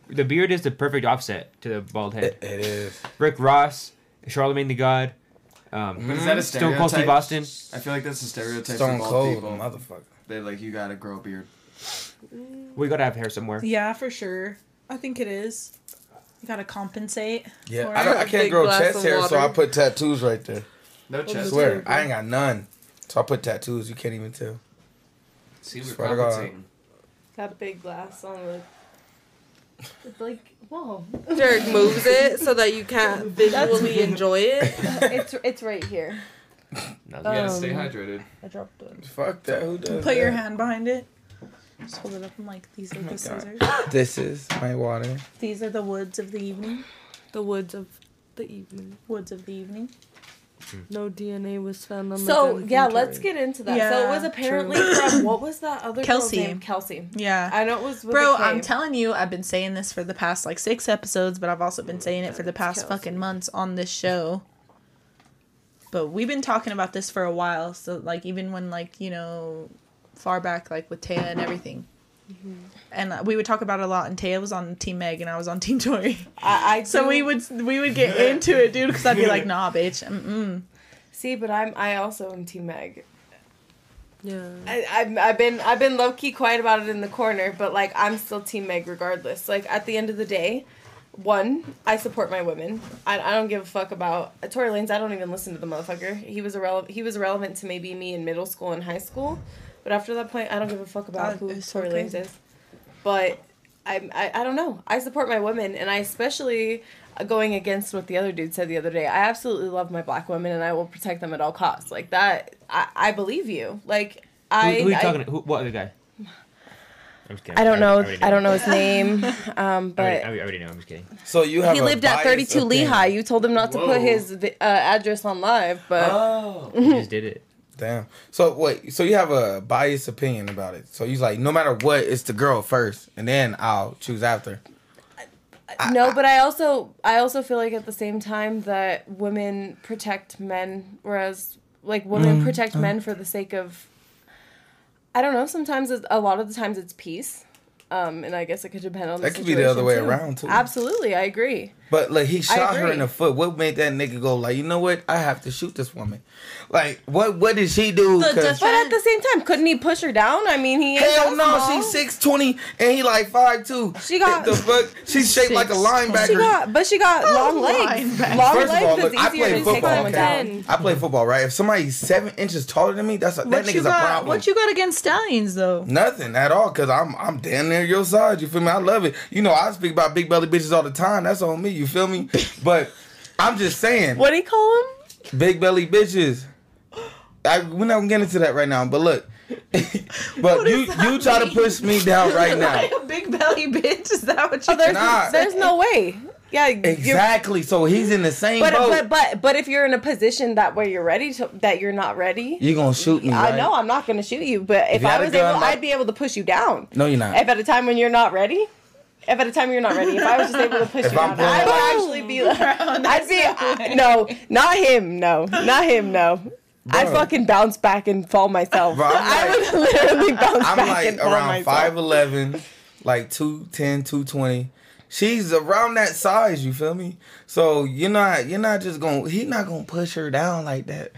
The beard is the perfect offset to the bald It head. it is. Rick Ross, Charlemagne the God, um, But is that a Stone Cold Steve stereotype? Austin. I feel like that's a stereotype Stone for bald cold, people. motherfucker. They like you gotta grow a beard. We gotta have hair somewhere. Yeah, for sure. I think it is. You gotta compensate. Yeah, Or I, don't, I a can't big grow glass chest of hair, water. so I put tattoos right there. No I chest. swear, I ain't got none, so I put tattoos. You can't even tell. See, we're Swear to God. compensating. That big glass on the. It's like whoa, Derek moves it so that you can't visually enjoy it. it's it's right here. You Um, gotta stay hydrated. I dropped it. Fuck that. Who does Put your that? hand behind it. Just hold it up. I'm like, these are the scissors. This is my water. These are the woods of the evening. The woods of the evening. Woods of the evening. No DNA was found on the So gun yeah, from let's Terry. get into that. so it was Yeah, apparently true. from what was that other Kelsey. girl's name? Kelsey. Yeah. I know it was with Bro, a K. I'm telling you, I've been saying this for the past like six episodes, but I've also been saying it for the past fucking months on this show. But we've been talking about this for a while, so like even when like, you know, far back like with Taya and everything. And uh, we would talk about it a lot, and Taya was on Team Meg, and I was on Team Tori. I, I so do- we would we would get into it, dude, because I'd be like, "Nah, bitch." Mm-mm. See, but I'm I also am Team Meg. Yeah. I, I've, I've been I've been low key quiet about it in the corner, but like I'm still Team Meg regardless. Like at the end of the day, one I support my women. I, I don't give a fuck about uh, Tory Lanez. I don't even listen to the motherfucker. He was irrelevant. He was irrelevant to maybe me in middle school and high school, but after that point, I don't give a fuck about That who is so Tory Lanez crazy. is. But I, I I don't know. I support my women, and I especially uh, going against what the other dude said the other day. I absolutely love my black women, and I will protect them at all costs. Like that, I I believe you. Like. I, who, who are you I- talking? To? Who, what other guy? I'm just kidding. I don't know. already I don't know his name, um, I already, but I already know. I'm just kidding. So you have he a lived at biased 32 opinion. Lehigh. You told him not to Whoa. put his uh, address on live, but Oh. You just did it. Damn. So wait. So you have a biased opinion about it. So you like, no matter what, it's the girl first, and then I'll choose after. no. But I also I also feel like at the same time that women protect men, whereas like women Mm, protect uh. men for the sake of I don't know. Sometimes it's, a lot of the times it's peace, um, and I guess it could depend on. That the could be the other situation, way around, too. Absolutely, I agree. But like I he shot her agree. in the foot. What made that nigga go like, you know what? I have to shoot this woman. Like what? What did she do? 'Cause- But at the same time, couldn't he push her down? I mean, he ain't Hell that no, small. she's six twenty and he like five two. She got- the fuck. She's shaped like a linebacker. She got, but she got long legs. Long First legs of all, is look, I easier play to take football. someone Okay? down. I play football, right? If somebody's seven inches taller than me, that's a, that What you nigga's a got? problem. What you got against stallions though? Nothing at all, cause I'm I'm damn near your size. You feel me? I love it. You know I speak about big belly bitches all the time. That's on me. You feel me? But I'm just saying, What do you call him? big belly bitches. I, we're not gonna get into that right now. But look, but you you try to push me down right now. a big belly bitch. Is that what you? Oh, there's, Nah. eh, there's no way. Yeah, you're- Exactly. So he's in the same But, boat. but but but if you're in a position that where you're ready to that you're not ready, you're gonna shoot me. I right? know I'm not gonna shoot you. But if, you I had a was gun, able, like- I'd be able to push you down. No, you're not. If at a time when you're not ready, if at a time you're not ready, if I was just able to push If you I'm down, I would playing- actually be like, I'd be I- no, not him, no, not him, no. I'd Bro. fucking bounce back and fall myself. Bro, I'm I like- would literally bounce I'm back like and fall around myself. 5'11, like 210, 220. She's around that size, you feel me? So you're not you're not just gonna he not gonna push her down like that.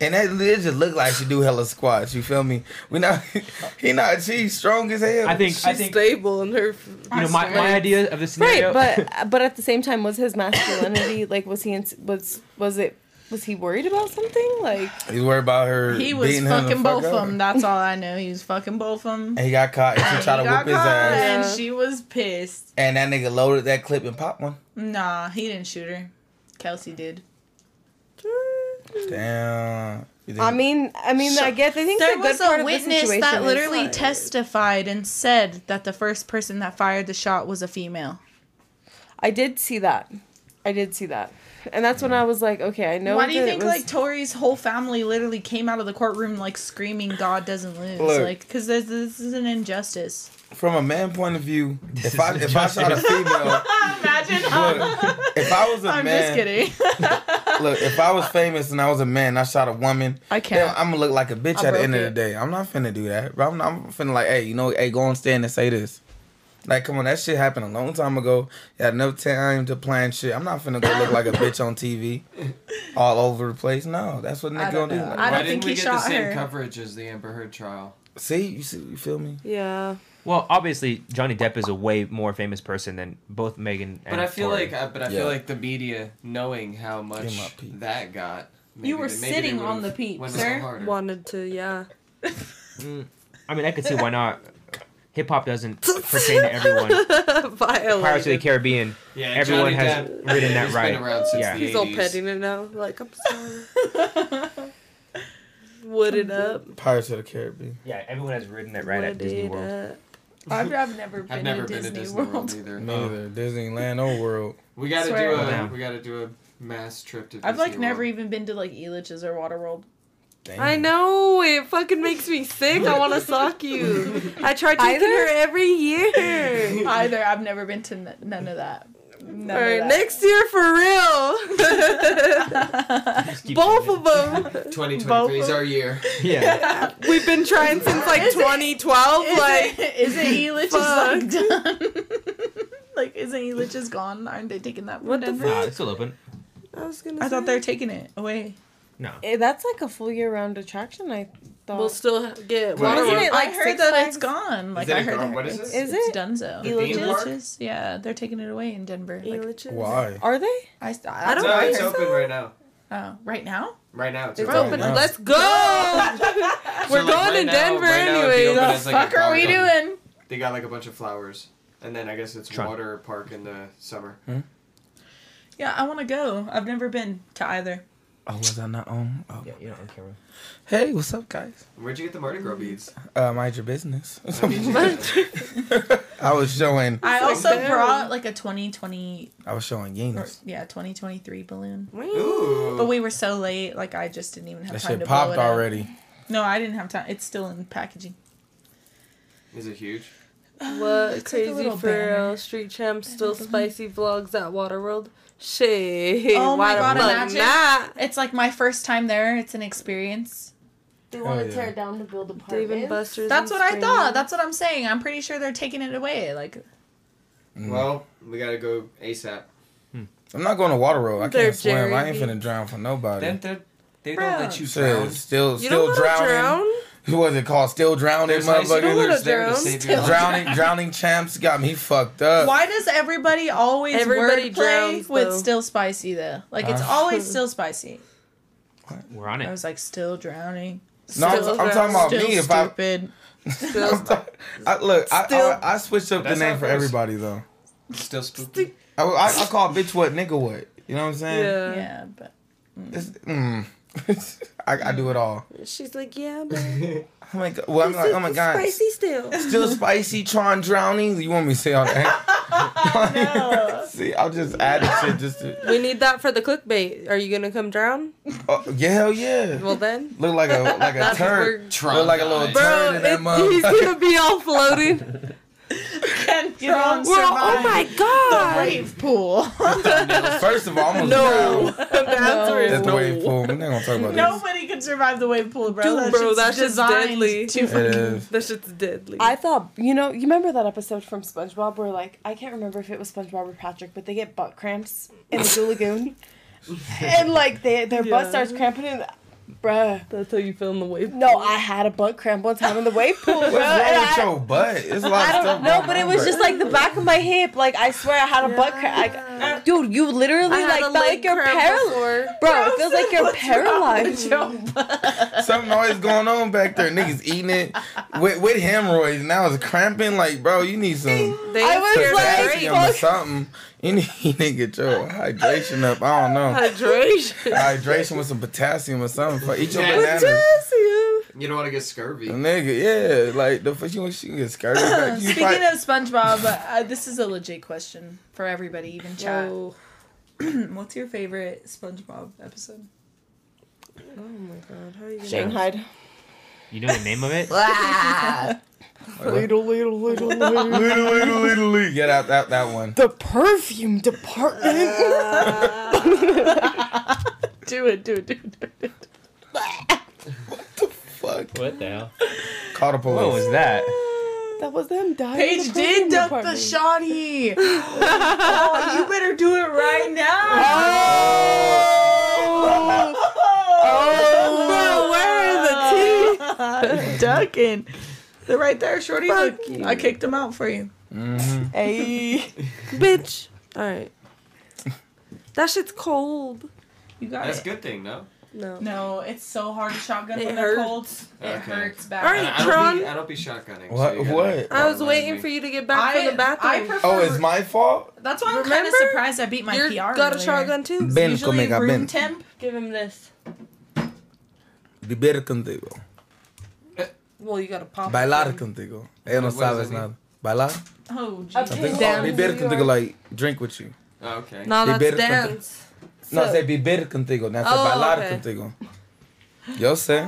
And that it just look like she do hella squats, you feel me? We not he not she's strong as hell. I think. I She's think. stable in her. You know, my, my idea of the scenario. Right, but but at the same time, was his masculinity like was he in, was was it was he worried about something like He's worried about her. He was beating him the fuck fucking both up. of them. That's all I know. He was fucking both of them. And he got caught and she tried to whip his ass. and Yeah. she was pissed. And that nigga loaded that clip and popped one. Nah, he didn't shoot her. Kelsey did. Damn. You think- I mean I mean I guess I think there the good was part a of the witness situation that is, literally like- testified and said that the first person that fired the shot was a female. I did see that I did see that and that's when I was like okay I know Why do you that it think was- like Tori's whole family literally came out of the courtroom like screaming "God doesn't lose"? Look. Like, because this is an injustice. From a man point of view, if is I if I shot a injustice. female, Imagine. Look, if I was a I'm man, just kidding. look, if I was famous and I was a man, and I shot a woman. I Damn, can't. I'm gonna look like a bitch I at the broke end it. of the day. I'm not finna do that. But I'm, I'm finna like, hey, you know, hey, go on stand and say this. Like, come on, that shit happened a long time ago. You had no time to plan shit. I'm not finna go look like a bitch on TV, all over the place. No, that's what I nigga don't gonna do. know. Like, I Why don't think didn't we he get the shot same her. coverage as the Amber Heard trial? see, you see, you feel me? Yeah. Well, obviously, Johnny Depp is a way more famous person than both Megan and But I feel Tori. like, I, but I Yeah. feel like the media, knowing how Give my much peach. that got, You were they- they sitting on would've the peach, went a little sir. harder. Wanted to, yeah. I mean, I could see why not. Hip hop doesn't pertain to everyone. Pirates of the Violated. Caribbean. Yeah, Everyone Johnny has Depp, written yeah, that he's right. Been around since Yeah. the He's all 80s. petting it now. Like, I'm sorry. What it up? Pirates of the Caribbean. Yeah, everyone has ridden that ride at What Disney it World. up? I've, I've never been, I've never to, been Disney to Disney World, World. either. Neither Disneyland or World. We gotta Swear. do a Wow. we gotta do a mass trip to. Disney I've like never World. even been to like Elitch's or Waterworld. Damn. I know it fucking makes me sick. I want to sock you. I try taking her every year. Either I've never been to n- none of that. All None right, of that. next year for real. Just keep Both doing of them. 2023 is our year. it. Yeah. We've been trying since like 2012. Is like, it, is it Elitch is like done? like isn't Elitch is gone? Aren't they taking that? What the one down? Nah, it's still open. I was gonna. I thought say. they were taking it away. No. Eh, that's like a full year round attraction. I thought. We'll still get. Wait. Waterworld. Wasn't it like Like I heard Six that Flags? it's gone. Like it I heard gone? that What is it's, it? Is it's it? Dunzo. The theme park? Elitch's? Yeah, they're taking it away in Denver. Like, Elitch's? Why? Are they? I, I, I don't No, think it's so. open right now. Oh, right now? Right now, it's It's open. open. Right now. Let's go. So, We're like, going right to now- Denver right now it'd be anyway. open The as, like, a fuck are we garden. doing? They got like a bunch of flowers, and then I guess it's Trump. water park in the summer. Yeah, I want to go. I've never been to either. Oh, was I not on? Oh. Yeah, you're not on camera. Hey, what's up, guys? Where'd you get the Mardi Gras beads? Uh, mind your business. What? I was showing. I like also damn. brought like a 2020, I was showing or, Yenis. yeah, 2023 balloon. Ooh. But we were so late, like I just didn't even have That time shit to popped blow it up. already. No, I didn't have time. It's still in packaging. Is it huge? What It's like a crazy little Mm-hmm. for banner. real? Street champs still spicy vlogs at Waterworld. Shit. Oh my why the God, fuck imagine. not? It's like my first time there. It's an experience. They wanna Oh, yeah. tear it down to build Dave and Buster's. That's in what I Spring. thought. That's what I'm saying. I'm pretty sure they're taking it away. Like Mm. Well, we gotta go ASAP. I'm not going to water road. I They're can't swim. I Jerry ain't finna drown for nobody. Then they're- they Bruh. don't let you Still, drown. still, You still don't want to drowning. drown? Who was it called? Still drowning, There's ice don't motherfucker. wanna scooters there to drown. save your Still. life. Drowning, drowning champs got me fucked up. Why does everybody always Everybody everybody drowns, with though. still spicy though? Like it's Huh? always still spicy. We're on I it. was like still drowning. No, I'm, Still I'm talking about Still me. If I, stupid. Still I'm talk- I look, I, Still- I, I switched up the That's name not for gross. everybody though. Still spooky. I, I, I call bitch what nigga what. You know what I'm saying? yeah. yeah, but It's, mm. I, I do it all. She's like, yeah, man. I'm like, well, I'm like, oh my god, Spicy still. still spicy Tron drowning. You want me to say all that? See, I'll just add the shit just to. We need that for the clickbait. Are you gonna come drown? Oh, yeah, hell yeah. Well then, Look like a like a That's turd. where- Tron Look like a little dies. bro, turd in that it, he's mug. gonna be all floated. can Tron We're all, oh survive my god. wave pool? First of all, I'm gonna No, that's No. where That's it's the wave pool. We're not gonna talk about this. Nobody can survive the wave pool, bro. Dude, that bro, shit's that shit's designed deadly. to It is. That shit's deadly. I thought you know you remember that episode from SpongeBob where like I can't remember if it was SpongeBob or Patrick, but they get butt cramps in the Blue Lagoon, and like they, their Yeah. butt starts cramping. And, bruh, That's how you feel in the wave. no, I had a butt cramp one time in the wave pool, bro. What's and wrong with I- your butt? It's a lot I of don't stuff. know, going but it on, was bro. just like the back of my hip. Like I swear, I had a butt cramp. Yeah. Like, dude, you literally like felt like you're paralyzed, bro. It feels like you're paralyzed. Something always going on back there. Niggas eating it with, with hemorrhoids. Now it's cramping. Like, bro, you need some They I was scared like- of potassium or fuck. something. You need, you need to get your hydration up. I don't know. hydration. Hydration with some potassium or something. Fuck, Eat your Yeah. banana. You don't want to get scurvy. Mm. Nigga, yeah. Like, the fuck you want? She can get scared. Like, you Speaking probably- of SpongeBob, uh, this is a legit question for everybody, even chat. Oh. What's your favorite SpongeBob episode? oh my god, how are you gonna Shanghai. You know the name of it? Little, little, little, little. Little, little, little, little. Get out that, that one. The perfume department. Do it, do it, do it, do it. Fuck. What the hell? Call the What police. was that? that was them dying. in Paige the did perfume duck the department. shoddy. oh, you better do it right now. Bro, where are the teeth? Ducking. They're right there, Shorty. Look, Oh, Fuck you. I kicked them out for you. Mhm. Hey. Bitch. Alright. That shit's cold. You got That's a it. good thing, no? No. No, it's so hard to shotgun It when they're hurts. cold. It Okay. hurts bad. All I, right, I don't Tron. be, I don't be shotgunning. so What- you gotta what? I was remind waiting me. for you to get back from the I bathroom. prefer. Oh, it's my fault? That's why I'm kind of Remember? surprised I beat my you PR. got a earlier. shotgun too? It's Ben usually Comega, room Ben. temp. Give him this. Vivir contigo. Well, you gotta pop. Bailar contigo. Ella no What- what does sabes that mean? nada. Bailar. Oh, I think- Beber contigo, like drink with you. Oh, okay. No, that's Beber conti- dance. No, So- say beber contigo. Now say Oh, bailar okay. contigo. Yo sé.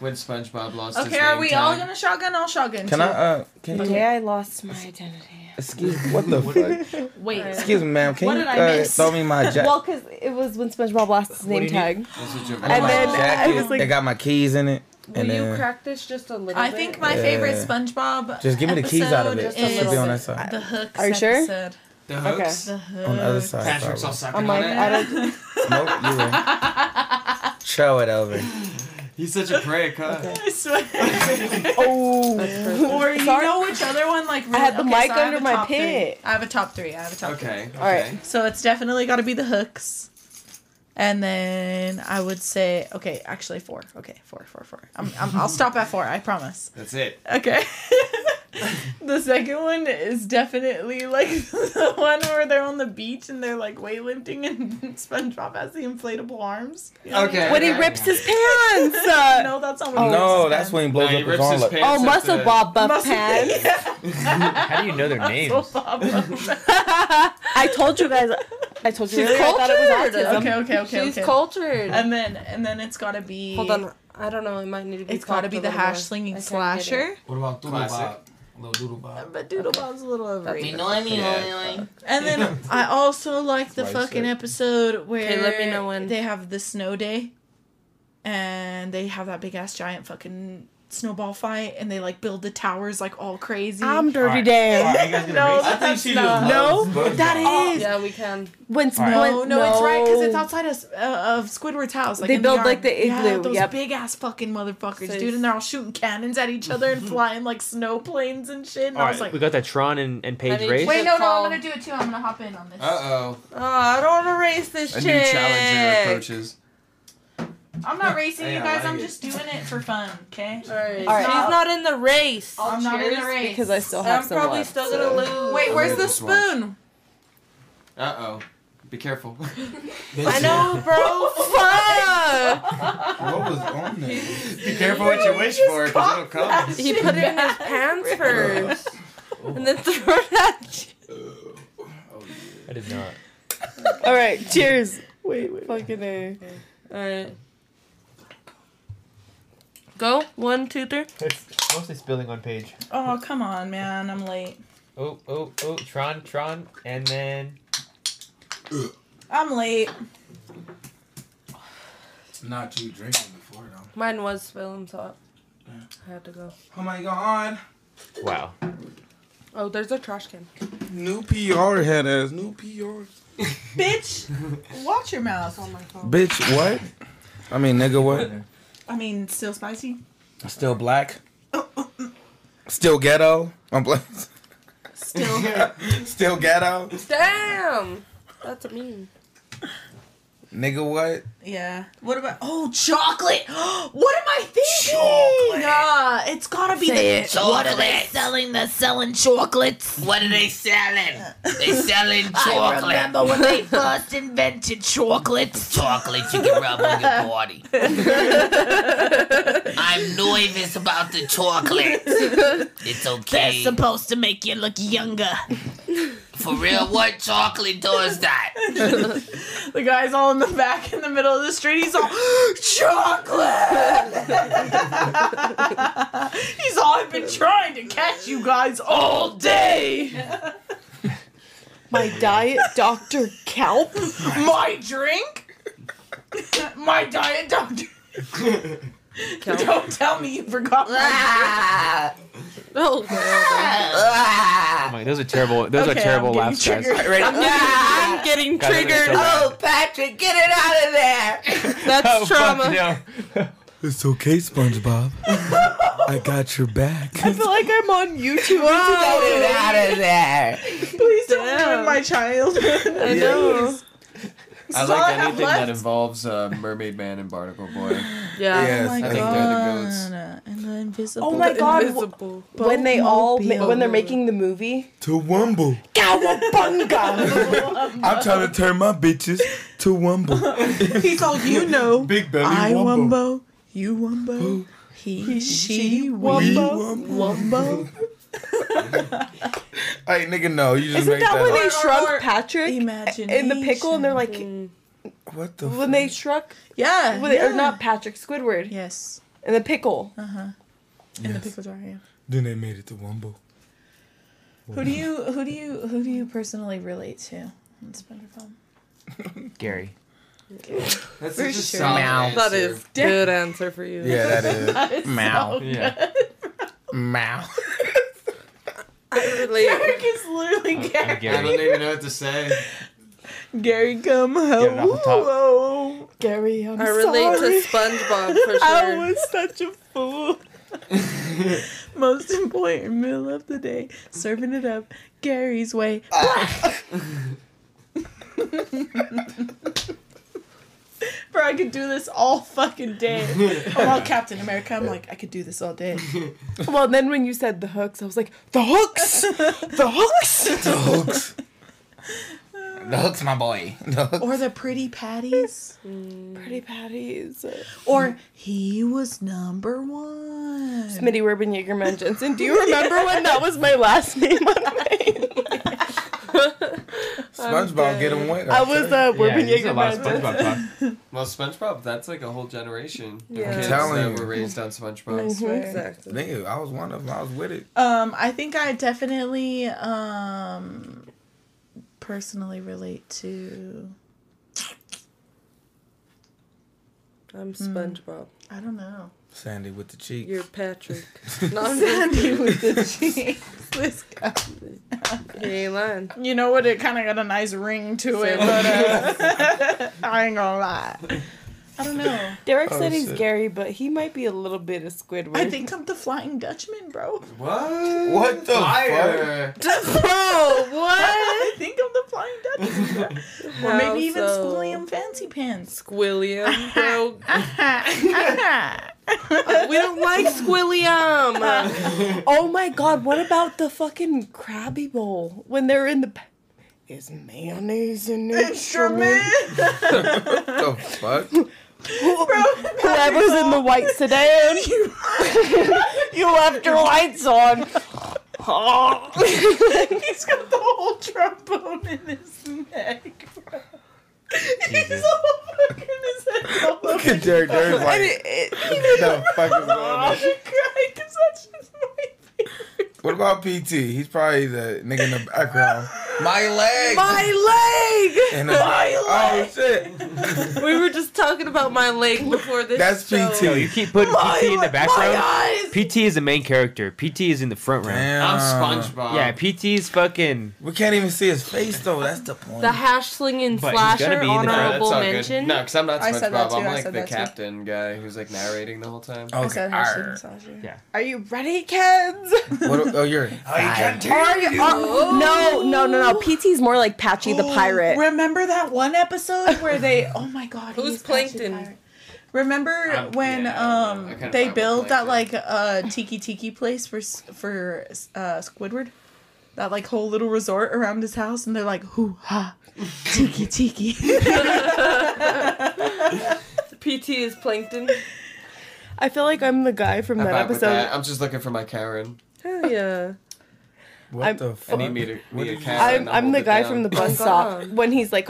When SpongeBob lost his Okay, are name we tag. all gonna shotgun? I'll shotgun. Can too. I? Uh, can The you? day I lost my identity. Excuse what the fuck? Wait. Excuse me, ma'am. Can What you did I uh, miss? throw me my jacket? Well, because it was when SpongeBob lost his name tag. I got And my then I jacket. was like, it got my keys in it. And Will you then crack this just a little I bit? think my Yeah. favorite SpongeBob. just give me the keys out of it. episode It should is be on that side. The hooks. Are you sure? episode. The Okay. hooks. The On the other hooks. side. Patrick's all probably. sucking I'm on like, it. I don't. Nope, you win. Show it over. He's such a prick, huh? I swear. Oh, or you know which other one? Like I had the really- mic I have under a my top three. pit. I have a top three. I have a top three. Okay. okay. All right. So it's definitely got to be the hooks. And then I would say, okay, actually four. Okay, four, four, four. I'm, I'm, I'll stop at four. I promise. That's it. Okay. the second one is definitely like the one where they're on the beach and they're like weightlifting and SpongeBob has the inflatable arms. Okay. when he okay. rips his pants. Uh, Uh, No, that's not Oh, what No, that's when he No, blows he up his rips arm. his Like, pants. oh, at muscle the- bob buff Muscle- pants. How do you know their names? I told you guys. I told you. She's earlier I thought it was cultured. autism. Okay, okay, okay. She's okay. cultured. And then and then it's gotta be Uh, Hold on. I don't know. It might need to be. It's gotta popped be a the little more. hash I slinging can't get slasher. What about Doodle Classic. Bob? Little Doodle Bob. But Doodle Bob's a little overrated. Yeah. And then I also like the Right, fucking so- episode where Okay, let me know when. they have the snow day, and they have that big ass giant fucking snowball fight, and they like build the towers like all crazy. I'm dirty Alright. Dan. Are you guys gonna No, race? I think she not- just No, loves SpongeBob. that it. is Yeah, we can. When Alright. no, no, when- it's right because it's Oh, no. outside of, uh, of Squidward's house. Like They in build, yard. like, the Yeah, igloo, those yep. big ass fucking motherfuckers, Safe. dude, and they're all shooting cannons at each other and flying like snow planes and shit. And All I right, was like, we got that Tron and, and Paige need race. to- wait, no, no, Call. I'm gonna do it too. I'm gonna hop in on this. Uh oh. Oh, I don't want to race this A chick. new challenger approaches. I'm not racing Hey, you I guys. like I'm it. just doing it for fun, okay? All right. All right. She's not in the race. i am not in the race. because I still have I'm some probably left. still gonna lose. Wait, I'm where's gonna the just watch. spoon? Uh oh. Be careful. I know, bro. Fuck. what was on there? Be careful what you wish for, because it'll come. He put it in his pants first, and then threw it at you. I did not. All right, cheers. Wait, wait. Fucking a. All right. Go one, two, three. It's mostly spilling on Paige. Oh, come on, man. I'm late. Oh, oh, oh, Tron, Tron, and then I'm late. Not you drinking before though. Mine was spilling, so I- I had to go. Oh my god. wow. Oh, there's a trash can. New PR head ass. New PR. Bitch, watch your mouth. Bitch, what? I mean, nigga, what? I mean, still spicy? Still black. Still ghetto. I'm black. Still. Still ghetto. Damn, that's mean. Nigga, what? yeah. What about. Oh, chocolate! what am I thinking? Chocolate. it's gotta be the. What are they selling? They're selling chocolates. What are they selling? They selling I chocolate. remember when they first invented chocolates. Chocolate you can rub on your body. I'm nervous about the chocolate. It's They're okay. supposed to make you look younger. For real, what chocolate does that? The guy's all in the back in the middle of the street. He's all chocolate. He's all I've been trying to catch you guys all day. My diet, Dr. Kelp. My drink, my diet doctor. Don't tell me you forgot. my Oh, God. I'm like, those are terrible. Those Okay, are terrible I'm getting laughs, guys. triggered. Guys, I'm getting those are so triggered. bad. Patrick, get it out of there. That's Oh, fuck, trauma. no. It's okay, SpongeBob. I got your back. I feel like I'm on YouTube. out of there. Please don't Damn. ruin my child. I know. I all I like have anything left. that involves uh, Mermaid Man and Barnacle Boy. Yeah. Yes, I I think think that- they're the goats. And the invisible. Oh my god. Invisible. When they all, ma- when they're making the movie. To Wumble. Cowabunga! I'm trying to turn my bitches to Wumble. He's all you know. Big belly I Wumbo, You wumbo. He, she, wumbo. Wumbo. Hey, nigga, no. You just Isn't make that that, when up. they shrunk Patrick in the pickle and they're like, What the when they shrunk? Yeah, When they- Or Uh, yeah. not Patrick, Squidward. Yes. In the pickle. Uh huh. In the pickle jar, yeah. Then they made it to Wumbo. Who do you who do you who do you personally relate to in SpongeBob? Gary. That's For such a sure. solid Meow. That answer. is good answer for you. Yeah, that is. That is so Meow. Yeah. Mow. I relate. Eric is literally Gary. I'm I don't Gary. even know what to say. Gary, come Get it off the top. hello. Gary, I'm I relate sorry. to SpongeBob for I sure. was such a fool. Most important meal of the day, serving it up Gary's way. Ah. Bro, I could do this all fucking day. I'm all Captain America. I'm like, I could do this all day. Well, and then when you said the hooks, I was like, the hooks! The hooks! The hooks. the hooks, my boy. The hooks. Or the pretty patties. Pretty patties. Or he was number one. Smitty Urban Jaegerman Jensen. Do you remember when that was my last name on my SpongeBob get him wet. I was uh, Yeah, Urban there's a lot of Jaegerman SpongeBob Jensen. talk. Well, SpongeBob, that's like a whole generation of Yeah. I'm kids telling that you. were raised on SpongeBob. Exactly. Nigga, I was one of them. I was with it. Um, I think I definitely um personally relate to I'm SpongeBob. I don't know. Sandy with the cheek. You're Patrick. No, I'm just Sandy kidding. with the cheeks. This guy. You ain't lying. You know what? It kind of got a nice ring to it, but uh, I ain't gonna lie. I don't know. Derek Oh, said he's shit. Gary, but he might be a little bit of Squidward. I think I'm the Flying Dutchman, bro. What? What the Fire. Bro, what? I think I'm the Flying Dutchman, bro. or maybe even so? Squilliam Fancy Pants. Squilliam, bro. I we don't like Squilliam. Oh my god, what about the fucking Krabby Bowl when they're in the. Is mayonnaise an instrument? What the fuck? Whoever's in the white sedan, you left your lights on. Oh. He's got the whole trombone in his neck, bro. He's Jesus. all fucking his head all Look over. at Jerry. Jerry's like, the fuck is going I'm on? gonna cry 'cause that's just my favorite. What about PT? He's probably the nigga in the background. My leg. my leg. And the- my Oh leg. shit. We were just talking about my leg before this. That's show. Yo, PT. Oh, you keep putting PT in the background. eyes. PT is the main character. PT is in the front round. I'm Damn. SpongeBob. Yeah, PT is fucking. We can't even see his face though. That's the point. The hash slinging But he's gonna slasher be in the- No, that's honorable all mention. good. No, because I'm not I said that SpongeBob. too, I'm I like said the that too. captain guy who's like narrating the whole time. I okay. said hash arr. and sausage. Yeah. Are you ready, kids? What, oh, you're. Are you, are, no, no, no, no. PT's more like Patchy the Oh, Pirate. Remember that one episode where they? Oh my god, Who's he's Patchy Plankton? Pirate. Remember Um, when yeah, I don't um know. I kinda they vibe with built that like Plankton. uh tiki tiki place for S- for uh Squidward, that like whole little resort around his house, and they're like hoo ha, tiki tiki. PT is plankton. I feel like I'm the guy from I'm that back with that. episode. I'm just looking for my Karen. Hell yeah. What I'm- the I fuck? need me to What need a is- Karen. I'm, to I'm hold the it guy down. from the Oh, bus stop God. when he's like,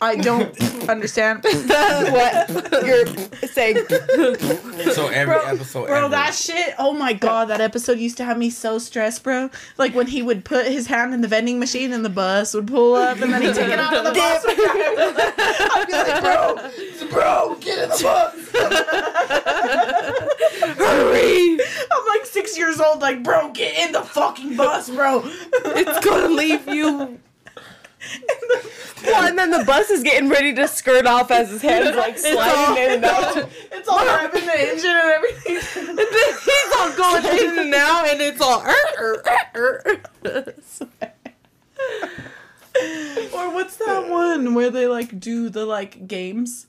I don't understand. what you're saying. So every episode. Bro, every- that shit. Oh my god, that episode used to have me so stressed, bro. Like when he would put his hand in the vending machine and the bus would pull up and then he'd take it out of the bus. would drive. I'd be like, bro, bro, get in the bus. Hurry! I'm like six years old, like, bro, get in the fucking bus, bro. It's gonna leave you. Well, and then the bus is getting ready to skirt off as his hands like sliding in and out. It's all driving the engine and everything. He's all going in and out, and it's all. Er, er, er, er. Or what's that one where they like do the like games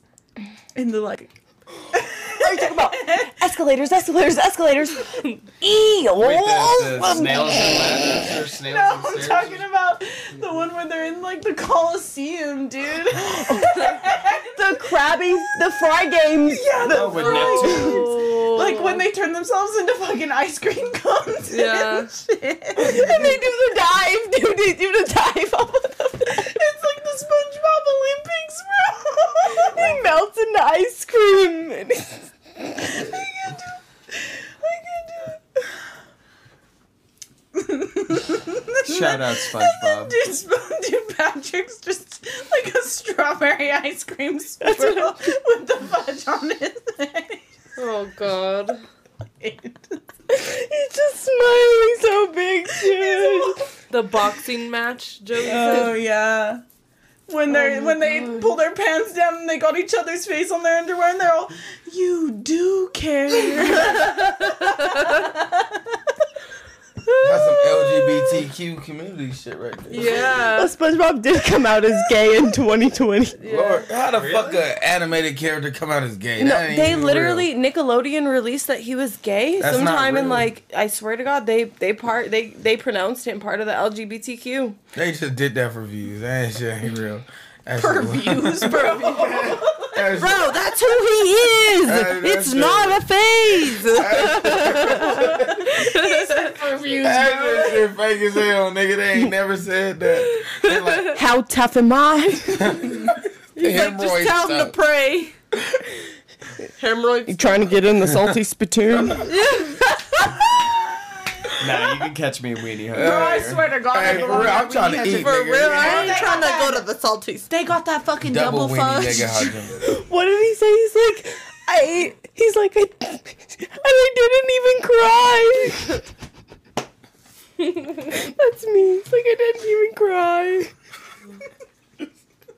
in the like are you talking about? Escalators, escalators, escalators. Eels. snails no, I'm talking about the one where they're in like the Coliseum, dude. the Krabby, the Fry games. Yeah, the Oh, with Fry Neptune. games. Like when they turn themselves into fucking ice cream cones. Yeah. And, shit. and they do the dive, dude. They do the dive off of them. It's like the SpongeBob Olympics, bro. It melts into ice cream. I can't do it. Shout out SpongeBob. Dude, Sp- dude, Patrick's just like a strawberry ice cream swirl with the fudge on it. Oh god. He's just smiling so big, dude. The boxing match, Joey. oh yeah. Oh When they are when they pull their pants down and they got each other's face on their underwear and they're all, you do care. That's some LGBTQ community shit right there. Uh, Well, SpongeBob did come out as gay in 2020. Lord, how the fuck a animated character come out as gay? No, That ain't they even literally Nickelodeon released that he was gay That's not sometime in real. like I swear to God they they part they they pronounced him part of the LGBTQ. real. They just did that for views. That shit ain't real. That For shit- views, bro. That shit- Bro, that's who he is. Hey, that's it's it. not a phase. That shit fake as hell, nigga. They ain't never said that. How tough am I? Hemorrhoids Just tell him to suck. pray. Hemorrhoids. You trying to get in the salty spittoon? Nah, you can catch me a weenie. Bro, I swear to God, Hey, they for go on real, I'm trying to that eat, For nigga. real, I They ain't trying to go to the Salties. They got that fucking Double double, weenie, fudge. nigga. How you- what did he say? He's like, I ate. He's like, I, and I didn't even cry. That's me. He's like, I didn't even cry.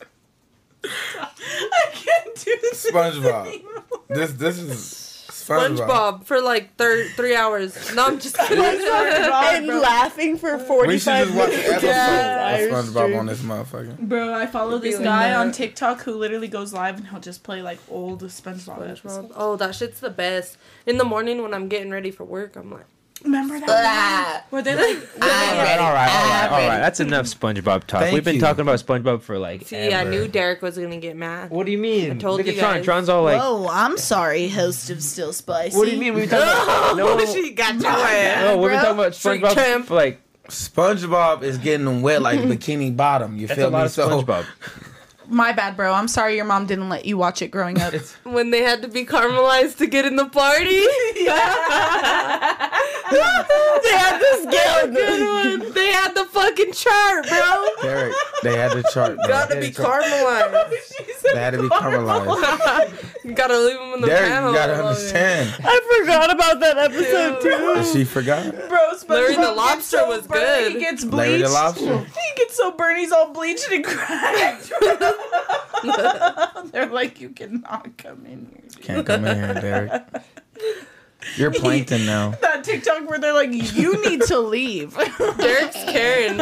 I can't do this. SpongeBob. This this is SpongeBob. SpongeBob for like thir- three hours. No, I'm just kidding. and laughing for 45 We should just watch an minutes. episode Yes. of SpongeBob on this motherfucker. Bro, I follow this Feeling guy on that. TikTok who literally goes live and he'll just play like old SpongeBob. episodes. Oh, that shit's the best. In the morning when I'm getting ready for work, I'm like, Remember that? one? Were they like? All right, all right, all right, all right. That's enough SpongeBob talk. Thank We've been you. talking about SpongeBob for like. see, I ever. knew Derek was gonna get mad. What do you mean? I told Look you at Tron. guys. Tron's all like. Oh, I'm sorry, host of Still Spicy. What do you mean? We were talking about. No, Oh, she got your ass. no we've been talking about Street SpongeBob champ. for like. SpongeBob is getting them wet like Bikini Bottom. You That's feel a lot me? of So SpongeBob. My bad, bro. I'm sorry your mom didn't let you watch it growing up. When they had to be caramelized to get in the party. they had the scale. Good one. They had the fucking chart, bro. Derek, they had to chart. bro. Gotta They be had to chart. caramelized. They had to be caramelized. gotta leave them in the Derek, panel. you gotta understand. I forgot about that episode too. She forgot. Bro, SpongeBob Larry the gets Lobster so was burnt, good. He gets bleached. Larry the Lobster. He gets so burnt, he's all bleached and cracked. They're like, you cannot come in here. dude." Can't come in here, Derek. You're plankton now. That TikTok where they're like, you need to leave. Derek's Karen.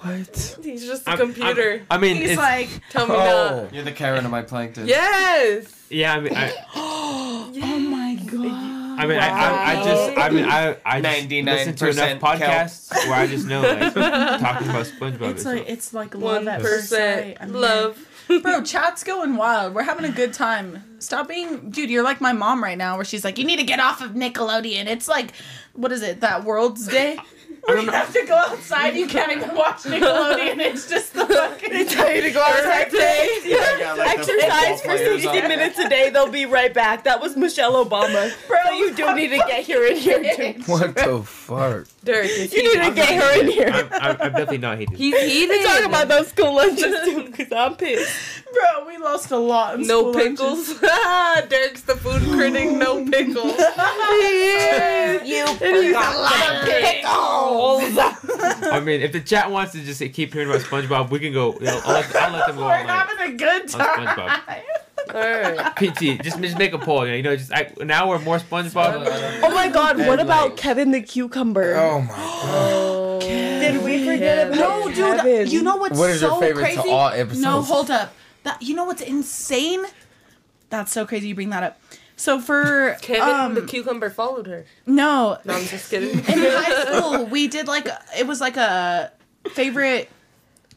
What? He's just a computer. I mean, He's it's, like, Tell me not. Oh, You're the Karen of my plankton. Yes. yeah. I mean, I, oh my god. I mean, I, I, I just, I mean, I, I just listen to 99% enough podcasts where I just know like talking about SpongeBob. It's is like it's like Oh love One at first sight. I percent mean- love. bro. Chat's going wild. We're having a good time. Stop being, dude. You're like my mom right now, where she's like, "You need to get off of Nickelodeon." It's like, what is it? That World's Day. Where you have to go outside. You can't even watch Nickelodeon. It's just the fucking. They tell you to go outside They got, like, the Exercise football for players 60 on. minutes a day. They'll be right back. That was Michelle Obama. Bro, So you do need to get here in here too. what the fuck? Derek is You need to get her in I'm, here. I'm, I'm definitely not hating. He's heated. Talk about those school lunches too, because I'm pissed. bro. We lost a lot. In no school lunches. pickles. Ah, Derek's the food critic. No pickles. yes. You I mean, if the chat wants to just keep hearing about SpongeBob, we can go. You know, I'll, let, I'll let them go Oh We're on. Like, having a good on SpongeBob. time. All right. PT, just just make a poll. You know, you know just act, an hour more SpongeBob. Oh my god, what about Kevin the cucumber? Oh my. Did we forget about No, dude. Kevin? You know what's What is so your favorite crazy? to all episodes? No, hold up. That you know what's insane? That's so crazy you bring that up. So for Kevin um, the cucumber followed her. no, No, I'm just kidding. in high school we did like it was like a favorite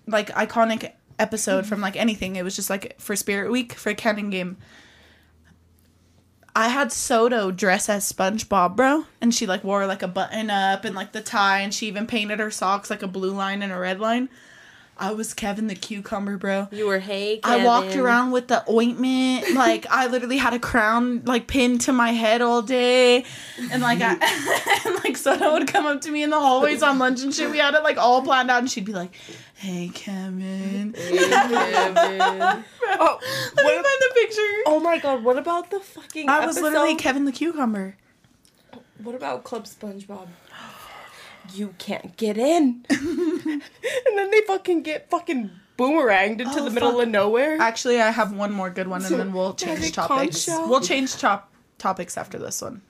like iconic episode from like anything it was just like for spirit week for canon game i had soto dress as spongebob bro and she like wore like a button up and like the tie and she even painted her socks like a blue line and a red line i was kevin the cucumber bro you were hey. I walked Kevin." around with the ointment. Like I literally had a crown like pinned to my head all day, and like I, and, like Soda would come up to me in the hallways on lunch and shit. We had it like all planned out, and she'd be like, "Hey, Kevin." Kevin. oh, let me find the picture. Oh my god, what about the fucking I was literally episode- Kevin the cucumber. What about Club SpongeBob? You can't get in. and then they fucking get fucking boomeranged into Oh, the middle fuck. of nowhere. Actually, I have one more good one, and then we'll Magic change conch topics. shell? We'll change top topics after this one.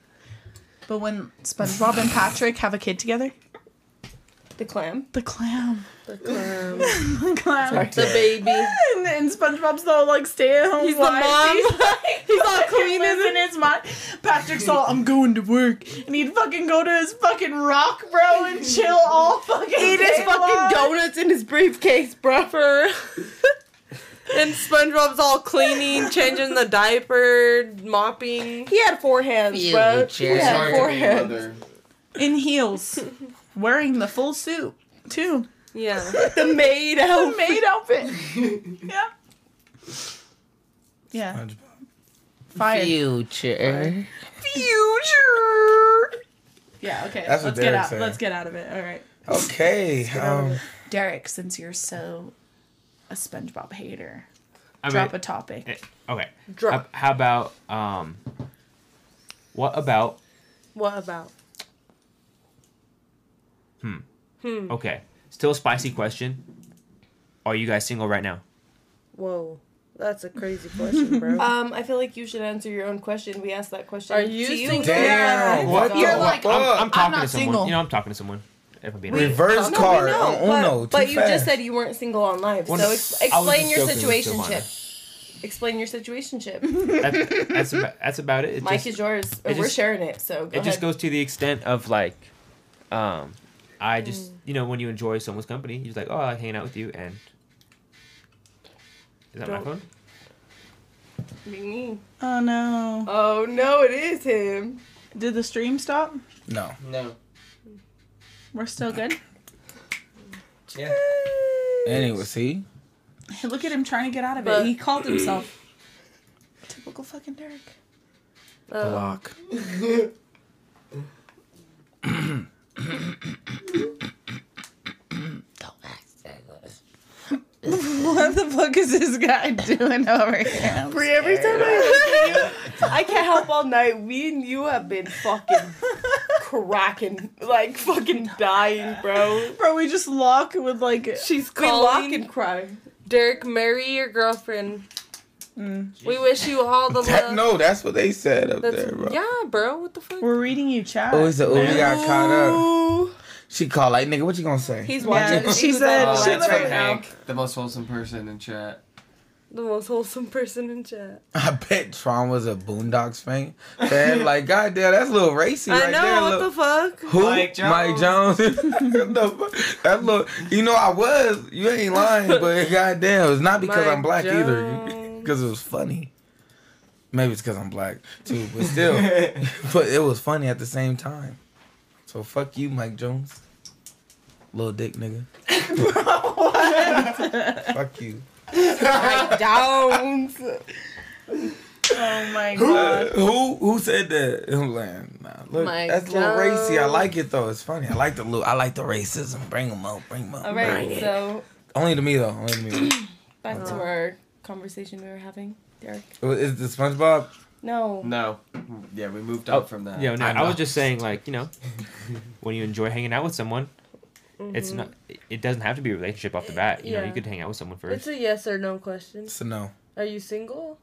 But when SpongeBob and Patrick have a kid together, the clam, the clam, the clam, the clam, um, The baby. and, and SpongeBob's all like stay at home. He's the mom. He's, like, he's all clean in his mind. Patrick's all I'm going to work, and he'd fucking go to his fucking rock, bro, and chill all fucking. Eat his day long. fucking donuts in his briefcase, bro. And SpongeBob's all cleaning, changing the diaper, mopping. He had four hands, You bro. jerk. He had Sorry four to be hands. mother. in heels, wearing the full suit too. Yeah. The maid outfit. The maid outfit. yeah. Yeah. Fire. Future. Future. Yeah. Okay. That's what let's get Derek out. said. Let's get out of it. All right. Okay. Um, Derek, since you're so a SpongeBob hater, I drop mean- a topic. Eh, Okay. Drop. How, how about um? What about What about? hmm? Hmm. Okay. Still a spicy question. Are you guys single right now? Whoa. That's a crazy question, bro. Um, I feel like you should answer your own question. We asked that question. Are you to you. single? Damn, what the You're like, fuck? I'm, I'm I'm talking not to someone. single. You know, I'm talking to someone. If I'm being honest. Reverse No, we card know, on Uno. But, but too you fast. just said you weren't single on life. Well, so ex- I was explain just your joking with situationship. Explain your situationship. That's, that's, about, that's about it. It Mike just- is yours. it We're just- sharing it. So go it just ahead. goes to the extent of like um i Mm. just you know when you enjoy someone's company you're just like oh i like hanging out with you and is that my Don't- phone Me, me. Oh no. Oh no, it is him. Did the stream stop? No. No. We're still good. Yeah. Anyway, see? Hey, Look at him trying to get out of But- it. He called himself. Typical fucking Derek. Block. what the fuck is this guy doing over here? Bree, every time I look at you, I can't help all night. We and you have been fucking cracking, like fucking dying, bro. Bro, we just lock with like. She's We lock calling and cry. Derek, marry your girlfriend. mm. We wish you all the That, love. no, that's what they said up That's- there, bro. Yeah, bro. What the fuck? We're reading you chat. Oh, it's the Uber got caught up. She called like, nigga, what you gonna say? He's watching. watching. She said- Oh, she that's from literally- Hank, the most wholesome person in chat. the most wholesome person in chat. I bet Tron was a Boondocks fan. fan. Like, goddamn, that's a little racy I right know. there. what look. the fuck? Who? Mike Jones. Mike Jones. No, that look, you know, I was. You ain't lying, but goddamn, it's not because I'm Mike black either. Because it was funny. Maybe it's because I'm black too, but still, but it was funny at the same time. So fuck you, Mike Jones, little dick nigga. fuck you. Mike Downs. Oh my Who, Uh, god. who who said that? I'm like, nah, look, Mike that's a little racy. I Jones. like it though. It's funny. I like the little. I like the racism. Bring them up. Bring them up. All bring 'em right, up. so Only to me though. Only to me. back to our conversation we were having, Derek. Is the SpongeBob? No. No. Yeah, we moved on from that. Oh, yeah no, I I, know. was just saying like you know when you enjoy hanging out with someone it's not it- it doesn't have to be a relationship off the bat you know Mm-hmm. Yeah. you could hang out with someone It's first a yes or no question. So no. Are you single?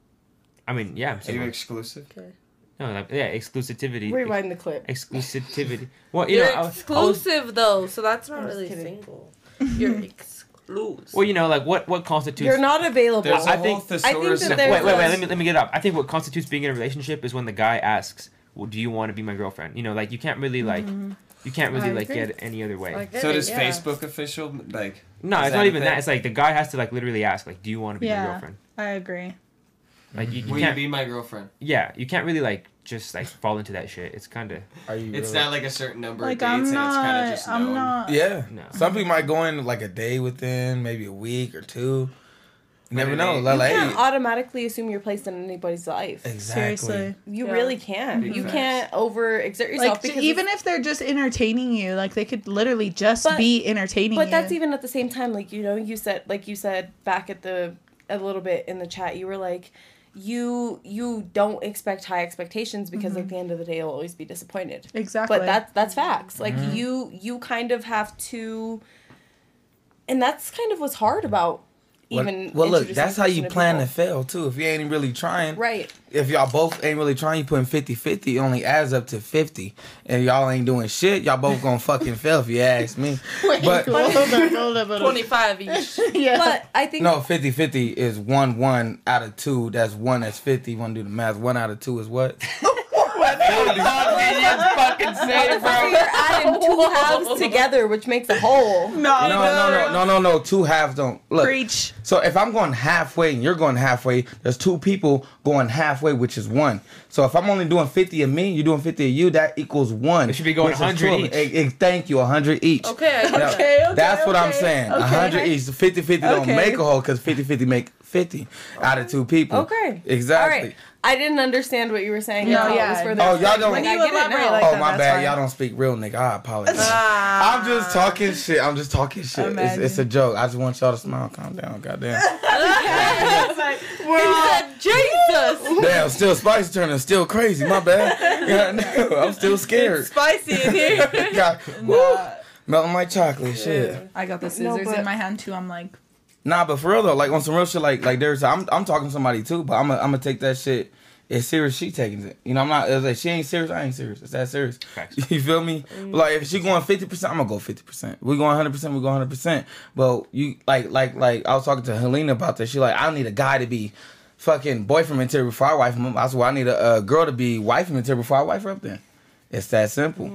i mean yeah I'm Are you single. exclusive? Okay. no like, yeah exclusivity Rewind the clip. ex- exclusivity well you You're know uh, I was- I was, exclusive though, so that's not I'm just really kidding. single. You're exclusive. lose. Well, you know, like what what constitutes You're not available. There's a I whole think- I think thesaurus that of- there's wait, wait, a- wait. Let me let me get it up. I think what constitutes being in a relationship is when the guy asks, "Well, do you want to be my girlfriend?" You know, like you can't really like Mm-hmm. Mhm. you can't really I like agree. get it any other way. I get So it, does yeah. Facebook official like? No, is it's that not a even thing? that. It's like the guy has to like literally ask, like, "Do you want to be my Yeah, girlfriend?" I agree. Like you, you Will you can't be my girlfriend? Yeah, you can't really like just like fall into that shit. It's kind of. Are you? It's not like a certain number Like, of I'm dates, and it's kind of not- just I'm known. not- Yeah. No. Some people might go in like a day within, maybe a week or two. You never Right. know. You Like, like, You can't automatically assume your place in anybody's life. Exactly. Seriously. You Yeah. really can't. Big You facts. can't overexert yourself Like, because even if they're just entertaining you, like they could literally just But- be entertaining But you. that's even at the same time, like you know, you said, like you said back at the a little bit in the chat, you were like, you you don't expect high expectations because at the end of the day, you'll always be disappointed. Exactly. But that's that's facts. Like Mm-hmm. Mhm. you you kind of have to, and that's kind of what's hard about Well- even. well, look, introducing that's how a person you to plan people. to fail too. If you ain't really trying, Right. If y'all both ain't really trying, you putting 50 50, it only adds up to 50. And y'all ain't doing shit, y'all both gonna fucking fail if you ask me. but Twenty-five each. yeah. But I think no, 50 50 is one one out of two. That's one that's 50. You wanna do the math? One out of two is what? fucking say, bro? You're adding two halves together, which makes a whole. No, no, no, no, no, no. Two halves don't look. Preach. So if I'm going halfway and you're going halfway, there's two people going halfway, which is one. So if I'm only doing 50 of me, you're doing 50 of you, that equals one. It should be going 100 each. thank you, 100 each. Okay, Now, okay, okay, That's what I'm okay, saying. okay. 100 each. 50 50 don't Okay. make a whole because 50 50 make 50 out of two people. Okay. Exactly. All right. I didn't understand what you were saying. No, No, yeah. yeah. Was for Oh, y'all like, don't. I get it now. oh, my bad. Y'all don't speak real, nigga. I apologize. Ah. I'm just talking shit. I'm just talking shit. It's, it's a joke. I just want y'all to smile. Calm down. Goddamn. Oh. Jesus. Damn, still spicy turning still crazy. My bad. Yeah, I know. I'm still scared. Spicy in here. God, woo, melting my chocolate. Shit. I got the No, scissors but- in my hand too. I'm like, Nah, but for real though, like on some real shit, like like there's I'm I'm talking to somebody too, but I'm gonna I'm gonna take that shit. It's serious. She taking it. You know, I'm not. It's like she ain't serious. I ain't serious. It's that serious. You feel me? But like if she going fifty percent, I'm gonna go fifty percent. We going hundred percent. We going hundred percent. But you like like like I was talking to Helena about this. She like I need a guy to be fucking boyfriend material before I wife him. up. I said, well, I need a, uh girl to be wife material before I wife her up. Then it's that simple.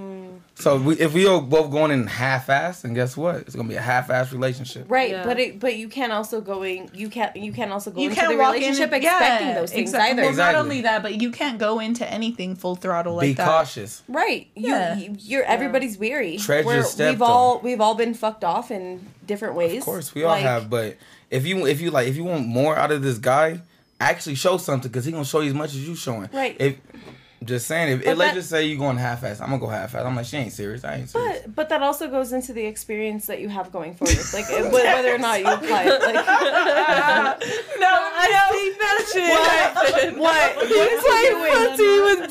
So we, if we are both going in half ass, then guess what? It's gonna be a half ass relationship. Right, Yeah. but it, but you can't also going you can't you can also go you into can't the walk relationship in, expecting yeah, those things exactly. either. Well, not only that, but you can't go into anything full throttle like Be that. cautious. Right, you, Yeah. you you're everybody's weary. Treasure We're- step, We've all we've all been fucked off in different ways. Of course, we all Like, have. But if you if you like if you want more out of this guy, actually show something because he gonna show you as much as you showing. Right. If just saying, if But it, let's that- just say you going half ass, I'm gonna go half ass. I'm like she ain't serious. I ain't serious. But but that also goes into the experience that you have going forward, like it- whether or not you apply. it, Like, no, I don't think that shit. What? What? He was playing footsie with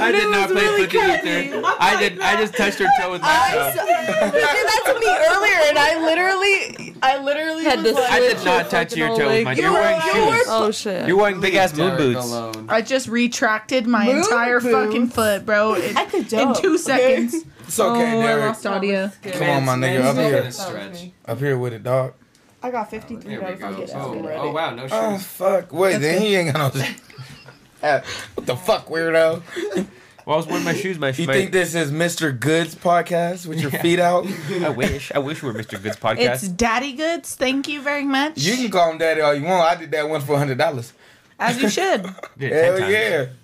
I And did it not was play really footy with crazy. her. I did. I just touched her toe with my I toe. saw, you did that to me earlier, and I literally, I literally Had had to was like, I did not touch your toe with my. You're wearing shoes. Oh shit. You're wearing big ass moon boots. I just retracted my Moon entire boots. fucking foot, bro. In, I could in jump. two seconds. It's okay, oh, I Derek. lost audio. Come on, my nigga, up here, Stretch. up here with it, dog. I got fifty three There we dollars on go. Get Out Oh, already. oh, wow, no Oh shoes. fuck! Wait, then he ain't got no. Ah, what the fuck, weirdo? Well, I was wearing my shoes. My You my- think this is Mr. Goods podcast with your feet out? I wish. I wish we were Mr. Goods It's podcast. Daddy Goods. Thank you very much. You can call him daddy all you want. I did that one for hundred dollars. As you should. Yeah, ten Hell times.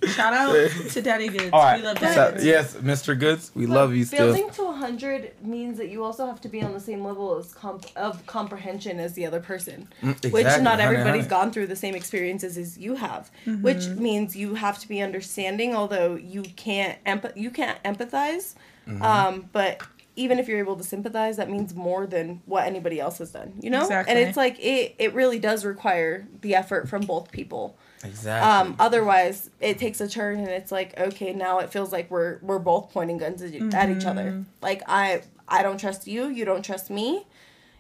yeah! Shout out to Daddy Goods. All right. We love So, Daddy Goods. yes, Mr. Goods, we love you still. Building to 100 means that you also have to be on the same level as comp- of comprehension as the other person, Mm, which exactly, not 100, everybody's 100. gone through the same experiences as you have, which means you have to be understanding, although you can't empath- you can't empathize. Mm-hmm. Mhm. Um, but even if you're able to sympathize, that means more than what anybody else has done, you know? Exactly. And it's like it it really does require the effort from both people. Exactly. Um, otherwise, it takes a turn, and it's like, okay, now it feels like we're we're both pointing guns at, at each Mm-hmm. other. Like I I don't trust you, you don't trust me.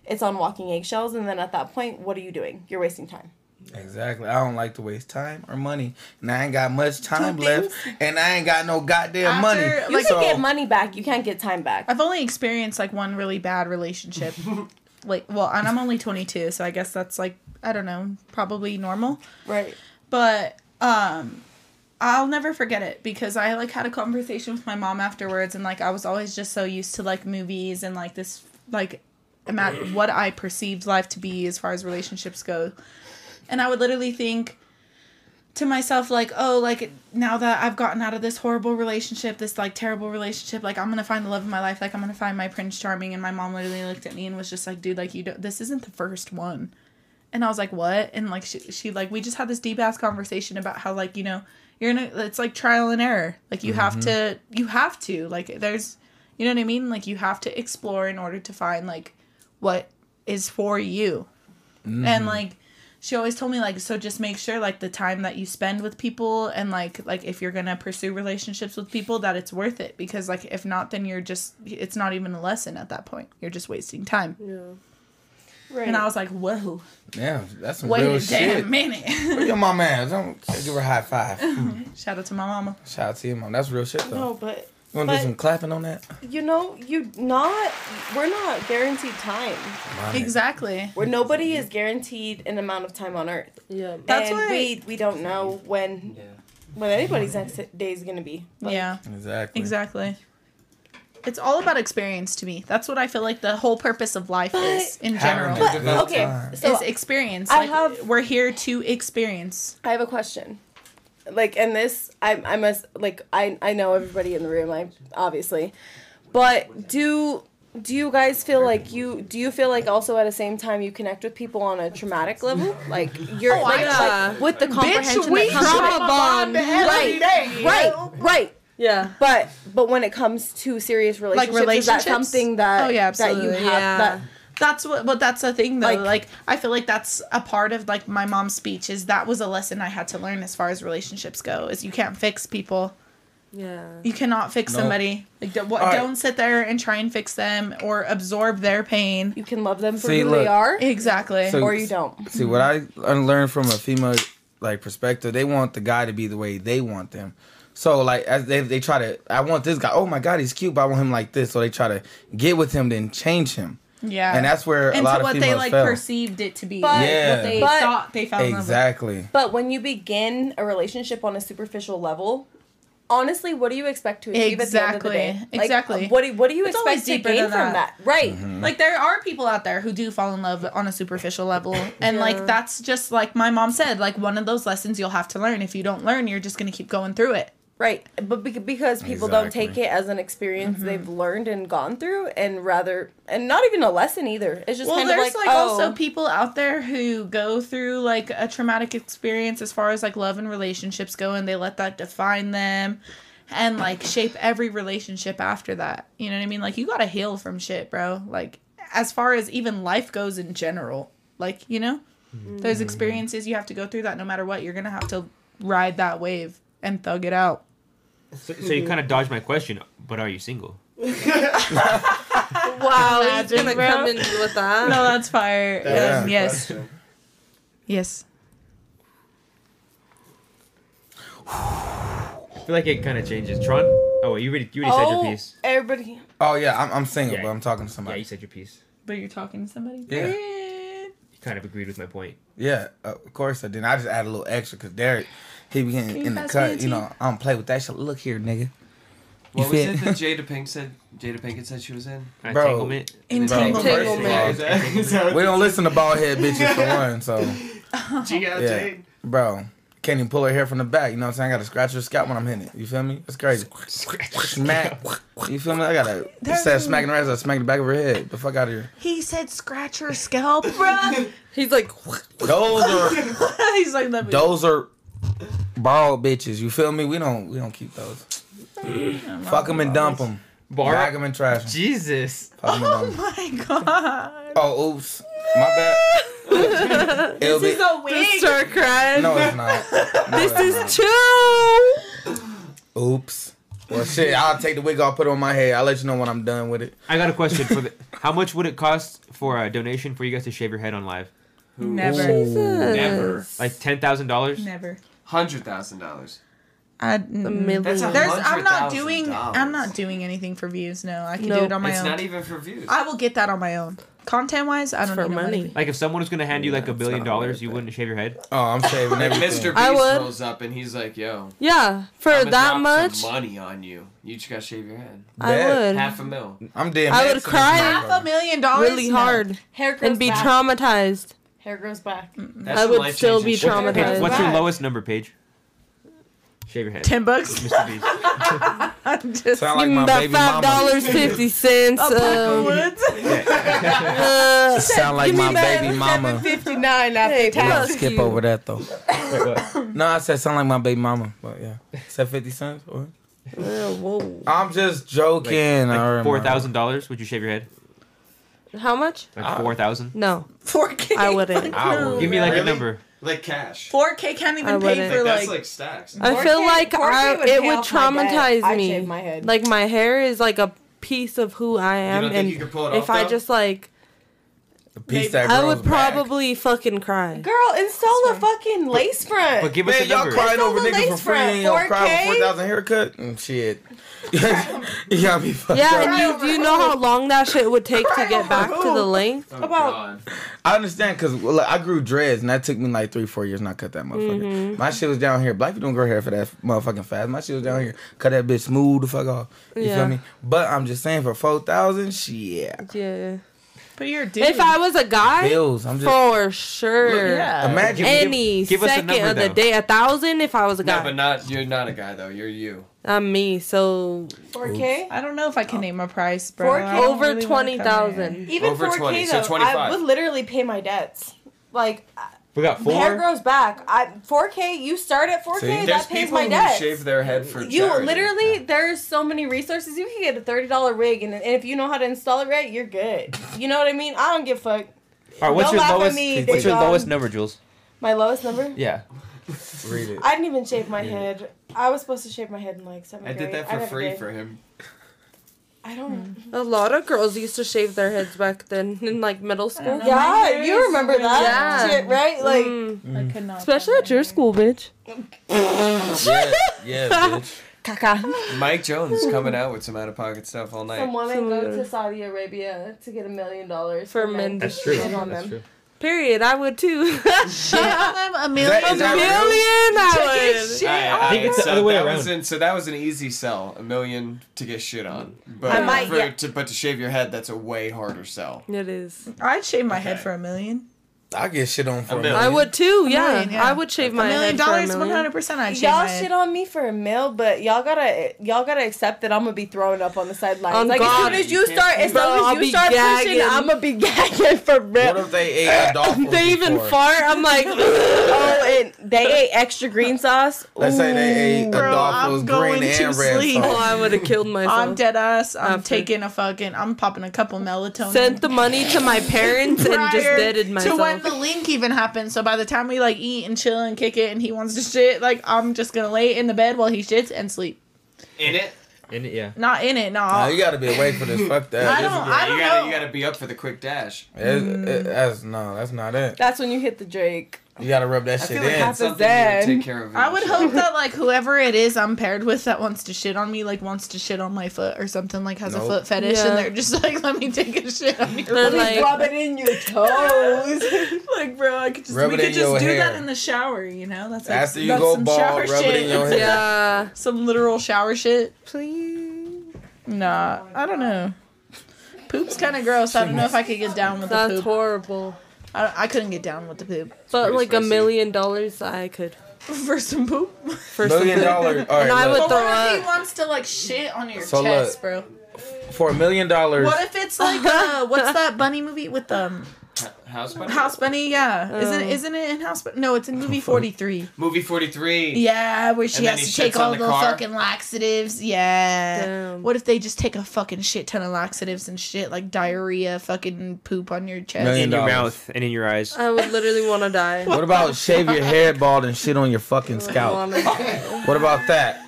It's on walking eggshells, and then at that point, what are you doing? You're wasting time. Exactly. I don't like to waste time or money, and I ain't got much time left, and I ain't got no goddamn money. You so, can get money back, you can't get time back. I've only experienced like one really bad relationship. like well, and I'm only 22, so I guess that's like I don't know, probably normal. Right. But um I'll never forget it because I like had a conversation with my mom afterwards and like I was always just so used to like movies and like this like ima- what I perceived life to be as far as relationships go. And I would literally think to myself like, "Oh, like now that I've gotten out of this horrible relationship, this like terrible relationship, like I'm going to find the love of my life, like I'm going to find my prince charming." And my mom literally looked at me and was just like, "Dude, like you don't this isn't the first one." and I was like, "What?" And like she, she like we just had this deep ass conversation about how like you know you're in a, it's like trial and error. Like you have Mhm. to you have to like there's you know what I mean. Like you have to explore in order to find like what is for you. And Mhm. like she always told me like so just make sure like the time that you spend with people and like like if you're gonna pursue relationships with people that it's worth it because like if not then you're just it's not even a lesson at that point. You're just wasting time. Yeah. Right. And I was like, whoa. Yeah, that's some Wait real a shit. damn minute. Where your mom at? Don't give her a high five. Hmm. Shout out to my mama. Shout out to your mom. That's real shit though. No, but you wanna but- do some clapping on that? You know, you not we're not guaranteed time. Right. Exactly. Where nobody is guaranteed an amount of time on earth. Yeah. That's and why- we we don't know when when anybody's next day is gonna be. yeah. Exactly. Exactly. It's all about experience to me. That's what I feel like the whole purpose of life is in general. Having a But, good okay, time. so is experience. I like, we're here to experience. I have a question. Like, and this, I, I must, like, I, I know everybody in the room, I obviously, but do do you guys feel like you do you feel like also at the same time you connect with people on a traumatic level like you're Oh, I like, know. like, with the Bitch, comprehension we that comes with- trauma bond every right day, yo. right right yeah but but when it comes to serious relationships, is that something that oh yeah that absolutely you have yeah. that that's what but that's the thing though like, i feel like that's a part of like my mom's speech is that was a lesson i had to learn as far as relationships go is you can't fix people Yeah. you cannot fix Nope. somebody like don't, what, All right. don't sit there and try and fix them or absorb their pain you can love them for See, who they look. are, exactly So- or you don't See what I learned from a female like perspective, they want the guy to be the way they want them. So like as they they try to I want this guy, oh my god, he's cute, but I want him like this. So they try to get with him, then change him. yeah And that's where a Into lot of what females they like fail. perceived it to be But- like, Yeah. what they But- thought they fell in love with Exactly. But when you begin a relationship on a superficial level, honestly, what do you expect to achieve at the end of the Exactly. day? Like, Exactly. What do what do you It's always expect to deeper than gain from that? that. Right. Mm-hmm. Like there are people out there who do fall in love on a superficial level, and like Yeah. that's just like my mom said, like one of those lessons you'll have to learn. If you don't learn, you're just gonna keep going through it. Right. But bec- because people don't take Exactly. it as an experience Mm-hmm. they've learned and gone through, and rather, and not even a lesson either. It's just well, kind of there's like, like, oh, also people out there who go through like a traumatic experience as far as like love and relationships go, and they let that define them, and like shape every relationship after that. You know what I mean? Like you gotta heal from shit, bro. Like as far as even life goes in general, like you know, Mm-hmm. those experiences you have to go through that no matter what. You're gonna have to ride that wave and thug it out. So, so you kind of dodged my question, but are you single? Wow, he's Imagine, gonna bro. come in with that. No, that's fire. That was Um, the yes. Yes. I feel like it kind of changes. Tron. Oh wait, you already you already said oh, your piece. everybody. Oh yeah, I'm, I'm single, but I'm talking to somebody. Yeah, you said your piece. But you're talking to somebody. Yeah. You kind of agreed with my point. Yeah, of course I did. I just add a little extra because Derek, he be Can in, you in the pass me a cut. You tea? know, I don't play with that shit. Look here, nigga. You What was feel- it that Jada Pinkett said? Jada Pinkett said she was in. Bro, Entanglement. Bro, first of all, Is that- is that what we they don't said? listen to bald head bitches for one, so G.I. yeah, Jane. bro, can't even pull her hair from the back. You know what I'm saying? I gotta scratch her scalp when I'm hitting it. You feel me? That's crazy. Smack. You feel me? I gotta instead of smacking her ass, I smack the back of her head. The fuck out of here. He said scratch her scalp, bruh. He's like Those are He's like that. those are bald bitches. You feel me? We don't we don't keep those. Fuck them and dump them. Bar- Bag them and trash them. Jesus. Fuck 'em and dump 'em. Oh my god. Oh, oops. My bad. It'll be- a wig. start crying. No, it's not. No, it's This is chill. not. Oops. Well, shit. I'll take the wig off, put it on my head. I'll let you know when I'm done with it. I got a question for the. How much would it cost for a donation for you guys to shave your head on live? Never. Jesus. Never. Like ten thousand dollars. Never. Hundred thousand dollars. I, million. That's a There's, I'm hundred not thousand doing. dollars. I'm not doing anything for views. No, I can do Nope. it on my It's own. not even for views. I will get that on my own. Content wise, I don't know. money. Like if someone was gonna hand you like a billion dollars, you wouldn't shave your head. Oh, I'm shaving Like Mr. Beast I would. rolls up and he's like, "Yo, Yeah, for I'ma that drop much, some money on you. You just gotta shave your head. I Bet. would. half a mil. I'm damn. I would cry Half a million dollars? really No. hard Hair grows and be back. traumatized. Hair grows back. That's I some would life still be changing shit. traumatized. Okay, what's your Right. lowest number, Paige? Shave your head. 10 bucks? Mr. Beast. I'm just Sound like my About baby five mama. dollars fifty cents. Um, Woods. uh, Sound like Give me my that baby mama. 59 after We tax. gotta skip over that though. No, I said sound like my baby mama, but yeah. Said fifty cents. What? Uh, whoa. I'm just joking. Like, all right, like man. four thousand dollars? Would you shave your head? How much? Ah. Like four thousand? No, 4K. I wouldn't. I would. Give me like a Really? number. Like cash. 4K can't even I pay wouldn't. for that's like. like stacks. I feel 4K like I, would it pay would off my debt. traumatize I'd me. shave my head. Like my hair is like a piece of who I am, don't think and you could pull it if off, I though? just like, The piece that I grows would back. probably fucking cry. Girl, install a fucking lace front. But give us Man, a y'all number. crying over That's all niggas for the lace free and y'all front, crying 4K? for four thousand haircut. Mm, shit, you gotta be fucked Yeah, up. and you do you know how long that shit would take to get back to the length? Oh, about- God. I understand because like, I grew dreads and that took me like three, four years not cut that motherfucker. My shit was down here. Black people don't grow hair for that motherfucking fast. My shit was down here. Cut that bitch smooth the fuck off. You Yeah. feel me? But I'm just saying for four thousand, shit. Yeah. But you're a dude. If I was a guy, Bills. I'm just for sure. yeah. imagine. Any Give- give us a second number, of the though. day, a thousand. If I was a No, guy, but not you're not a guy though. You're you. I'm me. So 4K? I don't know if I Oh. can name a price, bro. 4K? I don't over really wanna twenty come here. thousand. Even Over 4K 20, so though, I 25. would literally pay my debts. Like I- We got hair four. grows back. I 4K. You start at 4K. See? There's That pays people my who debts. shave their head for You charity. literally, there's so many resources. You can get a thirty dollar rig, and, and if you know how to install it right, you're good. You know what I mean? I don't give a fuck. All right, what's Don't your laugh at lowest? me, what's your Dagon. lowest number, Jules? My lowest number. Yeah. Read it. I didn't even shave my head. I was supposed to shave my head in like seventh I grade. did that for never free did. for him. I don't. A lot of girls used to shave their heads back then in like middle school. know. my hair Yeah, is you remember that Yeah. shit, right? Like, Mm. I could not. especially at your school, bitch. yeah, yeah, bitch. Caca. Mike Jones coming out with some out of pocket stuff all night. some women Some go women. to Saudi Arabia to get a million dollars For men to to shit on them. Period. I would too. Shit on them, a Is million. that, is that real? Million. I Chicken would. shit. I, think it's the so other way that around. was an- so that was an easy sell, a million to get shit on. Mm. But I might for, get- to, but to shave your head, that's a way harder sell. It is. I'd shave my head Okay. for a million. I get shit on for a million. million. I would too. Yeah. million, yeah. I would shave A my head million for a dollars, one million. hundred percent. I'd shave my Y'all head. shit on me for a meal, but y'all gotta y'all gotta accept that I'm gonna be throwing up on the sidelines. On like God. as soon as you start, as Bro, long as I'll you be start gagging. pushing, I'm gonna be gagging for What real. if they ate a dolphin? They even before? fart. I'm like, Oh, and they ate extra green sauce. Let's say they ate a Bro, dolphin I'm green going to and red. sleep. sauce. oh, I would have killed myself. I'm dead ass. I'm After. taking a fucking. I'm popping a couple melatonin. Sent the money to my parents and just prior deaded To when myself. the link even happened. So by the time we like eat and chill and kick it, and he wants to shit, like I'm just gonna lay in the bed while he shits and sleep. In it, And it- yeah. Not in it, nah. Nah, you gotta be awake for this. Fuck that. I don't. Yeah, I don't you gotta know. you gotta be up for the quick dash. It's- it- that's no, that's not it. That's when you hit the Drake. You gotta rub that I shit feel in. like that's That's something you would sad. take care of. I would yourself. hope that like whoever it is I'm paired with that wants to shit on me, like wants to shit on my foot or something, like has a Nope. foot fetish, Yeah. and they're just like, let me take a shit on your. They're foot." like- Rub it in your toes. like, bro, I could just Rub we it could in just your do hair. that in the shower, you know? That's like After you that's go some bald, shower rub shit. it in your hair. yeah. Some literal shower shit. Please. Nah, I don't know. Poop's kind of gross. I don't know if I could get down with the That's poop. horrible. I, I couldn't get down with the poop But pretty like a spicy. million dollars, I could. for some poop. For million something. dollars. All And I right, would look, throw what if up. he wants to like shit on your So chest, bro? for a million dollars. What if it's like uh, what's that bunny movie with um House Bunny? House Bunny? Yeah, isn't Oh. isn't it in House? Bunny? No, it's in movie forty three. Movie forty three. Yeah, where she And then has he to take shits on all the the, car? fucking laxatives. Yeah. Damn. What if they just take a fucking shit ton of laxatives and shit like diarrhea, fucking poop on your chest? Million In your dollars. mouth and in your eyes. I would literally want to die. What about shave your head bald and shit on your fucking scalp? Wanna die. What about that?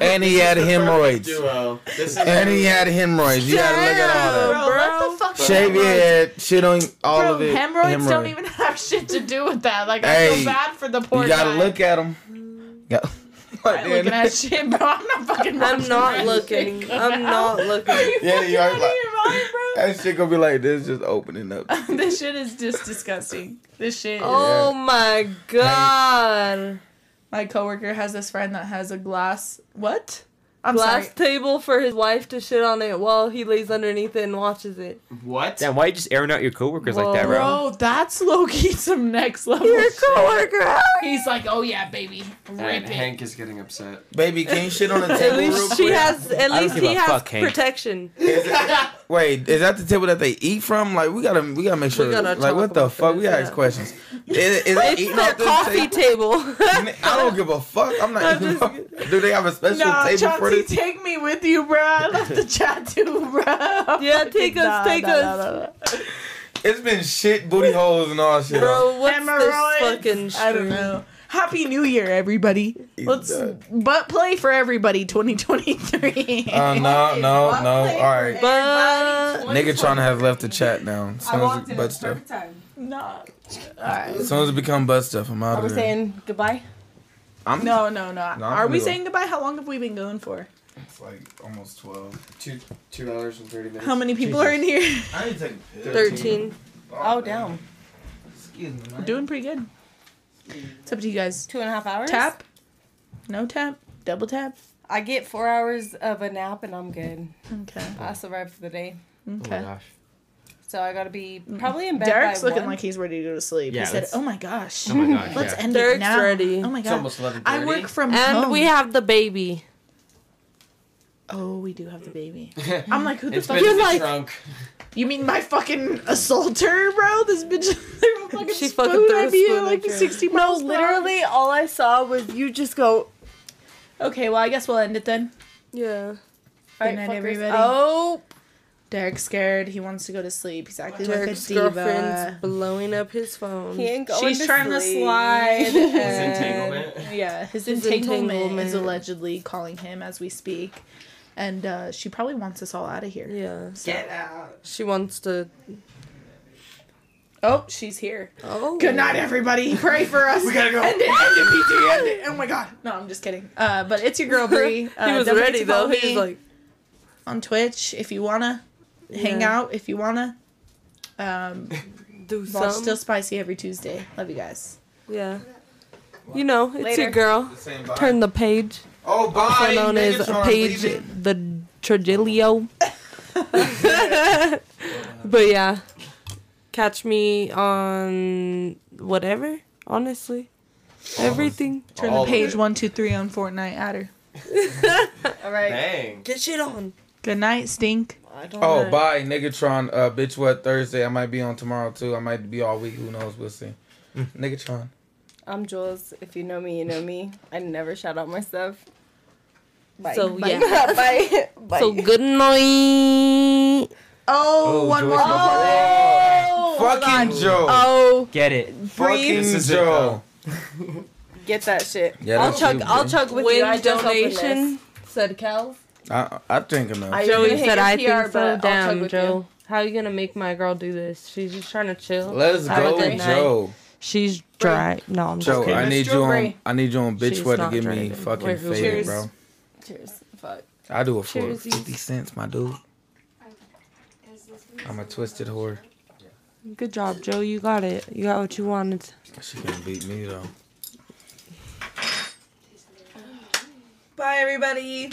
And he had hemorrhoids. Duo. This is And he uh, had hemorrhoids. You gotta look at all that. Bro, what Bro. the fuck? Shave your head, shit on all Bro, of it. hemorrhoids don't hemorrhoid. even have shit to do with that. Like, I Hey, feel bad for the poor You gotta guy. look at them. I'm not looking at shit, bro. I'm not fucking. I'm watching not that looking. shit. I'm not looking. Yeah, you are. Out of your mind, bro. that shit gonna be like this, just opening up. this shit is just disgusting. This shit. Oh my god. My coworker has this friend that has a glass. What? glass table for his wife to shit on it while he lays underneath it and watches it. What? Damn, why you just airing out your coworkers like that, bro? Bro, that's low key some next level. Your shit. coworker. He's like, oh yeah, baby, And rip it. Hank is getting upset. Baby, can you shit on the At table real least quick? she has. At I don't least give a he has fuck, Hank. protection. Wait, is that the table that they eat from? Like we gotta, we gotta make sure. gotta like what the fuck? We gotta yeah. ask questions. Is, is it It's eating off their this coffee table? table. I don't give a fuck. I'm not I'm eating. off- Do they have a special No, table for Chauncey, this? take me with you, bro. I love the chat too, bro. yeah, take us, take us, It's been shit booty holes and all shit. bro. What's Hemorrhoids. this fucking? I don't know. Happy New Year, everybody. Let's dead. butt play for everybody 2023. Uh, no, no, no. All right, But nigga, trying to have left the chat now. As soon as it butt stuff. time. no. As soon as it become butt stuff, I'm out Are we of there. saying goodbye? I'm No, no, no. No, Are we no. saying goodbye? How long have we been going for? It's like almost twelve. Two two hours and thirty minutes. How many people are in here? I need to take a pill. thirteen. Oh, damn. Excuse me. man. Doing pretty good. It's up to you guys. Two and a half hours? Tap. No tap. Double tap. I get four hours of a nap and I'm good. Okay. I survived for the day. Oh my Okay. gosh. So I gotta be Mm-hmm. probably in bed. Derek's by looking one. like he's ready to go to sleep. Yeah, he said, let's- "Oh my gosh, Oh my gosh. let's yeah. end it Derek's now." ready. Oh my It's god, almost eleven thirty. I work from And home. we have the baby. oh, we do have the baby. I'm like, who the It's fuck? been You're in the like, trunk. you mean my fucking assaulter, bro? This bitch, threw a fucking She she fucking fucking threw a at me spoon at like at you. 60 No, miles. per hour. literally, all I saw was you just go. Okay, well, I guess we'll end it then. Yeah. Good Alright, night, fuckers. everybody. Oh, Derek's scared. He wants to go to sleep. He's acting Derek's like a girlfriend's diva. blowing up his phone. He ain't going She's trying to sleep. slide. and- entanglement. Yeah, his, His entanglement, entanglement. is allegedly calling him as we speak. And uh, she probably wants us all out of here. Yeah. Get out. She wants to. Oh, she's here. Oh. Good night, everybody. Pray for us. we gotta go. End it, end it, PT, end it. Oh my god. No, I'm just kidding. Uh, but it's your girl Bree. Uh, he was don't forget ready to follow though. He was me like, on Twitch if you wanna hang Yeah. out if you wanna. Um, do watch something. Still Spicy every Tuesday. Love you guys. yeah. You know, it's Later. your girl. Saying bye. Turn the page. Oh, bye. Also known nigga, as trying to Paige leave it. the Tragilio. but yeah, catch me on whatever. Honestly, everything. Turn All to of page it. one two three on Fortnite Adder. All right. Dang. Get shit on. Good night, Stink. I don't Oh, know. bye, Nigatron. Uh, bitch, what Thursday? I might be on tomorrow too. I might be all week. Who knows? We'll see. Nigatron. I'm Jules. If you know me, you know me. I never shout out my stuff. Bye. So, Bye. yeah. Bye. Bye. So good night. Oh, one Joyce more. Fucking Joe. Oh, Get it. Fucking This is it, Joe. Get that shit. Yeah, I'll that's chug. you, I'll bro. chug with you. I win just opened this. donation. Said Cal. I I drink enough. I- Joey You hate said, your "I PR, think but so." I'll chug Damn, with Joe. How you gonna make my girl do this? She's just trying to chill. Let's Have a go, good night. Joe. She's dry. No, I'm just Joe, kidding. I Miss need you Joe on. Bray. I need you on, bitch. She's what to not give me drinking. fucking Wait, who- fade, Cheers. bro? Cheers. Fuck. I do it for Cheersies. fifty cents, my dude. I'm a twisted whore. Good job, Joe. You got it. You got what you wanted. She can beat me though. Bye, everybody.